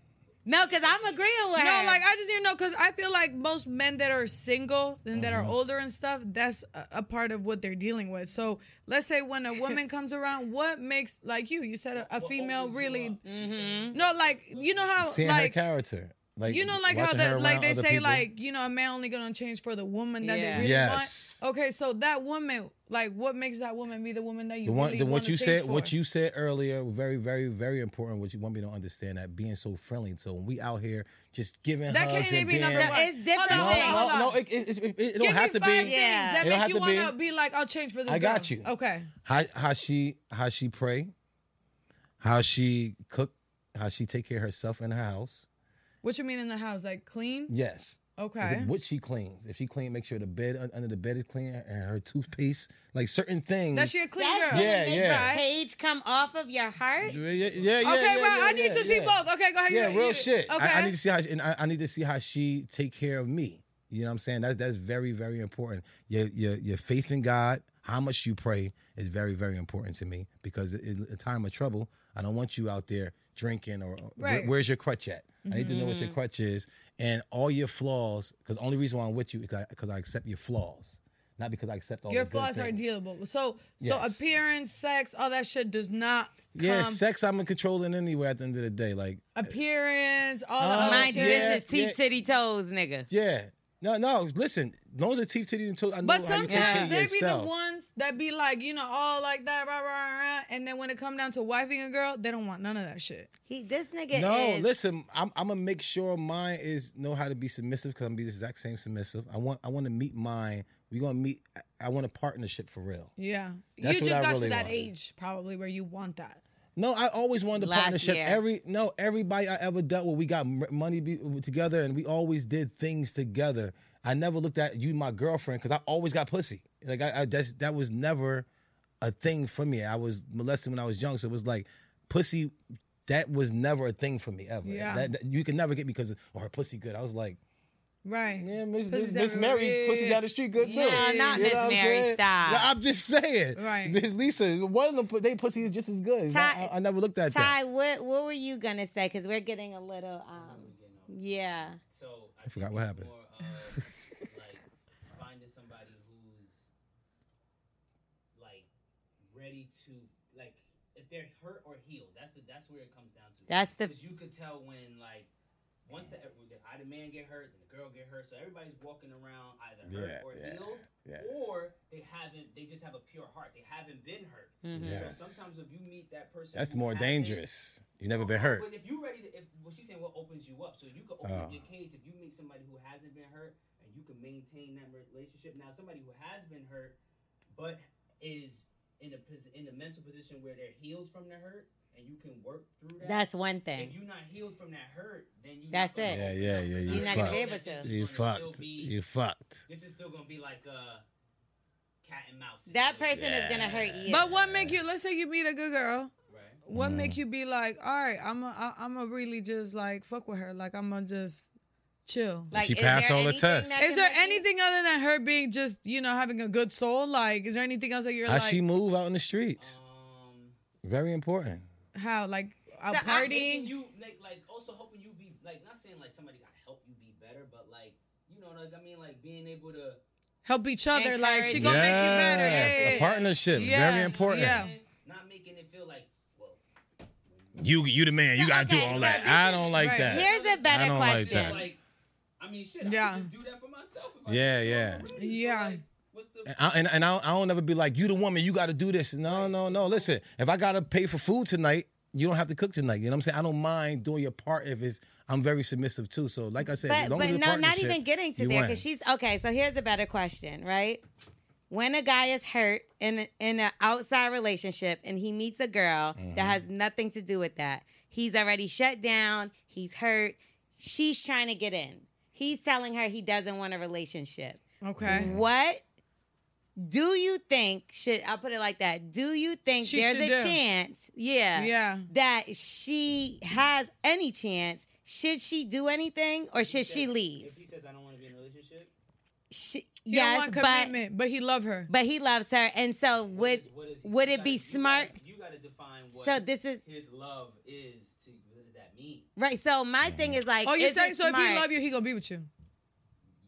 B: No, because I'm agreeing with her.
D: no, like I just need to know because I feel like most men that are single and that are older and stuff, that's a, a part of what they're dealing with. So let's
B: [LAUGHS]
D: say when a woman comes around, what makes like you? You said a, a female really.
B: Mm-hmm.
D: No, like you know how
C: Seeing her
D: Oh, like
C: character. Like
D: you know like how
C: watching her
D: the, like
C: around
D: they
C: other
D: say
C: people.
D: like you know a man only gonna change for the woman that
B: Yeah.
D: they really
C: Yes.
D: want okay so that woman like what makes that woman be the woman that you
C: The one,
D: really
C: the,
D: want
C: what
D: to
C: you
D: change
C: said, what
D: for?
C: you said earlier, very, very, very important. What you want me to understand that being so friendly. So when we out here just giving
D: that
C: hugs
D: can't even
C: and
D: be
C: being,
D: number
B: So
D: one
B: it's different
D: Hold on,
B: things.
D: hold
C: no,
D: on,
C: no,
D: hold
C: no,
D: on.
C: it, it, it, it- it don't
D: Give
C: have
D: me
C: to
D: five
C: be
D: things
B: Yeah.
D: that
C: It don't
D: make you
C: have to
D: wanna be like I'll change for this
C: I got
D: girl.
C: you.
D: okay
C: how how she how she pray, how she cook, how she take care of herself in her house.
D: what you mean in the house like clean
C: Yes.
D: okay
C: What she cleans. If she clean, make sure the bed un- under the bed is clean and her toothpaste, like certain things.
D: that she a clean
B: That's
D: girl
B: gonna
C: Yeah,
B: make
C: yeah.
B: the Page come off of your heart.
C: yeah, yeah, yeah, yeah,
D: okay
C: yeah,
D: well
C: yeah,
D: I need
C: yeah,
D: to see
C: yeah.
D: both okay go ahead
C: Yeah,
D: you-
C: real
D: you-
C: shit.
D: okay
C: I, I need to see how, and I, I need to see how she take care of me. You know what I'm saying? That's that's very very important. Your your your faith in God, how much you pray, is very very important to me because in a time of trouble, I don't want you out there drinking or or where-
D: Right. Mm-hmm.
C: where's your crutch at? I need to know what your crutch is and all your flaws. Because only reason why I'm with you is because I accept your flaws, not because I accept all
D: your
C: the good
D: flaws are
C: things.
D: dealable so so
C: Yes.
D: appearance sex all that shit does not
C: Yeah,
D: come
C: sex I'm in control in anyway. At the end of the day, like
D: appearance, all
C: Uh,
D: the other
B: Oh, Mind
D: shit.
B: you,
C: yeah,
B: this is teeth,
C: yeah.
B: titty, toes, nigga.
C: Yeah. No, no. Listen, long as the teeth, titties, and toes. I know
D: But
C: how you take care
D: sometimes
C: of
D: they
C: yourself.
D: be the ones that be like, you know, all like that, rah, rah, rah, rah. And then when it come down to wifing a girl, they don't want none of that shit.
B: He, this nigga
C: no,
B: is.
C: listen. I'm, I'm gonna make sure mine is know how to be submissive because I'm gonna be the exact same submissive. I want I want to meet mine. We gonna meet. I, I want a partnership for real.
D: Yeah.
C: That's
D: you
C: what
D: just
C: I
D: got
C: really
D: to that
C: want.
D: age probably where you want that.
C: No, I always wanted a
B: Last
C: partnership.
B: year.
C: Every no, everybody I ever dealt with, we got m- money be, together, and we always did things together. I never looked at you, my girlfriend, because I always got pussy. Like I, I that's, that was never a thing for me. I was molested when I was young, so it was like pussy. That was never a thing for me ever.
D: Yeah.
C: That, that- you can never get me because oh, her pussy good. I was like,
D: Right.
C: yeah, Miss,
D: Pussy's
C: Miss, Miss
D: everywhere.
C: Mary, pussy down the street good too.
B: No, not
C: You
B: Miss
C: know what I'm
B: Mary,
C: saying?
B: stop.
C: No, I'm just saying.
D: Right.
C: Miss Lisa, one of them, pu- they pussy is just as good.
B: Ty-
C: I, I- I never looked at that.
B: Ty, what what were you gonna say? Because we're getting a little. um Yeah.
E: So I,
C: I forgot
E: think
C: what
E: it's
C: happened.
E: More of, like finding somebody who's like ready to like if they're hurt or healed. That's the that's where it comes down to.
B: That's the-
E: because you could tell when like once the the I the man get hurt, then the girl get hurt. So everybody's walking around either hurt
C: Yeah,
E: or
C: yeah,
E: healed,
C: yeah.
E: or they haven't. They just have a pure heart. They haven't been hurt.
B: Mm-hmm.
C: Yes.
E: So sometimes if you meet that person,
C: That's
E: who
C: more
E: hasn't-
C: dangerous. You never been hurt. Oh.
E: but if you ready to, if well, she's saying what opens you up, so you can open up your cage if you meet somebody who hasn't been hurt and you can maintain that relationship. Now, somebody who has been hurt but is in a pos- in a mental position where they're healed from the hurt and you can work through that.
B: That's one
E: if
B: thing.
E: you're not healed from that hurt, then you
B: That's it.
C: Yeah, yeah, yeah, you
B: You're not gonna be able to.
C: You fucked. You fucked.
E: This is still gonna be like a cat and mouse.
B: That
E: situation.
B: person is gonna hurt you.
D: But what make you, let's say you meet a good girl.
E: Right.
D: What
C: Mm.
D: make you be like, all right, I'm a, I, I'm a really just like fuck with her. Like I'm gonna just Chill.
B: Like,
C: She
B: is
C: passed
B: there
C: all the
B: anything
C: tests.
B: that
D: Is there
B: connects you?
D: anything other than her being just, you know, having a good soul? Like, is there anything else that you're
C: How
D: like, Oh.
C: she move out in the streets?
E: Um,
C: Very important.
D: how, like,
B: [LAUGHS]
D: out
B: So I'm
D: partying?
E: making you like like also helping you be like not saying like somebody gotta help you be better, but like you know like I mean like being able to
D: help each other. like, she gonna make you better.
C: Yes,
D: Yeah, yeah,
C: a
D: yeah.
C: partnership.
D: Yeah,
C: Very important.
D: yeah.
E: not making it feel like well
C: You you the man. You
B: So,
C: gotta do
B: okay,
C: all
B: well,
C: that.
B: this
C: I
B: is-
C: don't like
D: right.
C: that.
B: Here's a better
C: I don't like
B: question.
C: that.
E: like I mean shit, I
D: Yeah.
E: could just do that for myself. If
C: Yeah,
E: I could do it
C: yeah.
E: already. So,
D: Yeah.
E: like, what's the
C: And I, and, and I, I don't ever be like, you the woman, you got to do this. No, no, no. Listen, if I got to pay for food tonight, you don't have to cook tonight. You know what I'm saying? I don't mind doing your part if it's, I'm very submissive too. So, like I said, as
B: But,
C: long
B: but
C: as it's a
B: no, not
C: partnership,
B: even getting to
C: you
B: there
C: win.
B: because she's okay. So here's a better question, right? When a guy is hurt in in an outside relationship and he meets a girl
C: Mm-hmm.
B: that has nothing to do with that, he's already shut down. He's hurt. She's trying to get in. He's telling her he doesn't want a relationship.
D: Okay.
C: Mm-hmm.
B: What do you think should I'll put it like that? Do you think
D: She
B: there's
D: should
B: a
D: do.
B: chance? Yeah.
D: Yeah.
B: That she has any chance? Should she do anything or should she leave?
E: if he says I don't want to be in a relationship,
B: She,
D: He don't
B: yes,
D: want
B: but
D: commitment, but, he love her.
B: but he loves her, and so would
E: is- what is he-
B: would
E: you
B: it be
E: gotta- you
B: smart?
E: gotta- You got to define what
B: So this is
E: his love is to. What does that mean?
B: right. So my thing is like,
D: Oh, you're
B: is it
D: saying so? If he
B: smart?
D: love you, he gonna be with you.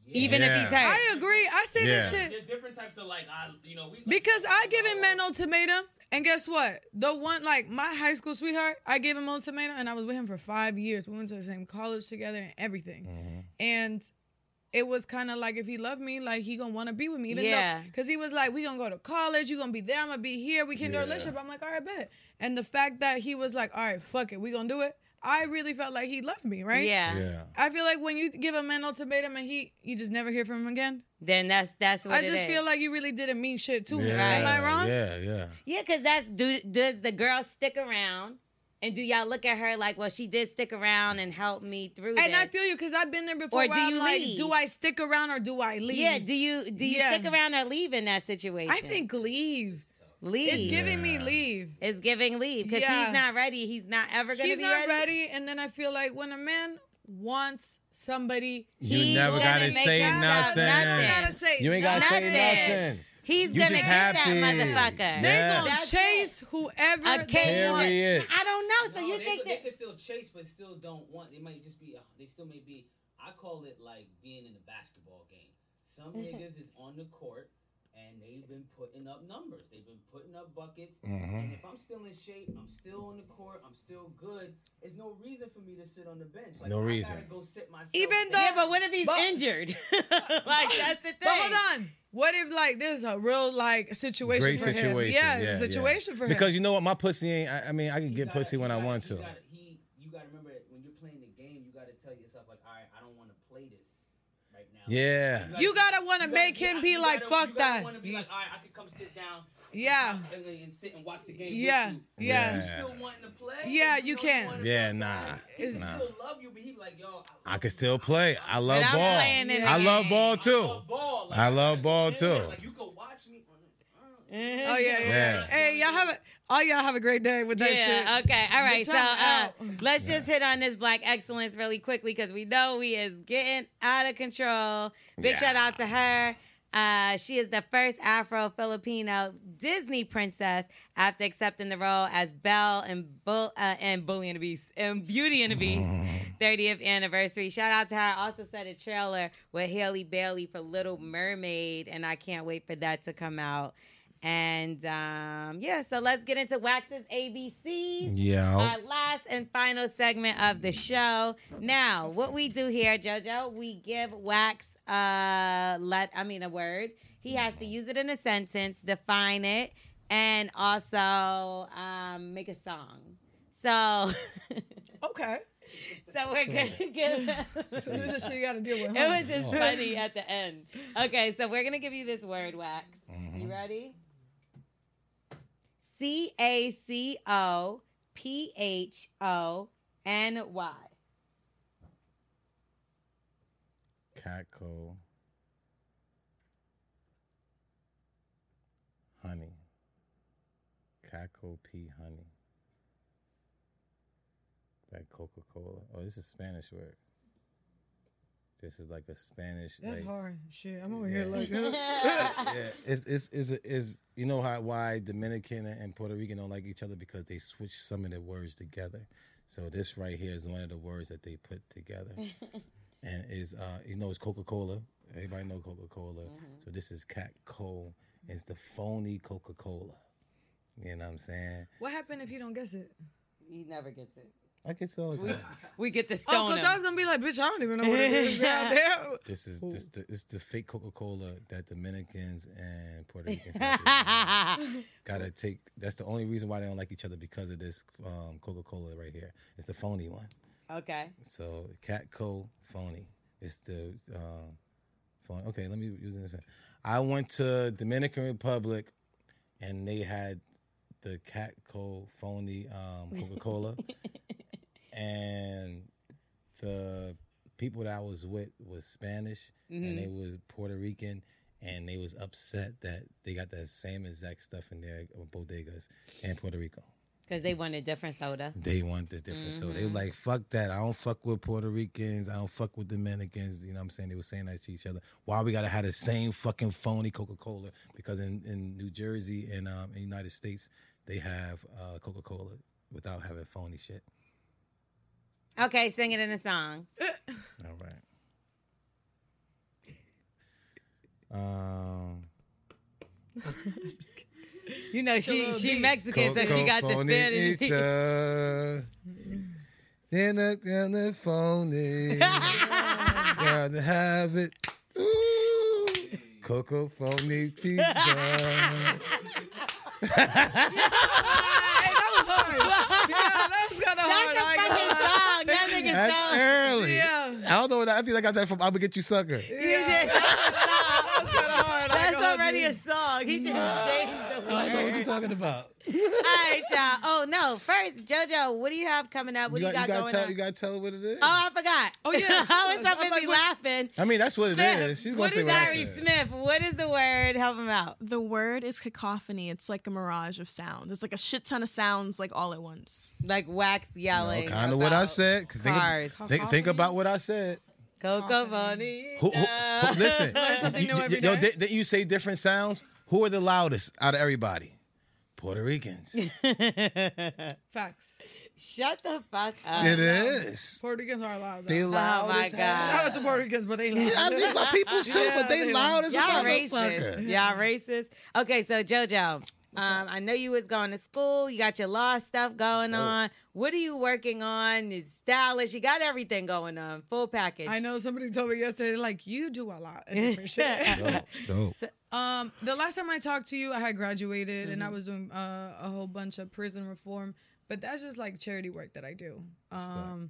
B: even if he's
C: Yeah.
B: hurt,
D: I agree. I say that
C: Yeah.
D: shit.
E: There's different types of like I you know we
D: Because I give
E: him
D: him an ultimatum, and guess what? The one like my high school sweetheart, I gave him an ultimatum, and I was with him for five years. We went to the same college together and everything. And it was kind of like if he loved me, like he gonna want to be with me, even
B: Yeah.
D: though because he was like, we gonna go to college, you gonna be there, I'm gonna be here, we can do a relationship. I'm like, all right, bet. And the fact that he was like, all right, fuck it, we gonna do it. I really felt like he loved me, right?
B: yeah,
C: Yeah.
D: I feel like when you give a man ultimatum and he, you just never hear from him again.
B: then that's that's what
D: I
B: it
D: just
B: is.
D: feel like you really didn't mean shit to him.
C: yeah.
D: Am I wrong?
C: Yeah, yeah.
B: Yeah, because that's do does the girl stick around? And do y'all look at her like, well, she did stick around and help me through
D: And I
B: this?
D: feel you because I've been there before.
B: Or
D: where
B: do
D: I'm
B: you
D: like,
B: leave?
D: Do I stick around or do I leave?
B: yeah, do you do you
D: Yeah.
B: stick around or leave in that situation?
D: I think leave.
B: leave.
D: It's giving me leave.
B: It's giving leave because
D: Yeah.
B: he's not ready. He's not ever gonna
D: She's
B: be
D: not ready. and then I feel like when a man wants somebody,
C: You
B: He
C: never
B: gonna
C: gotta
B: make
C: say
B: us out
C: nothing.
D: you
B: nothing.
D: gotta say
C: You ain't
D: no.
C: gotta say
B: Nothing.
C: nothing.
B: He's
C: You
B: gonna
C: just
B: get
C: happy.
B: that motherfucker.
D: They're
C: Yeah.
D: gonna
B: That's
D: chase whoever.
B: A
D: they
B: cage.
D: want.
C: Period.
B: I don't know. So
E: No,
B: you
E: they,
B: think
E: could, they
B: that?
E: could still chase, but still don't want. They might just be. uh, They still may be. I call it like being in a basketball game.
B: [LAUGHS]
E: Some niggas is on the court and they've been putting up numbers. They've been putting up buckets. And
C: Mm-hmm.
E: if I'm still in shape, I'm still on the court. I'm still good. There's no reason for me to sit on the bench. Like,
C: No
E: I
C: reason.
E: gotta go sit myself.
D: Even
E: down.
D: though-
B: Yeah, but what if he's
D: But-
B: injured? [LAUGHS] like that's the thing.
D: But hold
B: [LAUGHS]
D: on. What if like there's a real like situation
C: Great
D: for him?
C: situation.
D: Yeah,
C: yeah,
D: it's a situation for him.
C: Because you know what? My pussy ain't, I, I mean, I can
E: He
C: get
E: gotta-
C: pussy
E: he
C: when I
E: gotta-
C: want
E: he
C: to.
E: gotta- he, you gotta remember that when you're playing the game, you gotta tell yourself like, all right, I don't want to play this right now.
C: Yeah.
D: You gotta wanna
E: you
D: make
E: yeah,
D: him be
E: you
D: like,
E: gotta-
D: "Fuck
E: you
D: that."
E: Gotta wanna be like, all right, I could come sit down. and
D: Yeah.
E: watch- And, and sit and watch the game.
D: Yeah,
E: With you.
D: yeah.
E: You still wanting to play?
D: Yeah,
E: If
D: you
E: know
D: can.
E: wanna
C: Yeah,
E: play,
C: nah.
E: He can
C: Nah.
E: still love you, but he be like, yo, I,
C: I can still play. I love
B: I'm
C: ball.
B: playing in the
C: I love
B: game.
C: ball
E: I
C: too.
E: love ball. Like,
C: I love ball
E: yeah,
C: too.
E: Like you could watch me. on the- uh,
D: oh yeah, yeah,
C: Yeah.
D: Hey, y'all have a all y'all have a great day with that shit.
B: Yeah. Okay. All right. So
D: Get y'all
B: uh, let's just hit on this black excellence really quickly because we know we is getting out of control. Big shout out to her. Uh, she is the first Afro Filipino Disney princess after accepting the role as Belle in Bull uh, and Bully and the Beast and Beauty and the Beast 30th anniversary. Shout out to her. I also set a trailer with Haley Bailey for Little Mermaid, and I can't wait for that to come out. And um, yeah, so let's get into Wax's ABCs.
C: Yeah.
B: Our last and final segment of the show. Now, what we do here, JoJo, we give Wax uh let I mean a word. He has to use it in a sentence, define it, and also um, make a song. So, [LAUGHS]
D: Okay.
B: so we're gonna [LAUGHS] give.
D: So this is the shit you gotta deal with.
B: It
D: huh?
B: was just funny at the end. Okay, so we're gonna give you this word, Wax.
C: Mm-hmm.
B: You ready? C A C O P H O N Y.
C: Catco. Honey. Catco pea honey. Like Coca Cola. Oh, this is Spanish word. This is like a Spanish.
D: That's
C: like,
D: hard. Shit, I'm over
C: Yeah.
D: here
C: [LAUGHS]
B: [LAUGHS]
D: like.
C: yeah, it's it's is is you know how why Dominican and Puerto Rican don't like each other because they switch some of their words together. So this right here is one of the words that they put together, and is uh you know it's Coca Cola. Everybody know Coca Cola. So this is Cat Cole. It's the phony Coca Cola. You know what I'm saying?
D: [LAUGHS] what happened if you don't guess it?
B: He never gets it.
C: I can tell. it's like-
B: We get the
D: Oh,
B: stone.
D: because I
B: [LAUGHS]
D: was
B: him.
D: gonna be like, bitch, I don't even know what
B: [LAUGHS]
D: it is. Goddamn.
C: This is this the it's the fake Coca Cola that Dominicans and
B: [LAUGHS]
C: Puerto Ricans have. gotta take. That's the only reason why they don't like each other because of this um, Coca Cola right here. It's the phony one.
B: okay.
C: So Catco phony. It's the um, phone. Okay, let me use this. one. I went to Dominican Republic, and they had the Catco phony um,
B: [LAUGHS]
C: Coca Cola,
B: Mm-hmm.
C: and the people that I was with was Spanish, and they was Puerto Rican. And they was upset that they got that same exact stuff in their bodegas in Puerto Rico.
B: Because they wanted different soda.
C: They want this different. So they like, fuck that. I don't fuck with Puerto Ricans. I don't fuck with Dominicans. You know what I'm saying? They were saying that to each other. Why we gotta have the same fucking phony Coca Cola? Because in, in New Jersey and um, in the United States, they have uh, Coca Cola without having phony shit.
B: Okay, sing it in a song.
C: All right. Um,
B: You know she she Mexican, so she got the
C: phony
B: Spanish.
C: pizza. Then the on the
B: [LAUGHS]
C: phony. Gotta have it. Ooh. Coco phony
B: [LAUGHS]
C: pizza.
D: Hey, that
B: [LAUGHS]
D: was hard. yeah, that was kind of hard.
B: That's a
D: I ain't
B: fucking
D: gonna lie.
B: song. That nigga
C: That's
B: song.
C: early.
D: Yeah.
C: I don't know. where that- I think I got that from I Will Get You Sucker.
B: You just-
D: [LAUGHS] That was kind of hard. I ain't
B: That's
D: gonna lie to
B: already
D: you.
B: a song. He just changed the word.
C: I don't know what you're talking about.
B: All right, y'all. Oh no! First, JoJo, what do you have coming up? What
C: you,
B: do you got,
C: gotta
B: going
C: tell
B: on?
C: you gotta tell her what it is.
B: oh, I forgot.
D: Oh, yeah,
B: [LAUGHS] I was
D: tell
B: so
D: us. I was
B: busy
D: like, what-
B: laughing.
C: I mean, that's what it
B: Smith,
C: is. She's gonna
B: what
C: say
B: is
C: what I
B: Ari
C: said.
B: Smith? What is the word? Help him out.
I: The word is cacophony. It's like a mirage of sound. It's like a shit ton of sounds like all at once.
B: Like wax yelling.
C: kind of what I
B: about
C: said. Think,
B: Cars.
C: ab- think, think about what I said.
B: Coco Bonita.
C: Who, who, who,
B: [LAUGHS]
C: listen,
D: something
C: you,
D: new
C: you-
D: every
C: yo,
D: day.
C: did- didn't you say different sounds? Who are the loudest out of everybody? Puerto
B: [LAUGHS]
C: Ricans. it
D: Facts.
B: Shut the fuck up.
C: is.
D: Puerto Ricans are loud.
C: They
D: though.
C: loud.
B: Oh, my
C: as
B: God.
D: Shout out to Puerto Ricans, [LAUGHS] but they loud.
C: hell. I leave my peoples too, but they,
D: they
C: loud as a
B: Y'all racist.
C: motherfucker.
B: Y'all racist. Okay, so JoJo, um, I know you was going to school. You got your law stuff going
D: Oh.
B: on. What are you working on? It's stylish. You got everything going on. Full package.
D: I know somebody told me yesterday, they're like, you do a lot
B: [LAUGHS]
D: of different shit.
C: Dope, dope.
D: Um, the last time I talked to you, I had graduated and I was doing uh, a whole bunch of prison reform, but that's just like charity work that I do. Um,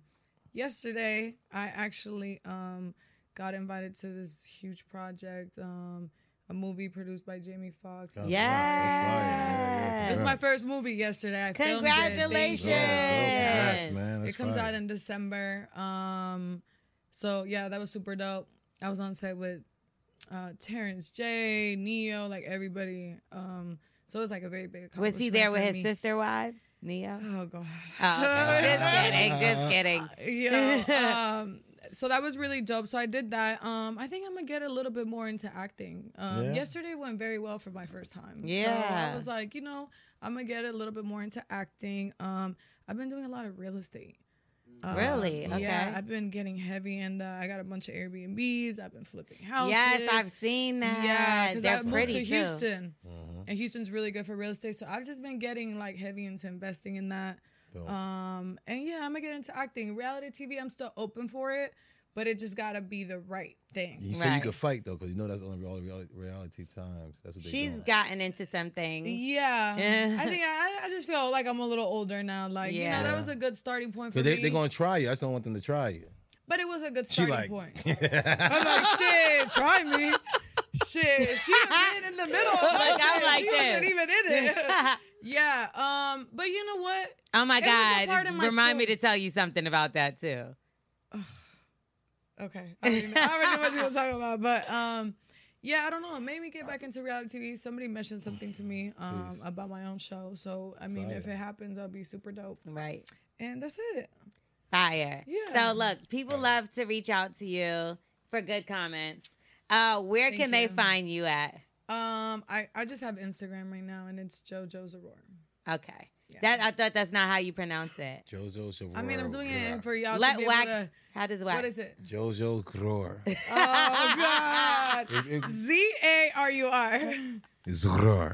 D: yesterday, I actually um, got invited to this huge project, um, a movie produced by Jamie Foxx.
C: Yeah.
B: Yes.
D: It was my first movie yesterday. I filmed it. Thank you.
B: Congratulations.
C: Congrats, man. That's
D: it comes
C: fire.
D: out in December. Um, so yeah, that was super dope. I was on set with uh, Terrence J, Neo, like everybody. Um, so it was like a very big.
B: Was he there
D: accomplishment
B: with
D: for
B: his
D: me.
B: sister wives,
D: [LAUGHS]
B: Neo?
D: Oh god.
B: Oh, okay.
D: [LAUGHS]
B: just kidding. Just [LAUGHS] kidding.
D: Uh, You know, um, so that was really dope. So I did that. Um, I think I'm gonna get a little bit more into acting. Um,
C: Yeah.
D: Yesterday went very well for my first time. So
B: Yeah.
D: I was like, you know, I'm gonna get a little bit more into acting. Um, I've been doing a lot of real estate. Uh,
B: Really? Okay.
D: Yeah, I've been getting heavy, and uh, I got a bunch of Airbnbs. I've been flipping houses.
B: Yes, I've seen that.
D: Yeah, because
B: they're
D: I moved
B: pretty
D: to
B: too.
D: Houston,
C: Mm-hmm.
D: and Houston's really good for real estate. So I've just been getting like heavy into investing in that.
C: Oh.
D: Um, and yeah, I'm gonna get into acting, reality TV. I'm still open for it, but it just gotta be the right thing.
C: You say you
B: Right.
C: could fight though, because you know that's only all reality, reality times. That's what they
B: She's
C: doing.
B: gotten into some things.
D: Yeah,
B: Yeah.
D: I think I, I just feel like I'm a little older now. Like you know,
B: Yeah.
D: that was a good starting point for
C: But they,
D: me.
C: they're gonna try you. I just don't want them to try
B: [LAUGHS]
C: you.
D: But it was a good
C: She
D: starting
C: like, [LAUGHS]
D: point. I'm like, shit, try me. Shit, she was in, in the middle of that
B: Like, I'm
D: shit.
B: like
D: she wasn't
B: this.
D: even in it.
B: [LAUGHS]
D: yeah, um, but you know what?
B: oh my
D: It was a part
B: God.
D: of my
B: Remind me to
D: story.
B: tell you something about that too.
D: Okay, I already know, I already know what you were talking about, but um, yeah, I don't know. It made me get back into reality TV. Somebody mentioned something to me um about my own show, so I mean, if it happens, I'll be super dope.
B: Right.
D: And that's it.
B: Fire.
D: Yeah.
B: So look, people love to reach out to you. for good comments. Uh, where
D: Thank
B: can they
D: you.
B: find you at?
D: Um, I, I just have Instagram right now, and it's JoJo's Aurora.
B: Okay.
D: Yeah.
B: That I thought that's not how you pronounce it.
C: Jojo's
D: I mean, I'm doing it for y'all.
B: Let
D: to be
B: wax.
D: Able to,
B: How does wax?
D: what
B: [LAUGHS]
D: is it?
C: Jojo Groar.
D: Oh God.
C: It- it-
D: Z A R U R.
B: [LAUGHS]
D: [LAUGHS]
C: it's Groar.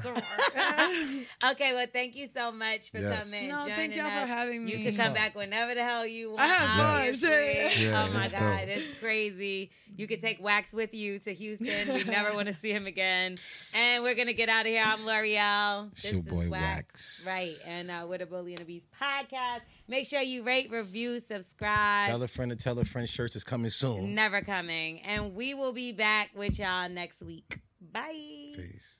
B: okay, well, thank you so much for
C: Yes.
B: coming.
D: No,
B: joining
D: thank y'all
B: us.
D: for having me.
B: You can come back whenever the hell you want.
D: I have
C: Yes.
D: fun. shit.
B: obviously.
C: Yeah,
B: oh my
C: that's
B: God,
C: dope.
B: it's crazy. You can take Wax with you to Houston. We never want to see him again. And we're gonna get out of here. I'm L'Oreal.
C: It's
B: This
C: your
B: is
C: boy Wax.
B: Right, and uh, with a bully and a beast podcast. Make sure you rate, review, subscribe.
C: Tell a friend to tell a friend shirts is coming soon.
B: Never coming, and we will be back with y'all next week. Bye.
C: Peace.